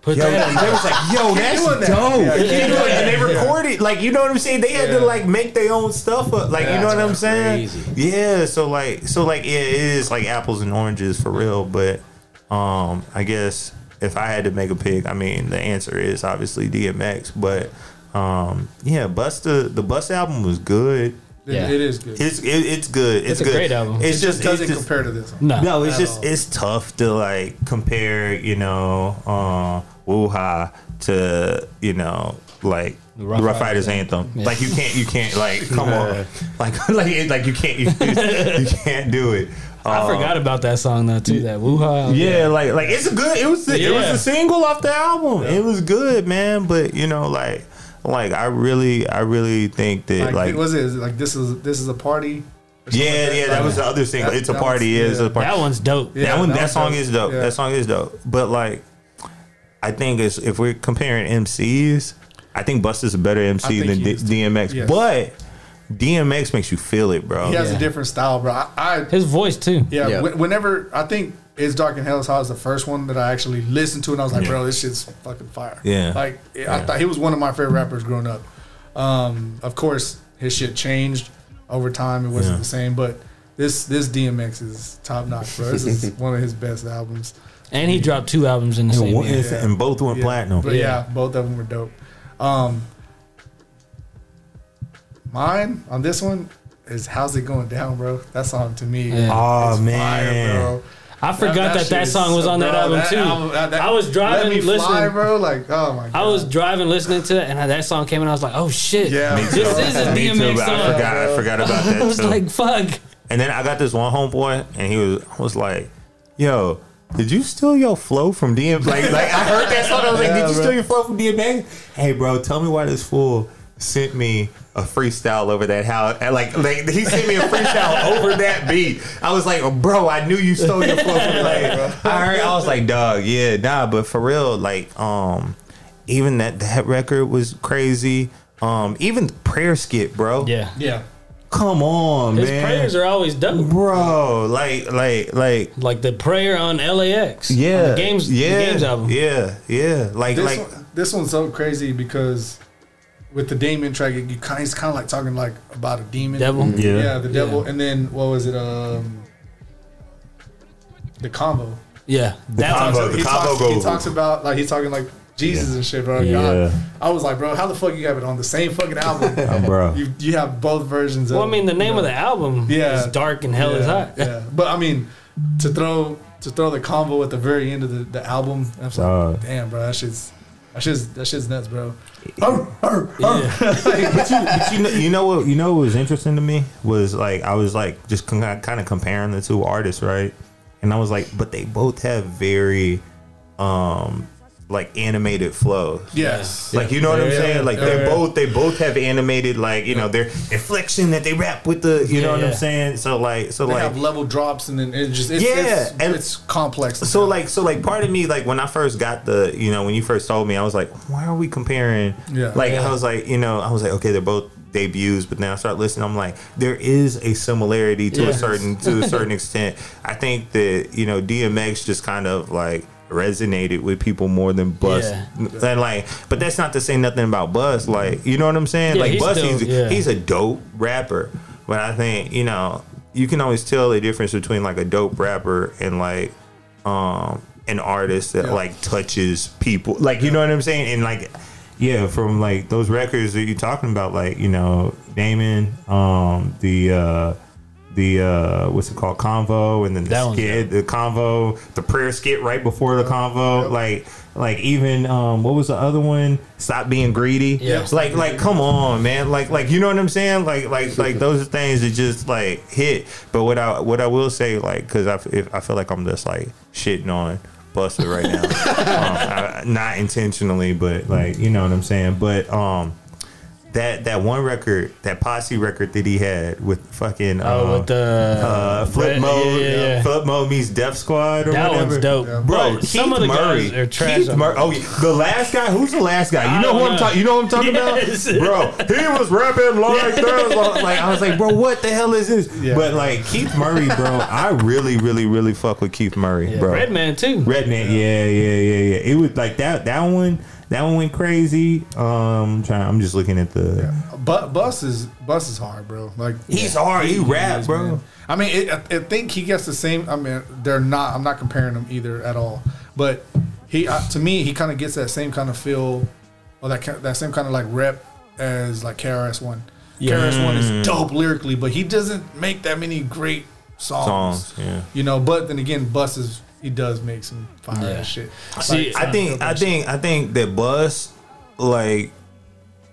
Put yo, that on they was like, yo, that's dope. keep doing And they recorded, like you know what I'm saying. They had to like make their own stuff up, like you know what I'm saying. crazy. Yeah, so like, so like, yeah, it is like apples and oranges for real. But um, I guess if I had to make a pick, I mean, the answer is obviously DMX. But um, yeah, Busta, the Bust album was good. Yeah. It is good. It's it, it's good. It's, a good. great album. It's just it's Doesn't just- compare to this. One. No. no, it's at just all. it's tough to like compare, you know, uh Wuha to, you know, like the Rough Rough, Riders Riders anthem. Like you can't you can't like come on. Like [laughs] like it- like you can't you, you can't do it. I [laughs] Uh, forgot about that song though too. That woo yeah, like like it's a good. It was the, it was Yeah. a single off the album. It was good, man. But you know, like like I really I really think that Like, like, was it? Is it like this is this is a party? yeah yeah that was the other single. That- it's a that one's- party. Yeah, it's yeah. a party. That one's dope. Yeah, that one, that that, one song does- is dope. yeah. That song is dope. But like, I think it's, if we're comparing MCs, I think Busta's a better MC think than he D- is too. DMX. Yes. But DMX makes you feel it, bro. He has Yeah. a different style, bro. I, I His voice too. yeah. Yeah. whe- whenever I think "It's Dark in Hell" is how is the first one that I actually listened to, and I was like, bro, this shit's fucking fire. Yeah. Like I thought he was one of my favorite rappers growing up. Um, of course, his shit changed over time. It wasn't Yeah. the same, but this this DMX is top notch, bro. This [laughs] is one of his best albums. And he dropped two albums in the And, same one- year. and both went Yeah. platinum. But yeah. both of them were dope. Um, mine on this one is "How's It Going Down," bro. That song to me, Yeah. Oh man, fire, bro. I forgot that that, shit is song was so- on that bro, album too. album- that- that- I was driving, Let me listening. fly, bro. Like, oh my god, I was driving, listening to it, and that song came and I was like, "Oh shit, Yeah. Me this too. is a Me too, DMX bro. song." I forgot. I [laughs] forgot about that. I was too. like, "Fuck." And then I got this one homeboy, and he was I was like, "Yo, did you steal your flow from DM?" Like, like I heard that song. I was like, "Did you steal your flow from DMX?" Hey, bro, tell me why this fool sent me a freestyle over that. How and like like he sent me a freestyle [laughs] over that beat. I was like, "Bro, I knew you stole your flow from [laughs] like." I heard. I was like, "Dog, yeah, nah." But for real, like, um, even that that record was crazy. Um, even the prayer skit, bro. Yeah, yeah. Come on, his man prayers are always dope. bro like like like Like the prayer on LAX. on yeah the games. the yeah games album. yeah yeah like This like one, this one's so crazy because with the demon track, you kind it's kind of like talking like about a demon, Devil. Yeah. yeah, the devil, and then what was it? Um, the combo. Yeah, that combo. song. the he, talks, combo he goes- talks about like he's talking like Jesus and shit, bro. Yeah. God, I was like, bro, how the fuck you have it on the same fucking [laughs] album? bro [laughs] you you have both versions. Well, I of mean, the name of the album Yeah. is Dark and Hell is yeah, Hot. yeah. But I mean, to throw to throw the combo at the very end of the, the album, I was like, Dog. damn, bro, that shit's that shit's that shit's nuts, bro. Oh. [laughs] Uh, but you, but you know you know what you know what was interesting to me was like I was like just con- kind of comparing the two artists right and I was like but they both have very um like animated flows Yes, Like you know what I'm Yeah, saying? yeah, Like yeah, they're yeah. both they both have animated like you know their inflection that they rap with the you know Yeah, what I'm yeah. saying. So like so They like have level drops and then it just it's, Yeah, it's, and- it's complex. So like so like part of me like when I first got the you know when you first told me I was like why are we comparing Yeah. like Yeah. I was like you know I was like okay they're both debuts but then I start listening I'm like there is a similarity to a Yes. certain [laughs] to a certain extent I think that you know DMX just kind of like resonated with people more than Bust and like but that's not to say nothing about Bust like you know what I'm saying Yeah, like he's Bust still- he's, yeah. he's a dope rapper but I think you know you can always tell the difference between like a dope rapper and like um an artist that like touches people like you know what i'm saying and like yeah from like those records that you're talking about like you know damon um the uh the uh what's it called convo and then That the one's skit the convo the prayer skit right before the convo like like even um what was the other one stop being greedy Yeah. It's like like come on man like like you know what i'm saying like like like those are things that just like hit but what i what i will say like because i f- if- i feel like i'm just like shitting on buster right now um, I, not intentionally but like you know what i'm saying but um that that one record, that posse record that he had with fucking Oh, uh, with the uh, flip Red- mode, yeah, yeah, yeah. flip mode meets Def Squad or That whatever. one's dope. bro. But Keith some of the Murray, guys are trash Keith on Murray. Oh, yeah. the last guy. Who's the last guy? I You know don't who I'm know. talking. You know what I'm talking Yes. about, bro. He was [laughs] rapping like this. Like I was like, bro, what the hell is this? But like Keith Murray, bro, I really, really, really fuck with Keith Murray, bro. Redman too. Redneck, yeah, yeah, yeah, yeah. It was like that. That one, that one went crazy. Um, I'm trying, I'm just looking at the. But bus is bus is hard, bro. Like He's hard. He rap, is, bro. man. I mean, it, I I think he gets the same. I mean, they're not. I'm not comparing them either at all. But he, uh, to me, he kind of gets that same kind of feel, or that ki- that same kind of like rep as like KRS One. KRS One Mm. is dope lyrically, but he doesn't make that many great songs. Songs, yeah. You know, but then again, Bus is he does make some fire ass shit. See, I think I think I think that Bus, like,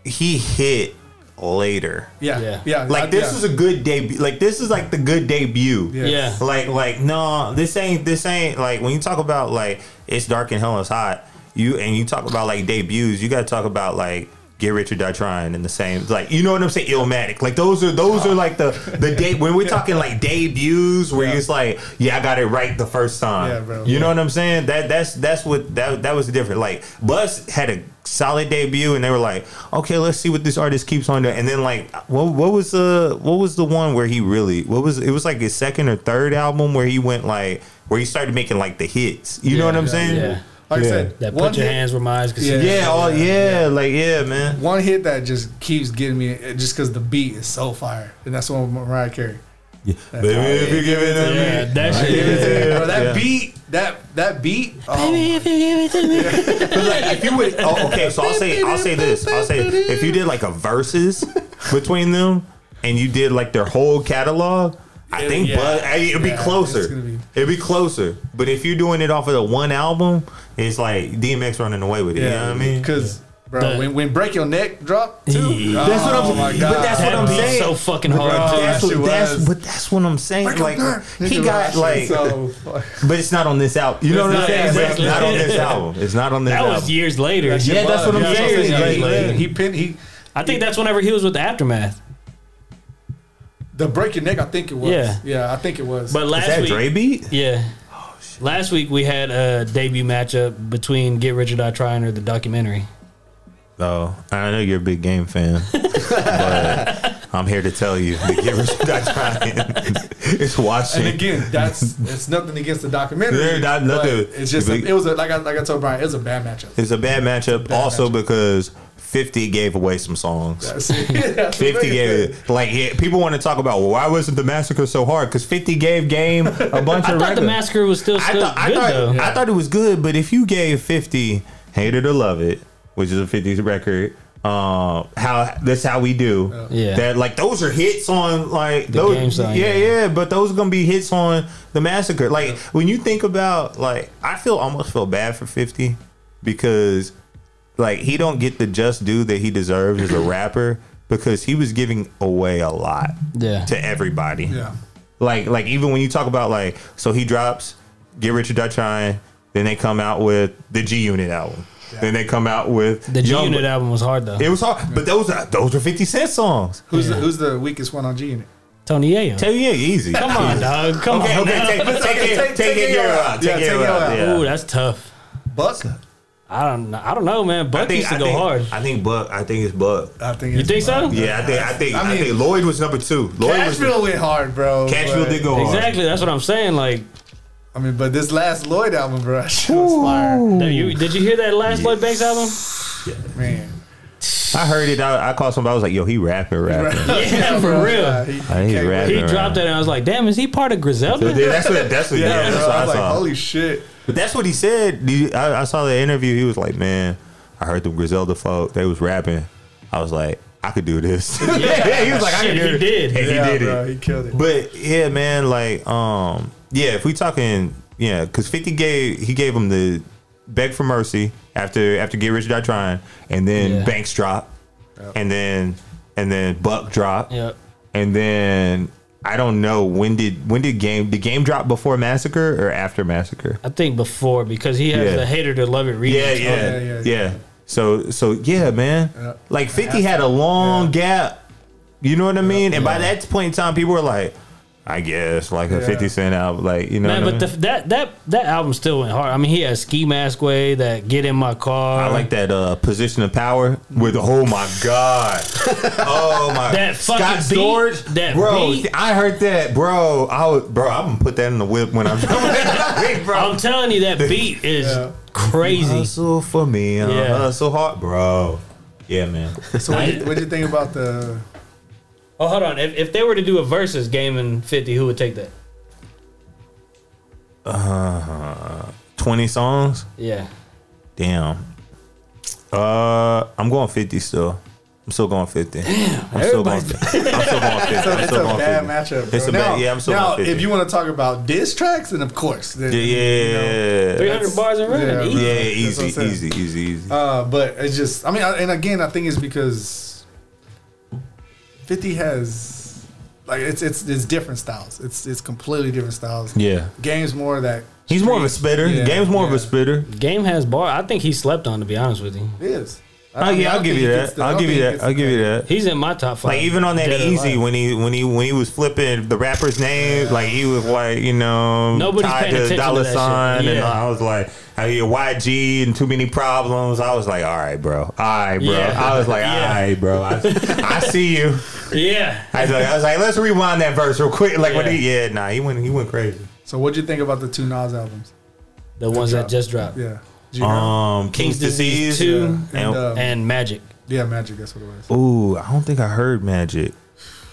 he hit later. Yeah, Yeah. yeah. Like this is a good debut. Like this is like the good debut. Yeah. Like like no, this ain't this ain't like when you talk about like it's dark and hell is hot. You and you talk about like debuts. You got to talk about like. Get Rich or Die Trying and the same, like you know what I'm saying, Illmatic. Like those are those are like the the day [laughs] when we're talking like debuts where it's like, yeah, I got it right the first time. Yeah, bro. You know what I'm saying? That that's that's what that that was the difference. Like Bus had a solid debut, and they were like, okay, let's see what this artist keeps on doing. And then like, what what was the what was the one where he really what was it was like his second or third album where he went like where he started making like the hits. You know what I'm saying? yeah. like yeah. I said. that one put your hit- hands where my eyes can see. Yeah. Yeah, all yeah, like yeah, man. One hit that just keeps getting me, uh, just because the beat is so fire, and that's one with Mariah Carey. Baby, if you give it to me, Yeah, that shit. Give it to me, bro. That Yeah. beat, that that beat. Oh, But like if you would, oh, okay. So I'll say, I'll say this. I'll say if you did like a verses between them, and you did like their whole catalog, I think, yeah. but hey, it'd be Yeah, it's closer. gonna be- It'd be closer. But if you're doing it off of the one album, it's like DMX running away with it. You know what I mean? because bro, The- when, when break your neck drop too. Yeah. That's what I'm. Oh my But God. that's what That I'm beat's saying. so fucking hard. Bro. too. that's Yeah, she what, that's, was. but that's what I'm saying. Like he got like, so, but it's not on this album. You know what I'm not- saying? But It's exactly. not on this album. It's not on this That album. was years later. yeah, that's what I'm Yeah, saying. yeah, Like, yeah. he pin he I think that's whenever he was with the aftermath. the break your neck. I think it was. Yeah. Yeah, I think it was. But Is last that week, Dre beat? yeah. Oh, Last week we had a debut matchup between Get Rich or Die Trying or the documentary. Oh, I know you're a big game fan, [laughs] but I'm here to tell you the Givers Not [laughs] Trying is watching. and again, that's it's nothing against the documentary. Yeah, not- but nothing. It's just a- Big- it was a, like I like I told Brian, it was a bad [laughs] matchup. it's a bad matchup, also because 50 gave away some songs. That's it. That's the 50 biggest thing. gave like yeah, people want to talk about well, why wasn't the massacre so hard? Because 50 gave game a bunch I of thought the records. massacre was still, I still thought, I, good thought, though. I thought it was good, but if you gave 50 Hate It or Love It, which is a 50s record, uh, how that's how we do. Yeah. That like those are hits on like those game song, yeah, yeah, yeah. but those are gonna be hits on the massacre. Like when you think about like I feel almost feel bad for 50 because like he don't get the just due that he deserves as a rapper because he was giving away a lot Yeah. to everybody. Yeah. Like like even when you talk about like so he drops Get Rich or Die Trying, then they come out with the G Unit album. Then they come out with The G Young- Unit album was hard though. It was hard, but those are those are Fifty Cent songs. Who's the, who's the weakest one on G unit? Tony Yayo. Tell you, yeah, easy. Come on, dog. Come [laughs] Okay, on. okay, now. take, take, it, take, it, you're out. Take Yeah, it, take you're it out. out. Yeah. Ooh, that's tough. Buck. I don't. know. I don't know, man. Buck used to I go think, hard. I think Buck. I think it's Buck. I think You it's think Buck. so? Yeah, I think I think I, I mean, think Lloyd was number two. Lloyd was Cashville went hard, bro. Cashville but- did go hard. Exactly. That's what I'm saying. Like, I mean, but this last Lloyd album, bro, [laughs] that shit was fire, that you, did you hear that last Lloyd Banks album? man. I heard it. I, I called somebody. I was like, "Yo, he rapping, rapping." Yeah, for bro, real. yeah, he, I ain't can't- rapping. He dropped that, and I was like, "Damn, is he part of Yeah, Griselda?" that's what. That's what. Yeah, bro, that's what I I was like, saw. holy shit. But that's what he said. Did you- I, I saw the interview. He was like, "Man, I heard them Griselda folk. They was rapping. I was like, I could do [laughs] this." Yeah, [laughs] he was like, "I could Shit, do he it." did. And Yeah, he did bro, it. He killed it. But yeah, man, like, um, yeah, if we talking, yeah, because Fifty gave he gave him the beg for mercy after after Get Rich or Die Trying, and then Yeah. Banks drop, and then and then Buck drop, Yep. and then. I don't know when did when did game did game drop before massacre or after massacre? I think before because he has Yeah. the hater to love it remix. Yeah, yeah, yeah, yeah. yeah. So so yeah, man. Yeah. Like Fifty had a long gap. You know what I mean? And by that point in time, people were like, I guess like a Yeah. Fifty Cent album, like you know. Man, what I but the, mean? that that that album still went hard. I mean, he had Ski Mask Way, that Get in My Car, I like that uh, position of power with oh my god, oh my That fucking Scott beat, Storch, that bro. beat. I heard that, bro. I would, bro. I'm gonna put that in the whip when [laughs] I'm done, bro. I'm telling [laughs] you, that beat is crazy. Hustle for me, uh, Yeah. hustle hard, bro. Yeah, man. So what did you think about [laughs] the? Oh, hold on. If, if they were to do a versus game in 50, who would take that? Twenty songs, Yeah. damn. Uh, I'm going fifty still. I'm still going fifty. I'm still going. 50. I'm still going fifty. I'm [laughs] It's still a going bad 50. matchup. Bro. It's a bad. Yeah, I'm still now going fifty. if you want to talk about diss tracks, then of course, then, yeah, you know. yeah, 300 bars and running. yeah, easy. yeah, That's what easy, I'm saying. easy, easy, easy. Uh, but it's just, I mean, I- and again, I think it's because Fifty has like it's it's it's different styles. It's it's completely different styles. Yeah. Game's more that He's more of a spitter. Yeah, Game's more of yeah. a spitter. Game has bar. I think he slept on, to be honest with you. is. Oh, mean, yeah, I'll don't give think you he that. gets the- I'll I give you think he that. gets I'll the give you that. He's in my top five. Like even on that Dead or easy Alive. when he when he when he was flipping the rapper's name, like he was like you know Nobody's paying attention to dollar that shit. sign, and Yeah. I was like, how you YG and too many problems. I was like, all right, bro, all right, bro. Yeah. I was like, all Yeah. right, bro. I, [laughs] I see you. Yeah. I was, like, I was like, let's rewind that verse real quick. Like when Yeah. he yeah, nah, he went he went crazy. So what'd you think about the two Nas albums? The ones that just dropped. Yeah, G Um, King's, Disease disease, two. and, and, uh, And Magic. yeah, Magic. That's what it was. ooh, I don't think I heard Magic.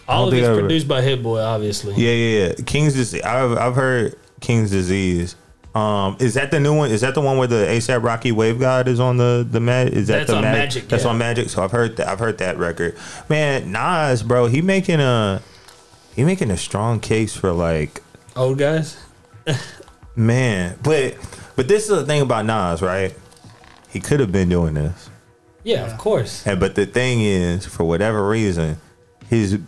All don't of think it's I ever- produced by Hit Boy, obviously. Yeah, yeah, yeah. King's disease. I've I've heard King's disease. Um, is that the new one? Is that the one where the ASAP Rocky Wave God is on the the mag? Is that That's the on Mag- Magic, That's yeah. on Magic. So I've heard that. I've heard that record. Man, Nas, bro, he making a he making a strong case for like Old guys. man. But but this is the thing about Nas, right? He could have been doing this, Yeah, of course. and but the thing is, for whatever reason, his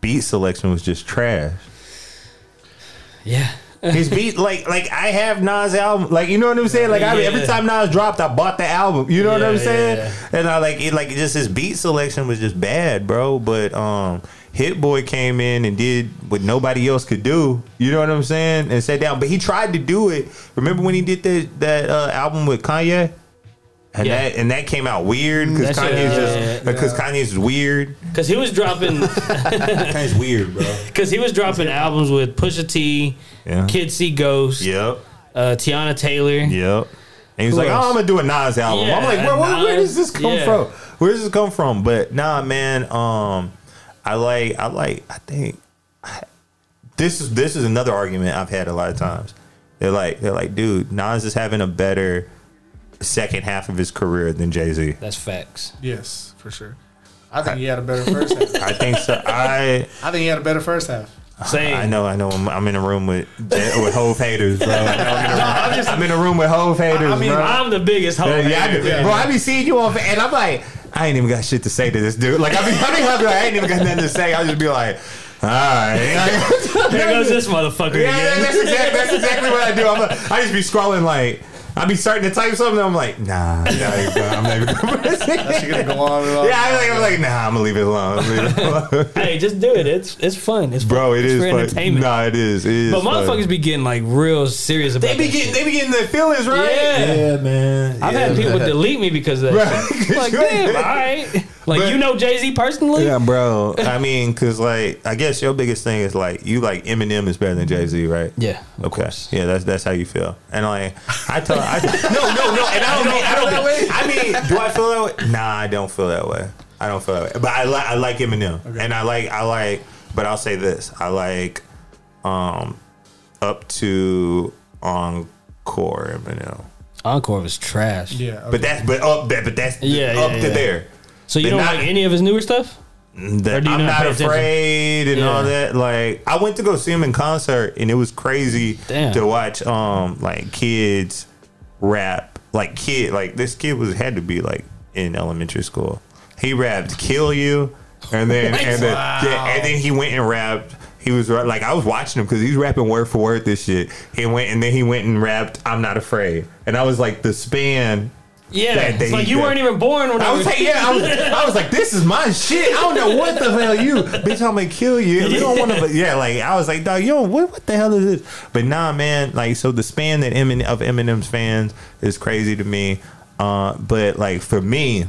beat selection was just trash. Yeah. His beat, like, like I have Nas album, like you know what I'm saying. Like I, Yeah. every time Nas dropped, I bought the album. You know what Yeah, I'm yeah, saying? yeah. And I like, it, like just his beat selection was just bad, bro. But um, Hit Boy came in and did what nobody else could do. You know what I'm saying? And sat down, but he tried to do it. Remember when he did that that uh, album with Kanye? And Yeah. that and that came out weird because That shit- Kanye's yeah, just because Kanye's weird. Because he was dropping. [laughs] Kanye's weird, bro. Because he was dropping albums with Pusha T, Yeah. Kid C Ghost, Yep. uh, Tiana Taylor. Yep. And he was Who like, else? "Oh, I'm gonna do a Nas album." I'm Yeah, like, "Where, where, where does this Nas, come yeah. from? Where does this come from?" But nah, man. Um, I like, I like, I think this is this is another argument I've had a lot of times. They're like, they're like, dude, Nas is having a better second half of his career than Jay Z. That's facts. Yes, for sure. I think he had a [laughs] better first half. I [laughs] think so. I I think he had a better first half. Same. I know, I know. I'm, I'm in a room with with Hove haters, [laughs] bro. I know I'm, in a room, I'm just- I'm in a room with Hove haters, mean, bro. I'm the biggest hoe. Yeah, yeah, I hater. be, bro, I be seeing you on, and I'm like, I ain't even got shit to say to this dude. Like, I be, I be, I be like, I ain't even got nothing to say. I just be like, all [laughs] right. There goes this motherfucker Yeah, yeah, again. that's exactly, that's exactly what I do. I'm a, I just be scrolling like. I be starting to type something. I'm like, nah, nah [laughs] I'm not even gonna press it. She's gonna go on [laughs] and on. Yeah, I'm like, I'm like, nah, I'm gonna leave it alone. I'm gonna leave [laughs] it alone. Hey, just do it. It's it's fun. It's Bro, fun. it it's is for fun. entertainment. Nah, it is. It is but fun. motherfuckers be getting like real serious about. they be that shit. getting, they be getting their feelings right. Yeah. man. I've had Yeah, people man. delete me because of Right. that. [laughs] shit. Like, damn, all right. Like, But- you know Jay Z personally? Yeah, bro. [laughs] I mean, cause like, I guess your biggest thing is like you like Eminem is better than Jay Z, right? Yeah. Okay. Yeah, that's that's how you feel. And like, I tell, [laughs] I no, no, no. And I don't mean, I don't that way. I mean, do I feel that way? Nah, I don't feel that way. I don't feel that way. But I like I like Eminem, and I like I like. But I'll say this: I like, um, up to encore Eminem. Encore was trash. Yeah, okay. But that's but up that but that's Yeah, yeah, up to yeah. there. So you But don't not- like any of his newer stuff? Or that do you not I'm not, pay attention? afraid and Yeah. all that. Like I went to go see him in concert and it was crazy Damn. to watch um like kids rap. Like kid like this kid was had to be like in elementary school. He rapped Kill You and [laughs] then and then yeah, and then he went and rapped he was ra- like I was watching him because he's rapping word for word this shit. He went and then he went and rapped "I'm Not Afraid," and I was like, the span Yeah, That day it's like he you said- weren't even born when I I was like, yeah, I was, I was like, this is my shit. I don't know what the hell you, bitch. I'm gonna kill you. You don't want to, yeah. Like I was like, dog, yo, what, what the hell is this? But nah, man. Like so, the span that Emin, of Eminem's fans is crazy to me. Uh, but like for me,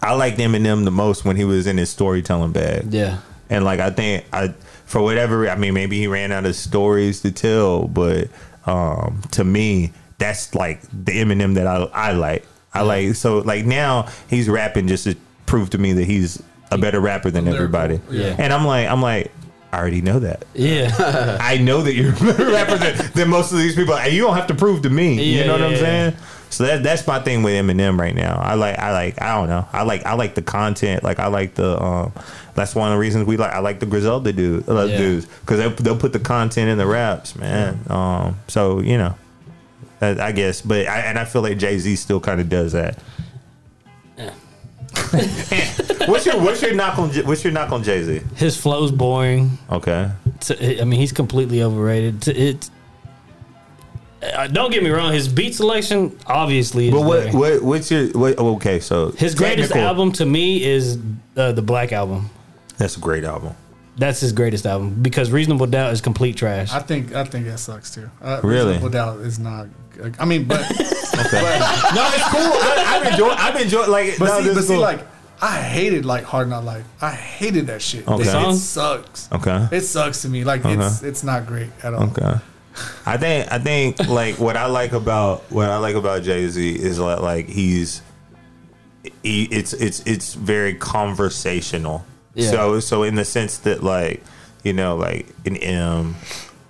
I liked Eminem the most when he was in his storytelling bag. Yeah. And like I think I for whatever re- I mean maybe he ran out of stories to tell, but um to me that's like the Eminem that I I like. I like so like now he's rapping just to prove to me that he's a better rapper than everybody. yeah. And I'm like I'm like I already know that. yeah, I know that you're [laughs] a better rapper than, than most of these people. And you don't have to prove to me. Yeah, you know what yeah, I'm yeah. saying? So that that's my thing with Eminem right now. I like I like I don't know. I like I like the content. Like I like the um that's one of the reasons we like I like the Griselda dude uh, Yeah. dudes cuz they they'll put the content in the raps, man. Um so, you know. I, I guess, but I, and I feel like Jay-Z still kind of does that. [laughs] what's your what's your knock on J- what's your knock on Jay-Z? [laughs] his flow's boring. Okay. It's- I mean, he's completely overrated. It's- It. uh, Don't get me wrong. His beat selection, obviously, is But what, there. what what's your what, oh, okay? So his greatest technical- album to me is uh, the Black Album. That's a great album. That's his greatest album because Reasonable Doubt is complete trash. I think I think that sucks too. Uh, Really? Reasonable doubt is not. good. I mean, but No, it's cool. I, I've enjoyed. I've enjoyed. Like, but [laughs] no, see, this but is see, cool. like I hated like Hard Not Life. I hated that shit. Okay. It, Song? it sucks. okay, Uh-huh. It sucks to me. Like it's it's not great at all. okay. I think I think like what I like about what I like about Jay Z is like like he's he, it's it's it's very conversational. Yeah. So so in the sense that like you know like an M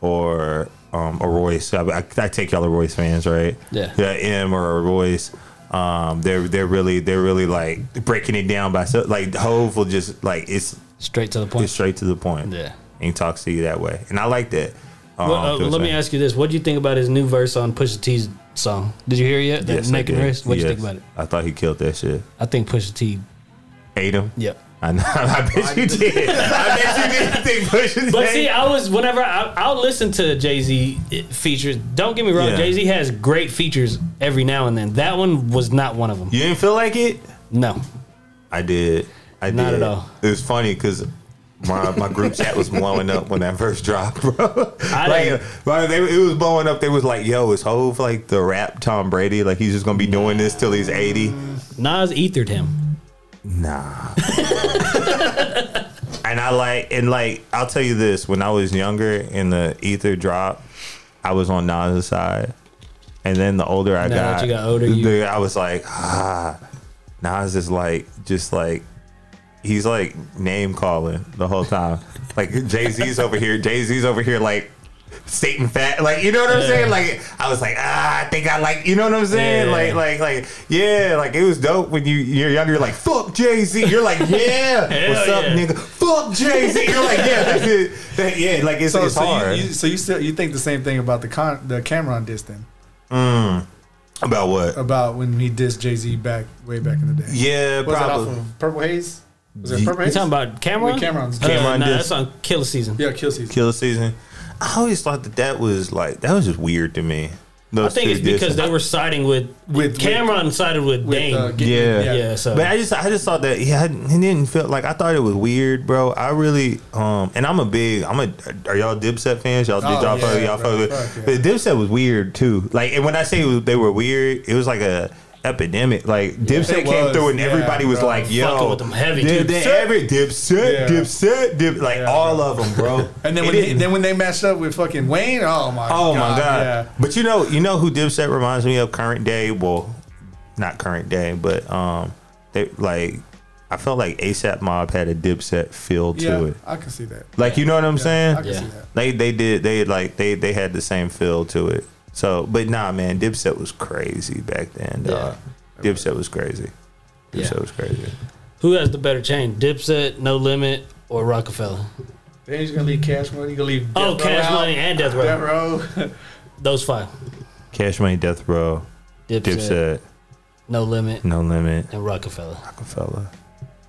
or um a Royce. I, I, I take y'all the Royce fans, right? Yeah. Yeah, M or a Royce. Um, they're they're really they're really like breaking it down by so like Hove will just like it's Straight to the it's point. straight to the point. Yeah. and he talks to you that way, and I like that. Um, Well, uh, to a let me certain- ask you this: What do you think about his new verse on Pusha T's song? Did you hear it yet? That I naked did. verse. What do you Yes. think about it? I thought he killed that shit. I think Pusha T. Ate him. Yep. I know. [laughs] I bet you did. I [laughs] bet you did think Pusha But T- see, I was whenever I, I'll listen to Jay Z features. Don't get me wrong, Yeah. Jay Z has great features every now and then. That one was not one of them. you didn't feel like it. No, I did. I Not did. at all. It was funny because my my group chat was blowing up when that verse dropped, bro. [laughs] I like, uh, didn't- like, they, it was blowing up. They was like, "Yo, is Hove like the rap Tom Brady? Like he's just gonna be doing this till he's 80? Nas ethered him. Nah. and I like and like I'll tell you this: when I was younger and the ether drop, I was on Nas's side, and then the older I Now that got, you got older, you- the- I was like, ah, Nas is like just like he's like name calling the whole time. like Jay Z's over here, Jay Z's over here, like. Satan fat, like you know what I'm saying. Like I was like, ah, I think I like, you know what I'm saying. Yeah. Like, like, like, yeah, like it was dope when you you're younger. You're like, fuck Jay Z. You're like, [laughs] yeah, Hell what's up, yeah. nigga? Fuck Jay Z. You're like, yeah, that's it. That, yeah, like it's, So, it's so, hard. You, you, so you still you think the same thing about the con the Cameron diss then About Um, what? about when he dissed Jay Z back way back in the day. Yeah, was that probably. off of Purple Haze? Was it Ye- Purple You Haze? talking about Cameron? With Cameron's- Cameron Cameron. Uh, nah, did. that's on Killer Season. yeah, Kill Season. Killer season. I always thought that that was like that was just weird to me. I think it's because they were siding with With- with Cameron sided with, Dane. uh, Get- Yeah. yeah. so But I just I just thought that he hadn't he didn't feel like I thought it was weird, bro. I really um and I'm a big I'm a are y'all Dipset fans? Y'all did Oh, y'all yeah, fuck- y'all bro. fuck with Fuck but Dipset was weird too. Like and when I say it was- they were weird, it was like a epidemic. Like Dipset It came was, through and yeah, everybody was bro. like, yo, Fucking with them heavy Dip, they- Dipset. every Dipset, Yeah. Dipset, Dip like all of them, bro. And then It when they, didn't- then when they matched up with fucking Wayne, oh my Oh god, my god! yeah. But you know, you know who Dipset reminds me of current day. Well, not current day, but um, they like I felt like ASAP Mob had a Dipset feel to yeah, it. I can see that. Like you know what I'm saying? I can see Yeah. that. They they did they like they they had the same feel to it. So, but nah, man, Dipset was crazy back then. Dog. Dipset was crazy. Dipset was crazy. who has the better chain? Dipset, No Limit, or Rockefeller? Then he's gonna leave Cash Money. He's gonna leave oh, Death Row Cash out, Money and Death Death Row. [laughs] Row. Those five. Cash Money, Death Row, Dipset, Dipset, No Limit, No Limit, and Rockefeller. Rockefeller.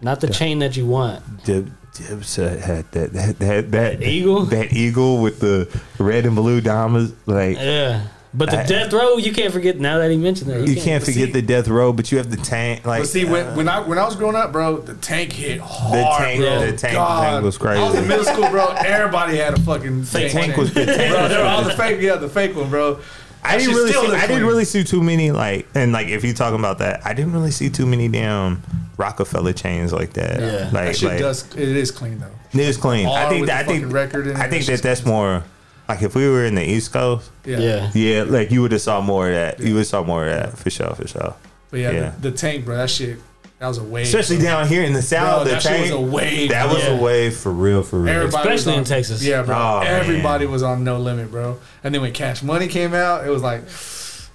Not the chain that you want. Dip, Dipset had that that that, that eagle? that eagle with the red and blue diamonds. Like Yeah. But the I- death row, you can't forget. Now that he mentioned that, You can't forget the death row, but you have the tank. Like But see, when, when I when I was growing up, bro, the tank hit hard. tank- bro. the tank- God. tank was crazy. I was in middle school, bro. Everybody had a fucking the fake tank [laughs] was the tank. bro. There was the fake, yeah, the fake one, bro. I That didn't shit really. still See, looks I didn't clean. really see too many like and like if you talking about that, I didn't really see too many damn Rockefeller chains like that. Yeah. like That shit like does. It is clean though. it was clean. I R think with that, I the think fucking record in it, I think it's that just- that's more like if we were in the East Coast. Yeah. Yeah. Yeah, like you would have saw more of that. You would have saw more of that for sure, for sure. But yeah, Yeah. The, the tank, bro. That shit. That was a wave. Especially down here in the bro, South, the that shit was tank. a wave. that bro. was Yeah. a wave for real, for real. Everybody was Especially on- in Texas. Yeah, bro. Oh, man. Everybody was on no limit, bro. And then when Cash Money came out, it was like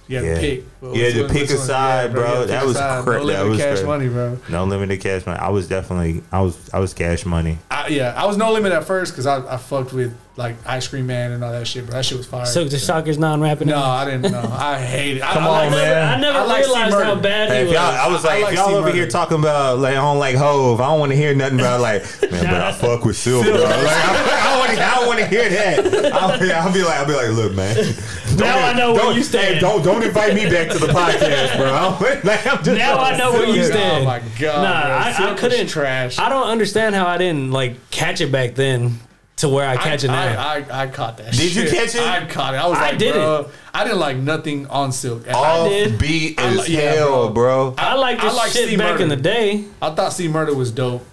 you had Yeah. to pick. You had to which- pick which a one- side, bro. you had to That pick a was side. cra- No that limit was Cash crazy. Money, bro. No limited cash money. I was definitely, I was, I was cash money. I, yeah, I was no limit at first because I, I fucked with like Ice Cream Man and all that shit, bro. That shit was fire. So the Shockers non-rapping. no, I didn't know. I hate it. I- Come I, on, like- man. I never I like C. realized how Murder. bad Hey, he if was. y'all, I was I like, like if y'all C. over Murder. here talking about like I don't like Hove, I don't want to hear nothing about like man, but I fuck with Silver. Like, I, I, wanna- I don't want to hear that. I'll be, I'll be like, I'll be like, look, man. don't- Now I know where don't- you stand. hey, don't don't invite me back to the podcast, bro. [laughs] I don't- like, I'm just Now I know where you Oh, stand. my God, Nah, bro. I- I Silk was couldn't- trash. I don't understand how I didn't like catch it back then to where I catch it now. I, I, I caught that. Did you shit. catch it? I caught it. I was I like, didn't. bro, I didn't like nothing on Silk. At all. Off did. beat I as li- yeah, hell, bro. I, like I this like shit C back in Murder. the day. I thought C Murder was dope.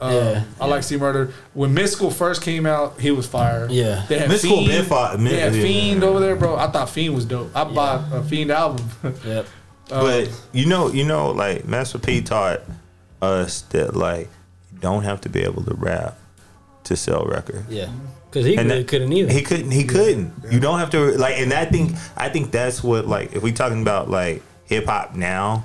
Um, Yeah. I like C Murder. When Mystical first came out, he was fire. Yeah. they had Mystical Fiend. been fire. They had Yeah. Fiend over there, bro. I thought Fiend was dope. I bought a Fiend album. Yep. But you know, you know, like Master P taught us that like you don't have to be able to rap to sell records. Yeah. Because he And really that- couldn't either. He couldn't. He couldn't. You don't have to like. And I think I think that's what like if we talking about like hip hop now,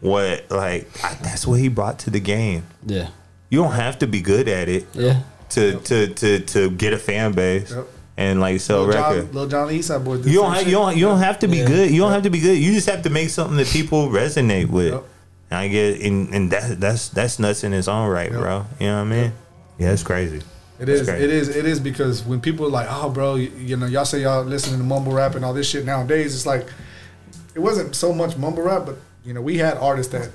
what like I, that's what he brought to the game. yeah. You don't have to be good at it Yeah. to to to to get a fan base Yep. and like sell Lil record. John, Lil John and the Eastside Boys. did You don't some have, shit. you don't you don't have to be Yeah. good. You don't have to be good. You just have to make something that people resonate with. Yep. And I get and, and that that's that's nuts in its own right, bro. You know what I mean? Yeah, it's crazy. It That's is. great. It is. It is because when people are like, "Oh, bro, you, you know, y'all say y'all listening to mumble rap and all this shit nowadays." It's like it wasn't so much mumble rap, but you know, we had artists that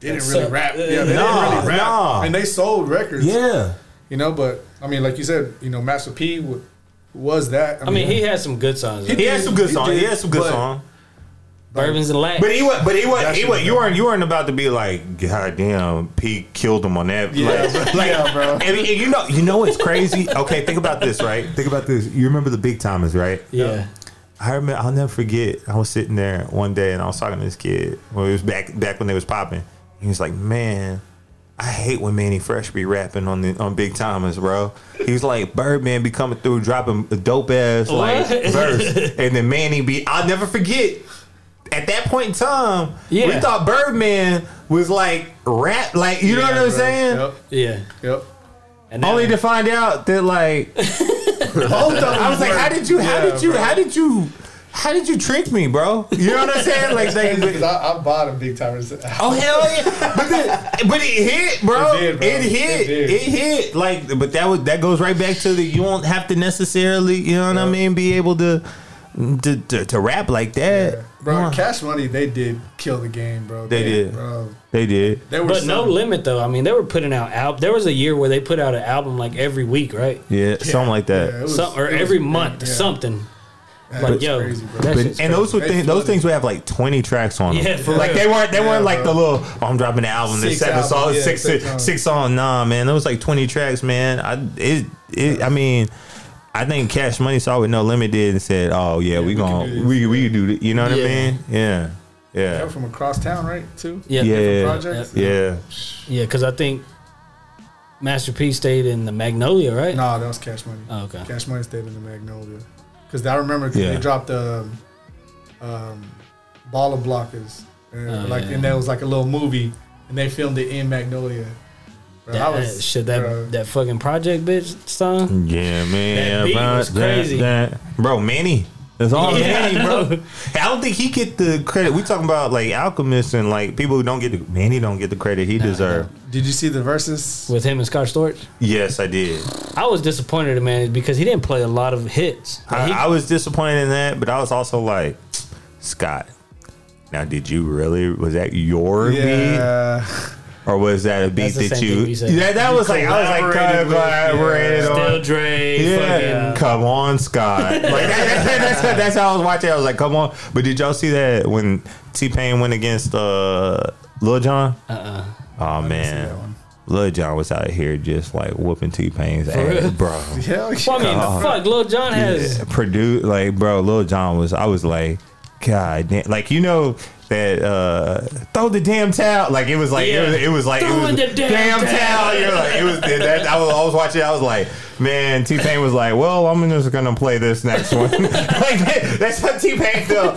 didn't That really sucked. rap. Yeah, they Nah, didn't really rap, nah. and they sold records. Yeah. you know. But I mean, like you said, you know, Master P wa- was that. I mean, he had some good songs. He had some good He songs. He did, had some good but- songs. Bourbons and Lack. But he was but he was he shit was was you weren't you weren't about to be like, God damn, P killed him on that. Like, like yeah, bro. and, and [laughs] you know you know what's [laughs] crazy? Okay, think about this, right? Think about this. You remember the big timers, right? yeah. I remember I'll never forget. I was sitting there one day and I was talking to this kid. Well, it was back back when they was popping. He was like, "Man, I hate when Manny Fresh be rapping on the on Big Thomas, bro." He was like, "Birdman be coming through, dropping a dope ass [laughs] like What? verse, and then Manny be." I'll never forget. At that point in time, we Yeah. thought Birdman was like rap, like you know what I'm bro. saying. Yep. Yeah. Yep. And Only then- to find out that [laughs] like Both of them I was like, were- how did you? How Yeah, did you? bro. How did you? How did you trick me, bro? You know what I'm saying? [laughs] Like, It's crazy they, 'cause I, I bought him big time. oh hell yeah! But the, but it hit, bro. It, It did, bro. hit. It It, did. hit. Like, but that was that goes right back to the. You don't have to necessarily. You know what I mean? Be able to to to, to rap like that. Bro, Come on. Cash Money, they did kill the game, bro. They did. Bro. They did. They were But no some- limit though. I mean, they were putting out al- There was a year where they put out an album like every week, right? Yeah, something like that. Yeah, it was- Some, or it was- every month, yeah. something. That Like was yo, crazy, bro. that But- shit's and crazy. those were They things, those flooded. things would have like twenty tracks on them. Yeah, for like real. they weren't they Yeah, weren't like bro. the little oh, I'm dropping the album, the Six seven albums, songs, yeah, six six six songs. six songs. Nah, man, there was like twenty tracks, man. I it, it I mean. I think Cash Money saw what No Limit did and said, "Oh yeah, we, do gonna this. we we can do it." You know what Yeah. I mean? Yeah, They were yeah, from across town, right? Too. yeah, yeah, Projects. yeah. yeah. Because I think Master P stayed in the Magnolia, right? No, that was Cash Money. Oh, okay. Cash Money stayed in the Magnolia. Because I remember 'cause Yeah. they dropped the um, um, Ball of Blockers. And, Oh, like, yeah. and that was like a little movie. And they filmed it in Magnolia. Bro, That, I was, shit, that bro, that Mm. fucking project bitch song. Yeah, man. That beat was that- crazy. that- Bro, Manny. That's all Yeah, Manny, I [laughs] bro. know. I don't think he get the credit. We talking about like alchemists and like people who don't get the Manny don't get the credit he deserve. Did you see the verses? with him and Scott Storch. Yes, I did. I was disappointed, man, because he didn't play a lot of hits. Like, I, he- I was disappointed in that, but I was also like, Scott. Now, did you really? Was that your beat, Yeah. [laughs] or was that a beat That's the that same you? thing we said. Yeah, that was like I was like kind of collaborated on. Still Dre, Yeah, fucking come on, Scott. [laughs] Like that- that- that's, that's how I was watching. I was like, come on. But did y'all see that when T Pain went against uh, Lil Jon? Uh Uh-uh. uh Oh man, Lil Jon was out here just like whooping T Pain's ass, real? bro. [laughs] Hell yeah. Well, I mean, fuck, Lil John has. Uh, Purdue, like bro, Lil Jon was. I was like, God, damn. like you know that uh throw the damn towel. Like it was like Yeah. it, was, it was like it Throw was in the damn towel. You're like it was. That, I was. I was watching. I was like, man, T Pain was like, well, I'm just gonna play this next one. [laughs] like that, that's how T Pain felt.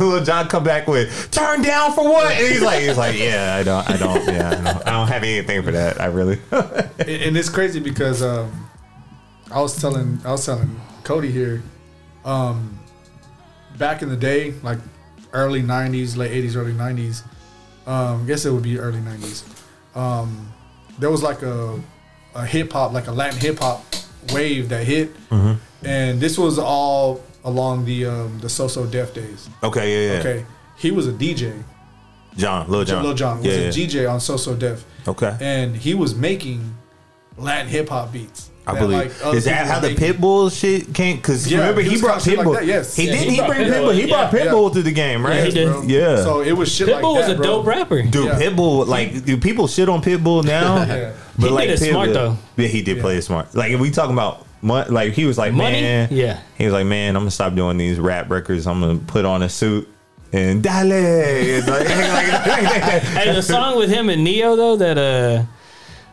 [laughs] Lil Jon come back with turn down for what? And he's like, he's like, yeah, I don't, I don't, yeah, I don't, I don't have anything for that. I really. [laughs] and, and it's crazy because um, I was telling I was telling Cody here, um, back in the day, like early '90s, late '80s, early '90s. Um, I guess it would be early '90s. Um, there was like a, a hip hop, like a Latin hip hop wave that hit, and this was all along the um, the so-so death days. okay, yeah, yeah. Okay, he was a DJ. John, Lil Jon, Lil Jon was yeah, a yeah. DJ on So So Def. Okay. And he was making Latin hip hop beats. I that, believe. other is that people how the were making. Pitbull shit came? Because Yeah, remember he he was brought kinda shit Pitbull. like that, yes. he Yeah, did. he He, brought bring Pitbull, Pitbull. He brought yeah. Pitbull to the game, right? he did. Bro. Yeah. So it was shit Pitbull like that, was a bro. dope rapper. Dude, Yeah. Pitbull, like, do people shit on Pitbull now? Yeah. But He like, did it Pitbull, smart, though. Yeah, he did play it smart. Like, if we talking about money, like he was like, Money? man, Yeah. he was like, man, I'm gonna stop doing these rap records. I'm gonna put on a suit and dale. [laughs] It's [laughs] like- hey, the song with him and Neo though that uh,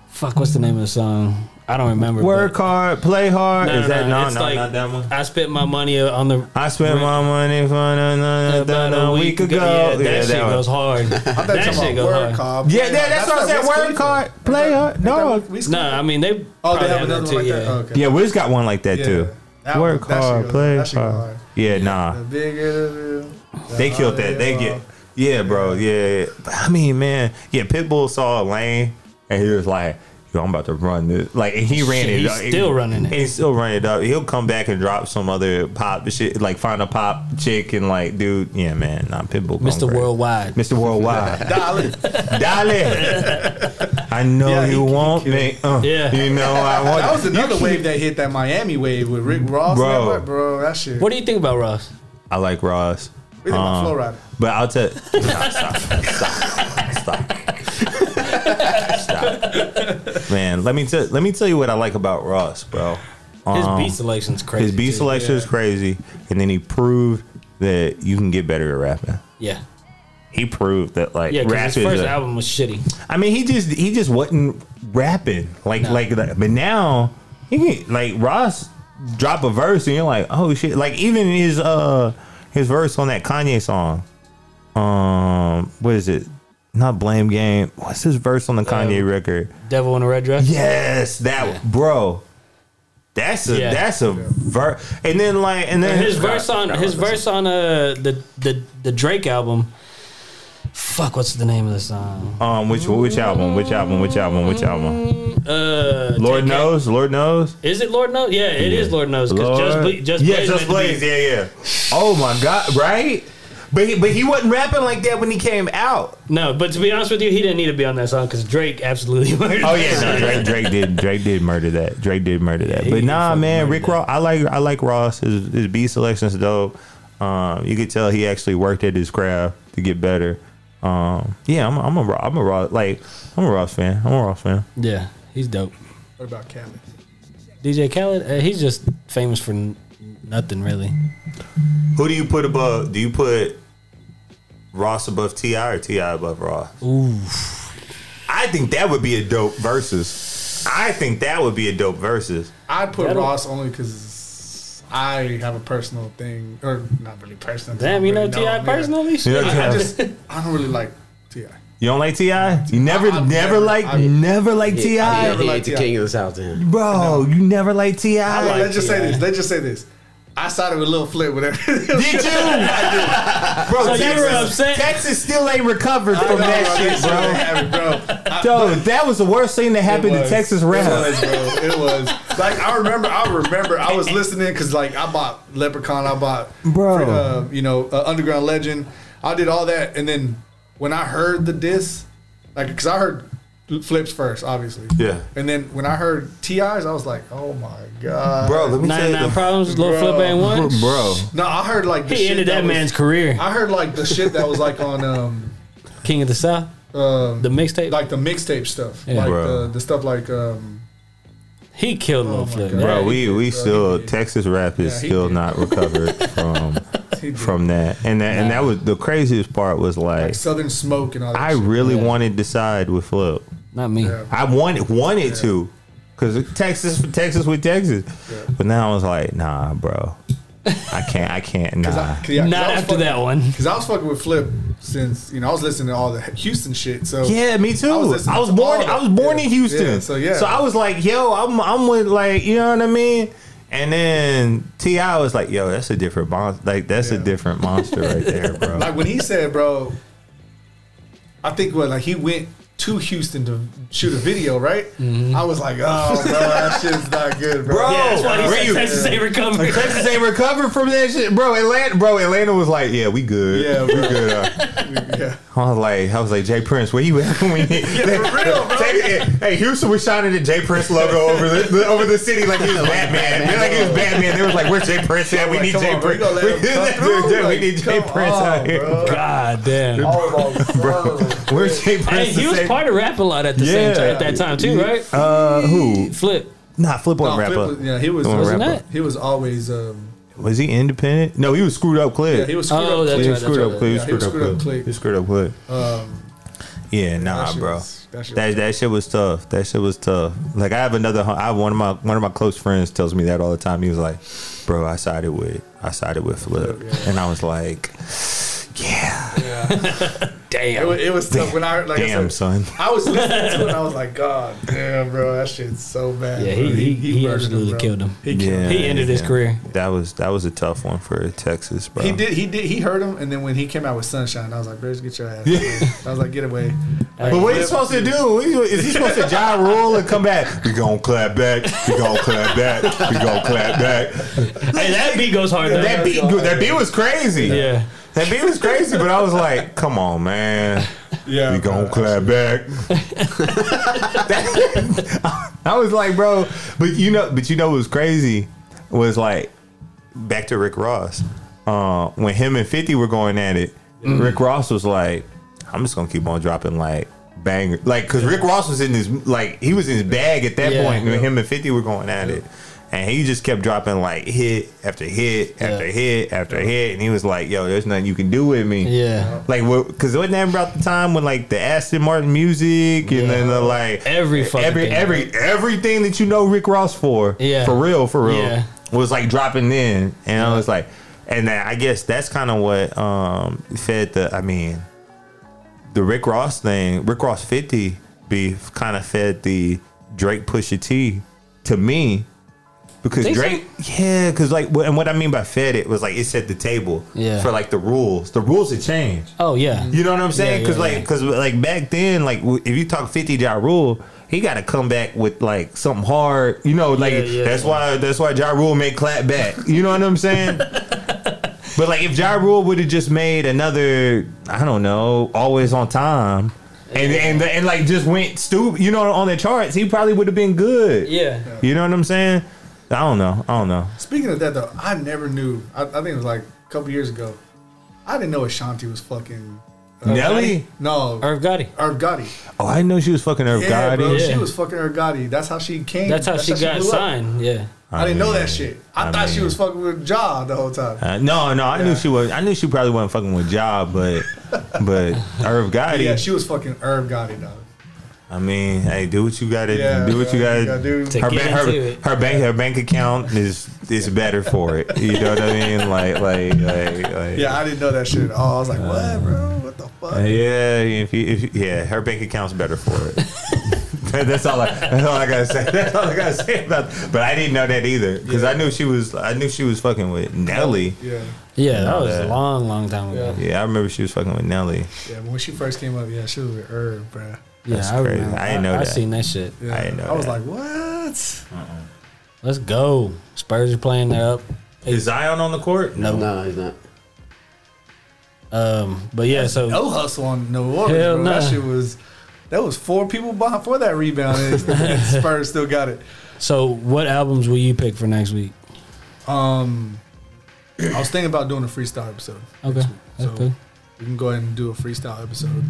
fuck, what's the name of the song? I don't remember. [laughs] Work but- hard, play hard. No, is that no, it's no, like, not that one. I spent my money on the. I spent my money for another About a week ago. Yeah, that shit one. goes [laughs] hard. I thought you that were shit talking goes about word hard. cop. Yeah, that, that's, what I said. Word card, play hard. No. No, I mean they. Oh, probably they have another that one like that. too, yeah. Oh, okay. Yeah, Wiz got one like that Yeah. too. That one- Work that shit hard, goes- play that shit goes hard. hard. Yeah, nah. The bigger the bill. They killed that. They get. Yeah, bro. Yeah, yeah. But, I mean, man. Yeah, Pitbull saw a lane and he was like, "Yo, I'm about to run this." Like, and he ran Shit, it. he's up. still running it. He still running it up. He'll come back and drop some other pop shit. Like, find a pop chick and like, dude. Yeah, man. Nah, Pitbull. gone Mr. crazy. Worldwide. Mr. Worldwide. Dolly. Dolly. [laughs] I know Yeah, he- you he want killed me. Uh, Yeah. You know [laughs] I want That was another wave that hit that Miami wave with Rick Ross. Bro. Bro, that, bro, that shit. What do you think about Ross? I like Ross. We think about Um, Flow Rider. But I'll tell [laughs] Nah, stop, stop, stop, stop. Man, let me tell let me tell you what I like about Ross, bro. His Um, beat selection's crazy. his beat too. selection is crazy, and then he proved that you can get better at rapping. Yeah. He proved that like Yeah, rap because his is first a- album was shitty. I mean, he just he just wasn't rapping like like that. But now he can, like Ross drop a verse and you're like, oh shit! Like even his uh his verse on that Kanye song, um, what is it? Not blame game. What's his verse on the Kanye record? Devil in a Red Dress. Yes, that bro. That's a Yeah. that's a verse. And then like and then His verse on his verse on uh the the the Drake album. Fuck, what's the name of the song? Um, which which album? Which album? Which album? Which Mm, album? Uh, Lord Take Care- knows. Lord knows. Is it Lord knows? Yeah, it is Lord knows. Because Lord- just Bla- just yeah, Blaze just made the Blaze, beat. yeah, yeah. Oh my god, right? But he, but he wasn't rapping like that when he came out. No, but to be honest with you, he didn't need to be on that song because Drake absolutely [laughs] murdered. Oh it. yeah, no, Drake, Drake did Drake did murder that. Drake did murder that. he but did nah, fucking man, murder Rick that. Ross. I like I like Ross. His his beat selection's dope. Um, you could tell he actually worked at his craft to get better. Um, yeah, I'm a, I'm a Ro- I'm a Ross like I'm a Ross fan. I'm a Ross fan. yeah, he's dope. What about Khaled? DJ Khaled, uh, he's just famous for n- nothing really. Who do you put above? Do you put Ross above Ti or Ti above Ross? I think that would be a dope versus. I think that would be a dope versus. I'd put That'll- Ross only because I have a personal thing, or not really personal. 'cause I Damn, don't you know really Ti him either. personally. Yeah. I, I just, I don't really like Ti. You don't like Ti? You never, I- I've never never- like, I've- never like Ti, Yeah, never he liked ain't the T.I. king of the south then. bro. You never like Ti. let's just say this. Let's just say this. I started with Lil Flip, [laughs] whatever. Did you? bro, So you were Texas, upset? Texas still ain't recovered from that shit, bro. bro. Dude, that was the worst thing that happened to was. Texas It rap. was, bro. It was. Like I remember, I remember, I was listening because like I bought Leprechaun, I bought, Bro. uh, you know, uh, Underground Legend. I did all that, and then when I heard the diss, like because I heard flips first, obviously. Yeah. And then when I heard Ti's, I was like, oh my god, Bro, let me tell you. 99 the- problems, little Bro. flip ain't one. Bro, No, I heard like the He shit ended that, was- man's career. I heard like the shit that was like on um King of the South, um the mixtape. like the mixtape stuff, Yeah. like Bro. the, the stuff like um he killed little flip. God. oh bro, man. we we still Texas rap is Yeah, he still did. [laughs] not recovered from he did, from that, and that and that was the craziest part was like like Southern Smoke and all that. I shit. really wanted to side with Flip. not me. Yeah. I wanted wanted to, cause Texas Texas with Texas, but now I was like, nah, bro, I can't I can't nah. yeah, [laughs] 'cause Not I was after fucking- that one. Cause I was fucking with Flip since you know I was listening to all the Houston shit. So Yeah, me too. I was was, listening to born. all I was that. born in Yeah. Houston. Yeah, so, yeah. So I was like, yo, I'm I'm with like you know what I mean. And then Ti was like, yo, that's a different monster. Like that's a Yeah. different monster [laughs] right there, bro. like when he said, bro, I think what like he went to Houston to shoot a video, right? Mm-hmm. I was like, oh, bro, that shit's not good, bro. [laughs] Bro. Yeah, that's why he Where said you- Texas ain't recovered. [laughs] Texas ain't recovered from that shit, bro. Atlanta, bro. Atlanta was like, yeah, we good. Yeah, we bro. good. Uh, Yeah. I was like, I was like, Jay Prince, where you at? [laughs] When you- for real, [laughs] bro. Take it- hey, Houston was shining the Jay Prince logo over the, the- over the city like he was Batman. They're like he was Batman. They was like, where's Jay Prince at? We Like, need come Jay on, bro, you Prince. gonna [laughs] let him come through? We Like, need Jay come Prince out on, here. God damn. Where's Jay Hey, Prince? he to was say- part of rap a lot at the Yeah. same time at that time too, right? Uh, who? Flip. Nah, Flip on No, rapper. Flip was- yeah, he was- Flip on Wasn't rapper. that? He was always um Was he independent? No, he was screwed up. Clip. yeah, he was screwed Oh, up. that's He Clip. was right, screwed that's up. Clip. He was Yeah, he was screwed up. screwed up, Clip. Clip. He was screwed up. Clip. Um, Yeah, nah, shit bro. was- that shit that was- that shit was tough. That shit was tough. Like I have another. I have one of my one of my close friends tells me that all the time. He was like, "Bro, I sided with I sided with Flip," and I was like, "Yeah, it, Damn. was, it was tough when I like I damn, said, son." I was listening to it and I was [laughs] like, God damn, bro, that shit's so bad. Yeah, bro. he he, he murdered absolutely bro. killed him. He killed him. He ended his career. That was that was a tough one for Texas, bro. Uh-huh. He did. He did. He heard him, and then when he came out with Sunshine, I was like, "Bitch, get your ass!" away." I was like, "Get [laughs] away!" But what he supposed to do? What you- Is he supposed to Ja Rule and come back? We gonna clap back. We gonna clap back. We gonna clap back. Hey, that beat goes hard though. That beat, that beat was crazy. yeah. That beat was crazy, but I was like, come on, man. Yeah, We gonna clap back. [laughs] That- I was like, bro, but you know, but you know what was crazy was like back to Rick Ross. Uh, when him and 50 were going at it, Mm. Rick Ross was like, I'm just gonna keep on dropping like banger. Like, cause Rick Ross was in his like he was in his bag at that Yeah. point when him and 50 were going at it. And he just kept dropping like hit after hit after hit after hit. And he was like, yo, there's nothing you can do with me. Yeah. Like, because wasn't that about the time when like the Aston Martin music and then the like Every fucking every thing. every everything that you know Rick Ross for, Yeah. for real, for real, Yeah. was like dropping in, and I was like, and then I guess that's kind of what um fed the. I mean, the Rick Ross thing, Rick Ross fifty beef, kind of fed the Drake Pusha T to me. Because Think so? Drake, yeah, because like, wh- and what I mean by fed it was like it set the table Yeah. for like the rules. The rules had changed. Oh yeah. You know what I'm saying? yeah, Because like, yeah. because like back then, like w- if you talk 50 Ja Rule, he got to come back with like something hard. You know, like Yeah, yeah, that's yeah. why that's why Ja Rule made clap back. You know what [laughs] I'm saying? but like if Ja Rule would have just made another, I don't know, always on time. And, and and like just went stupid, you know, on the charts, he probably would have been good. Yeah. You know what I'm saying? I don't know. I don't know. Speaking of that, though, I never knew. I, I think it was like a couple years ago. I didn't know Ashanti was fucking Nelly? no Irv, Irv Gotti. Gotti. Oh, I didn't know she was fucking Irv Yeah, bro, Gotti. Yeah. she was fucking Irv Gotti. That's how she came. That's how she got blew up. signed. Yeah. I, didn't know mean, that shit. I, I thought she mean- was fucking with Ja the whole time. Uh, no, no, I knew Yeah. she was. I knew she probably wasn't fucking with Job, but but Irv Gotti. Yeah, she was fucking Irv Gotti, dog. I mean, hey, do what you got to Yeah, do. What you bro, got you to gotta do. To Her get bank, her, into it. her bank, her bank account is is better for it. You know what I mean? Like, like, like, like Yeah, I didn't know that shit at all. I was like, what, bro? What the fuck? yeah. If you, if, you- yeah, her bank account's better for it. [laughs] that's all. I, that's all I gotta say. [laughs] That's all I gotta say about. But I didn't know that either because I knew she was. I knew she was fucking with Nelly. Yeah, Yeah, that was Yeah. a long, long time ago. Yeah, I remember she was fucking with Nelly. yeah. When she first came up, yeah, she was with Herb, bruh. Yeah, That's I crazy. remember. I didn't know I that. seen that shit. Yeah. didn't know I was that. like, what? Let's go. Spurs are playing. They're up. Is Zion on the court? No. No, he's not. Um, but yeah, so No hustle on New Orleans, Hell bro. nah. That shit was. That was four people behind for that rebound, and Spurs still got it. so what albums will you pick for next week? Um, I was thinking about doing a freestyle episode. Okay, that's So- cool. We can go ahead and do a freestyle episode.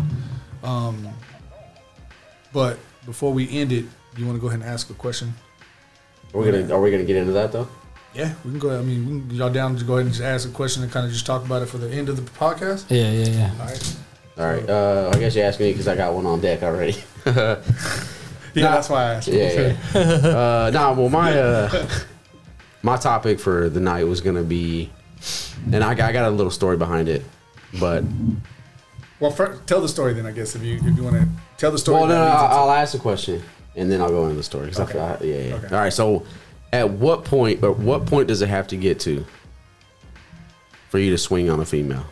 Um, but before we end it, you want to go ahead and ask a question? Are we gonna Are we gonna get into that though? Yeah, we can go. I mean, we can, y'all down to go ahead and just ask a question and kind of just talk about it for the end of the podcast. Yeah, yeah, yeah. All right. All right. Uh, I guess you're asking me because I got one on deck already. [laughs] Yeah, that's why I asked. Yeah. yeah. uh, nah. Well, my uh, my topic for the night was gonna be, and I got, I got a little story behind it, but Well, first, tell the story then. I guess if you if you want to tell the story. well, no, that no, leads I'll, into- I'll ask the question and then I'll go into the story. 'cause I Okay. thought- yeah. yeah. Okay. All right. So, at what point? At what point does it have to get to for you to swing on a female?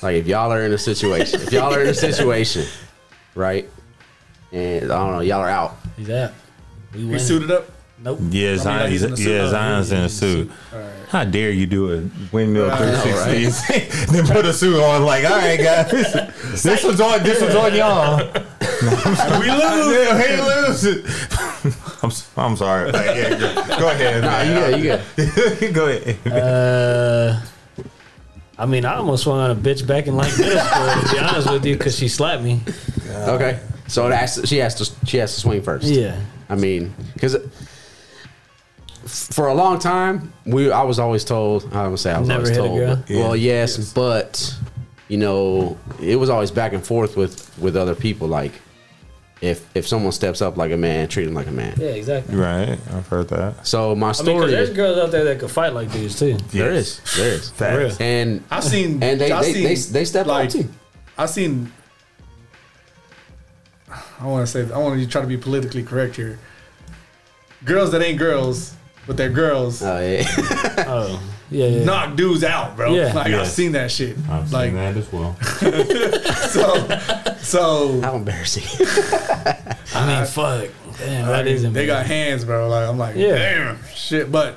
Like if y'all are in a situation, if y'all are in a situation, right? And I don't know, y'all are out. He's out. We we win. suited up. Nope. Yeah, Zion, like, he's in a suit. yeah, Oh, Zion's in a suit. How dare you do a windmill Right. I know, 360s? [laughs] then put a suit on. Like, all right, guys, [laughs] this one's on. This one's on y'all. [laughs] we lose. we lose. [laughs] I'm, s- I'm sorry. Like, yeah, go- go ahead. Nah, you good, you [laughs] good. good. [laughs] go ahead. Uh, I mean, I almost swung on a bitch back in like middle school. to be honest with you, because she slapped me. Uh-huh. Okay. So it has to, she has to she has to swing first. Yeah. I mean, because for a long time, we I was always told I would say I was Never always hit a told. girl? but- Well, yes, but you know, it was always back and forth with with other people. Like if if someone steps up like a man, treat him like a man. Yeah, exactly. Right, I've heard that. So my I mean, 'cause story, there's girls out there that could fight like dudes too. there is, there is, Facts. and [laughs] I've seen and they I've they, seen, they, they step like, up too. I've seen. I want to say I want to try to be politically correct here. Girls that ain't girls, but they're girls. Oh [laughs] yeah, Oh, yeah, yeah. knock dudes out, bro. Yeah. Like Yeah. I've seen that shit. I've like seen that as well. so, so how embarrassing. I mean, fuck. Damn, I that is mean, they got embarrassing. hands, bro. Like I'm like, Yeah. damn shit. But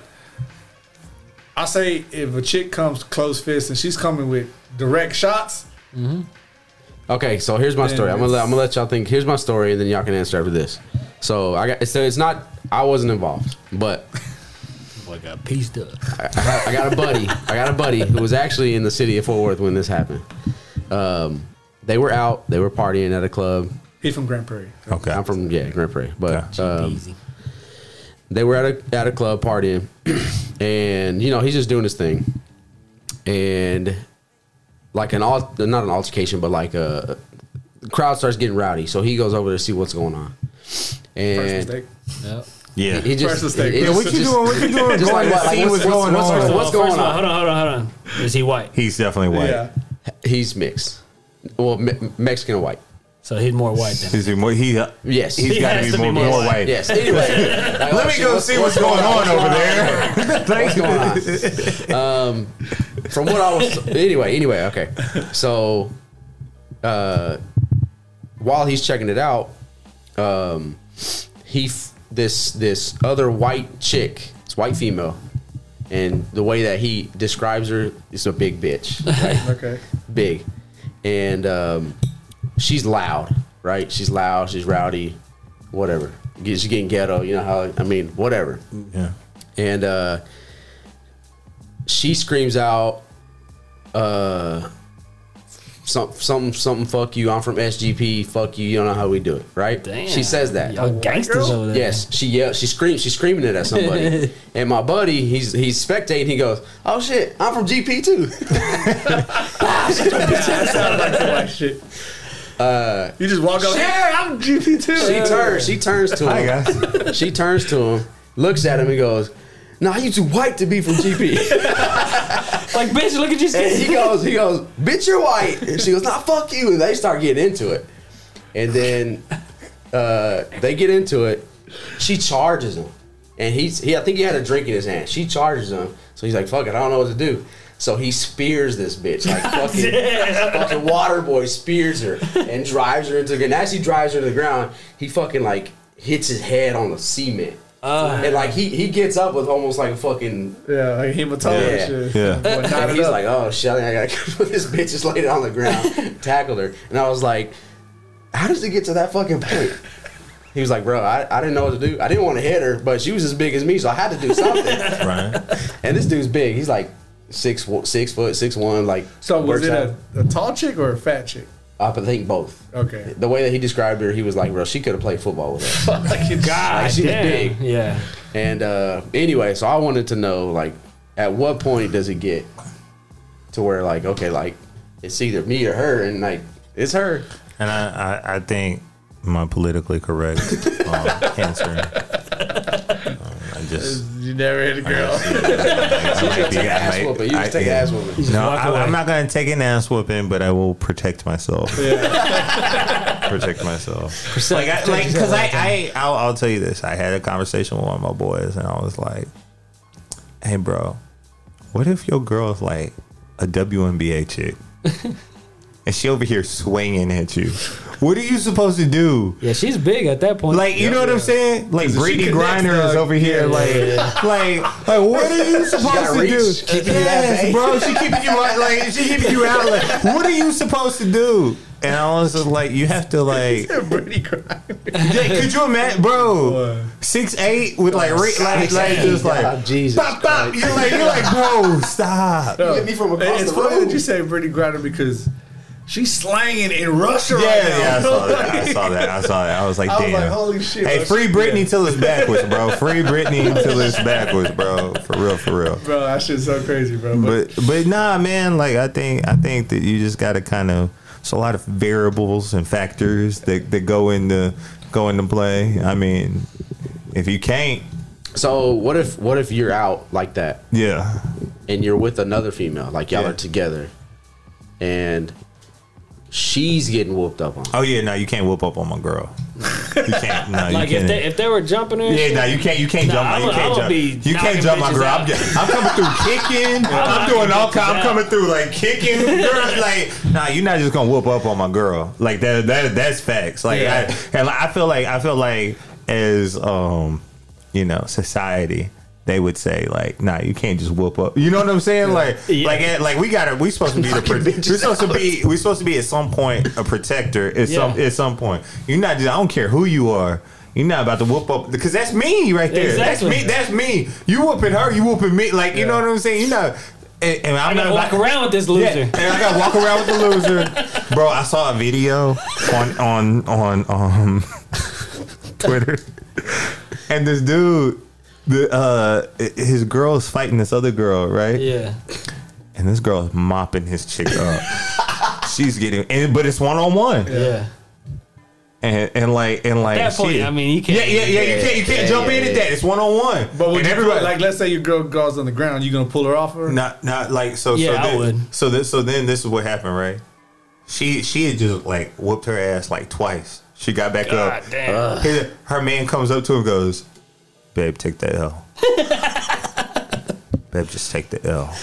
I say if a chick comes close fist and she's coming with direct shots, Okay, so here's my Then story. I'm gonna let, it's- I'm gonna let y'all think. Here's my story, and then y'all can answer after this. So I got so it's not I wasn't involved, but Boy, got pieced up. I, I got- I got a buddy. I got a buddy who was actually in the city of Fort Worth when this happened. Um, they were out. They were partying at a club. he from Grand Prairie. Okay, I'm from yeah Grand Prairie, but Yeah. um, Easy. they were at a at a club partying, [clears throat] and you know he's just doing his thing, and like an al- not an altercation, but like a the crowd starts getting rowdy. So he goes over to see what's going on, First and mistake. Yep. yeah. he just First mistake. it- it Yeah, just- what you just- doing? What you doing? Just Go like, and what, like see what's, what's- what's going what's- on. what's Well, going first of all, on? Hold on, hold on, hold on. Is he white? He's definitely white. Yeah. He's mixed, well me- Mexican and white. So he's more white than. Is he more? He Yes. He's He got to has be to be more, more more white. white. Yes. Anyway, like, [laughs] oh, Let me shit, go what's- see what's going on over there. what's going on? Um, from what I was anyway, anyway, okay. So, uh, while he's checking it out, um, he f- this this other white chick, this white female, and the way that he describes her is a big bitch, right? Okay. big, and um, she's loud, right? She's loud, she's rowdy, whatever. She's getting ghetto, you know how I mean, whatever Yeah. and uh, she screams out, uh, some something something. Fuck you! I'm from SGP. Fuck you! You don't know how we do it, right? Damn. She says that. [laughs] Y'all gangsters over there. Yes, she yells. She screams. She's screaming it at [laughs] somebody. and my buddy, he's he's spectating. He goes, "Oh shit! I'm from GP too." You just walk up. Yeah, I'm GP too. she turns. She turns to him. Hi guys. [laughs] She turns to him, looks at him, and goes, "Nah, you too white to be from [laughs] GP." Like, bitch, look at your And skin. he [laughs] goes, he goes, bitch, you're white. And she goes, nah, fuck you. And they start getting into it. And then uh, they get into it. She charges him, and he's he. I think he had a drink in his hand. She charges him, so he's like, "Fuck it, I don't know what to do." So he spears this bitch [laughs] like fucking, fucking water boy spears her and drives her into the. And as he drives her to the ground, he fucking like hits his head on the cement. Uh. and like he he gets up with almost like a fucking Yeah, like hematoma Yeah. shit. Yeah. Boy, knotted and [laughs] he's up. like, oh shit, I think I gotta [laughs] put this bitch just laid on [laughs] the ground, tackled her. And I was like, how does it get to that fucking point? He was like, bro, I, I didn't know what to do. I didn't want to hit her, but she was as big as me, so I had to [laughs] do something. Right. and this dude's big. He's like six wo- six foot, six one, like so was works it out. a, a tall chick or a fat chick? I think both. [laughs] Okay. The way that he described her, he was like, bro, she could have played football with [laughs] us. God Like, she was damn. big. Yeah. And uh, anyway, so I wanted to know like at what point does it get to where like okay like it's either me or her and like it's her. And I, I, I think my politically correct um, answer. Um, I just. You never hit a girl. Take an ass whooping. You just take an ass whooping. No, walk I, away. I'm not going to take an ass whooping, but I will protect myself. [laughs] protect myself. like, I, like, because I, I, I'll, I'll tell you this. I had a conversation with one of my boys, and I was like, "Hey, bro, what if your girl's like a WNBA chick, and she over here swinging at you? What are you supposed to do?" Yeah, she's big at that point. Like you know what I'm saying? Like Brittany she connects, Griner is dog. over here, like, like, [laughs] like, what are you supposed gotta to do? reach. Keeping you at bay. yes, bro, she keeping you out, like, she keeping you out. Like, what are you supposed to do? And I was just like, you have to like, Pretty [laughs] cry. like, could you [laughs] imagine, bro? Six eight with like, re- like, like, just God, like, Jesus. bop, bop. You're like, you're like, bro, stop. Hit me from across It's the funny road. that you say Brittany Griner because she's slanging in Russia right now. [laughs] Yeah, yeah, I saw that. I saw that. I saw that. I was like, I was damn. like, holy shit. Hey, bro. free Britney till it's backwards, bro. Free Britney [laughs] till it's backwards, bro. For real, for real. [laughs] Bro, that shit's so crazy, bro. But, But but nah, man. Like I think I think that you just got to kind of. It's a lot of variables and factors that, that go into go into play. I mean, if you can't, So what if what if you're out like that yeah, and you're with another female like y'all Yeah. are together and she's getting whooped up on. oh yeah, no, you can't whoop up on my girl. You can't. [laughs] No, Like you if can't. they if they were jumping her, yeah, no, you can't. You can't Nah, jump. my- I'ma- you can't I'ma jump. be You knocking can't jump my bitches girl. I'm, out. just- I'm coming through kicking. [laughs] I'm knocking doing all. bitches ki- I'm out. coming through like [laughs] kicking. Girl, like nah, you're not just gonna whoop up on my girl. Like that. That that's facts. Like Yeah. I, and like, I feel like I feel like as um you know society. They would say like, "Nah, you can't just whoop up." You know what I'm saying? Like, Yeah. like, eh, like we gotta. We supposed to be the. Pro- we're supposed to be. We're supposed to be at some point a protector. At Yeah. some at some point, you're not. Just, I don't care who you are. You're not about to whoop up because that's me right there. Exactly. That's me. That's me. You whooping her. You whooping me. Like you know what I'm saying. You know. And, and I'm I gotta not walk about- around with this Yeah, loser. and I gotta walk around with the [laughs] loser, bro. I saw a video on on on um [laughs] Twitter, and this dude, the uh, his girl's fighting this other girl, right? Yeah. And this girl's mopping his chick [laughs] up. She's getting, and, but it's one on one Yeah. and and like and like that point, shit. I mean, you can't- Yeah, yeah, yeah. You can't you can't yeah, jump yeah, in at yeah. that. It's one on one. but when and everybody, everybody like, let's say your girl goes on the ground, you gonna pull her off her? not not like so. Yeah, I so then, would. So then so then this is what happened, right? She she had just like whooped her ass like twice. She got back Oh, God up. damn. His- her man comes up to him and goes, "Babe, take that [laughs] L. Babe, just take the L.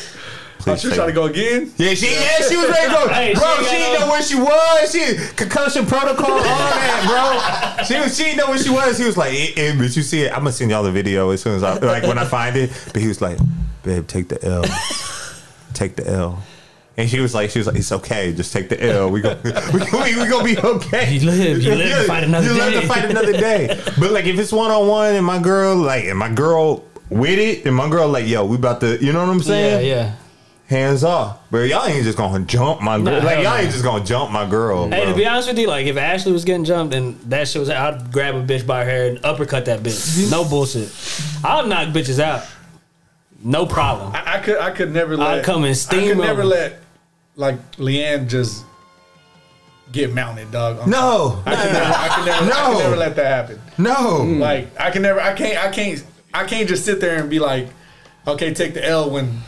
Please Oh, She take trying to go again? yeah, she yeah, she was ready to go. Hey, bro, she she, got didn't know no- where she was. She concussion [laughs] protocol, all that, bro. She was she didn't know where she was. He was like, eh, eh, but you see it, I'm gonna send y'all the video as soon as I like when I find it. But he was like, babe, take the L. Take the L. And she was like, she was like, it's okay, just take the L. [laughs] We go, we, we, we gonna be okay. You live, you live to fight another You live day. to fight another day. But like, if it's one on one, and my girl, like, and my girl with it, and my girl, like, yo, we about to, you know what I'm Yeah, saying? yeah. hands off, bro. Y'all ain't just gonna jump my girl. Nah, like hell y'all no. ain't just gonna jump my girl. Hey, to bro. be honest with you, like if Ashley was getting jumped and that shit was, I'd grab a bitch by her hair and uppercut that bitch. No bullshit. I'll knock bitches out. No problem. I, I could I could never let come and I steamroll could never them. let like Leanne just get mounted, dog. I'm- no, I could never, I could never, I No. could never let that happen. no. Like I can never I can't I can't I can't just sit there and be like, okay, take the L when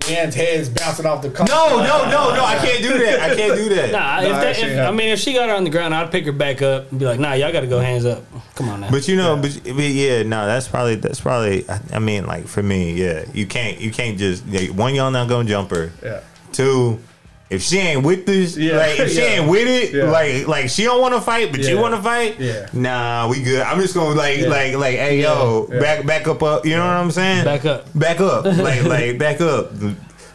Dan's head's bouncing off the car. No, no, no, no! I can't do that. I can't do that. Nah, if that, actually, if, yeah. I mean, if she got her on the ground, I'd pick her back up and be like, "Nah, y'all got to go hands up. Come on now." But you know, but, but yeah, no, that's probably that's probably. I, I mean, like for me, yeah, you can't you can't just yeah, one y'all not gonna jump her. Yeah. Two, if she ain't with this, Yeah. like if [laughs] she Yeah. ain't with it, Yeah. like like she don't want to fight, but you Yeah. want to fight. Yeah. Nah, we good. I'm just gonna like like like hey yo, Yeah. back back up up. You know what I'm saying? Back up. back [laughs] up, like like back up.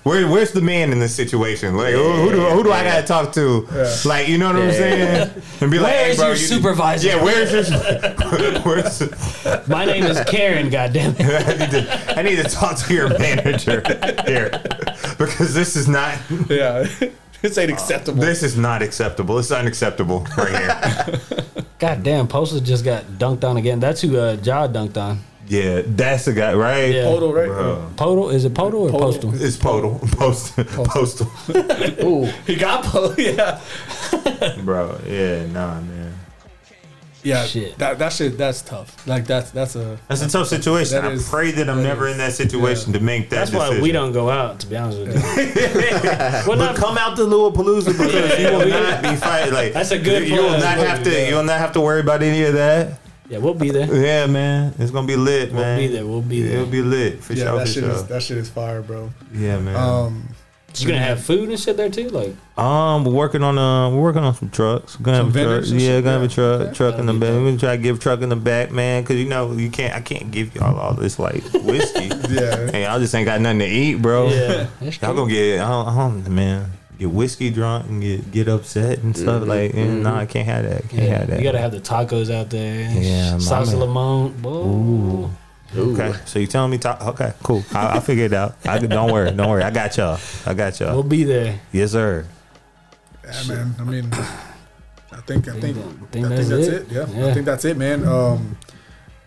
Where, where's the man in this situation? Like, who, who do, who do I gotta talk to? Like, you know what I'm Yeah. saying? And be like, Where's hey, bro, your you- supervisor? Yeah, where's your [laughs] where's? My name is Karen. goddamn it. I need to I need to talk to your manager [laughs] here because this is not Yeah. [laughs] this ain't acceptable. this is not acceptable. It's unacceptable [laughs] right here. Goddamn, Postal just got dunked on again. That's who uh, Ja dunked on. Yeah, that's the guy, right? Yeah. Hold on, right? Bro. Podal is it Podal or [laughs] Postal? It's Podal. Post, postal. [laughs] Ooh, He got po- yeah. Bro, yeah, nah, man. Yeah. Shit. That that shit that's tough. Like that's that's a That's a tough situation. That I is- pray that I'm that never is- in that situation to make that That's why decision. we don't go out. To be honest with you, well, But not, come out [laughs] to Palooza because you will we- [laughs] not be fighting. Like That's a good You will plan. not have to. You will not have to worry about any of that. yeah, we'll [laughs] be there. Yeah, man, it's gonna be lit, We'll man. be there. We'll be there. It'll be lit for yeah, sure. that for shit sure. is that shit is fire, bro. yeah, man. Um You gonna have food and shit there too, like Um, we're working on uh, we're working on some trucks. We're gonna Some have a truck. vendors and Yeah, shit? gonna have a Yeah. truck, truck in the That'll back. be We're gonna try to give truck in the back, man, because you know you can't. I can't give y'all all [laughs] this like whiskey. yeah. hey, I just ain't got nothing to [laughs] eat, bro. that's true. [laughs] Y'all gonna get I don't, I don't- man. Get whiskey drunk and get get upset and stuff like. yeah, Nah, I can't have that. I can't Mm-hmm. Yeah, have that. you gotta have the tacos out there. Yeah, salsa mama. limon. Ooh. Okay, so you telling me? Talk, okay, cool. I, I'll figure it out. I, don't worry, don't worry. I got y'all. I got We'll y'all. be there. Yes, sir. Yeah, man. I mean, I think I think that- I think that's, it. Yeah. I think that's it, man. Um,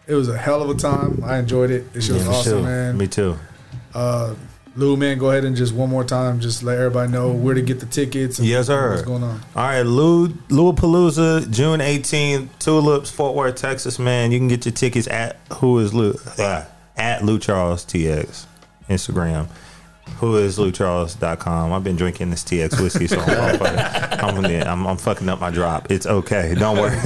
it was a hell of a time. I enjoyed it. This shit was me awesome, too. Me man. too. Uh, Lou, man, go ahead and just one more time, just let everybody know where to get the tickets. And Yes, sir. What's going on? All right, Lou Palooza, June 18th, Tulips, Fort Worth, Texas. Man, you can get your tickets at who is Lou uh, at Lou Charles TX Instagram. Who is LouCharles.com? I've been drinking this TX whiskey, so [laughs] I'm, fucking, I'm, gonna- I'm, I'm fucking up my drop. It's okay. Don't worry.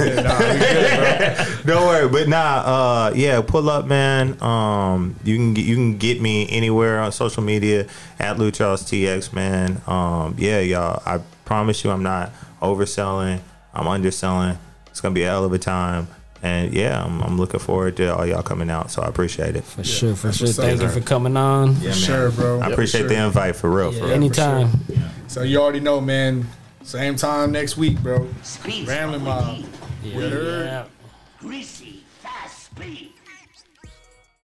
Don't worry, but nah, uh, yeah, pull up, man. Um, you can get, you can get me anywhere on social media at Lou Charles TX, man. Um, yeah, y'all, I promise you, I'm not overselling. I'm underselling. It's gonna be a hell of a time, and yeah, I'm, I'm looking forward to all y'all coming out. So I appreciate it. For sure, for that's sure. what's up, Thank you man. for coming on. For sure, bro. I appreciate the invite for real. Yeah, for real. anytime. So you already know, man. Same time next week, bro. Squeeze Rambling what we Mob. need. Yeah. Word. Greasy, fast speed.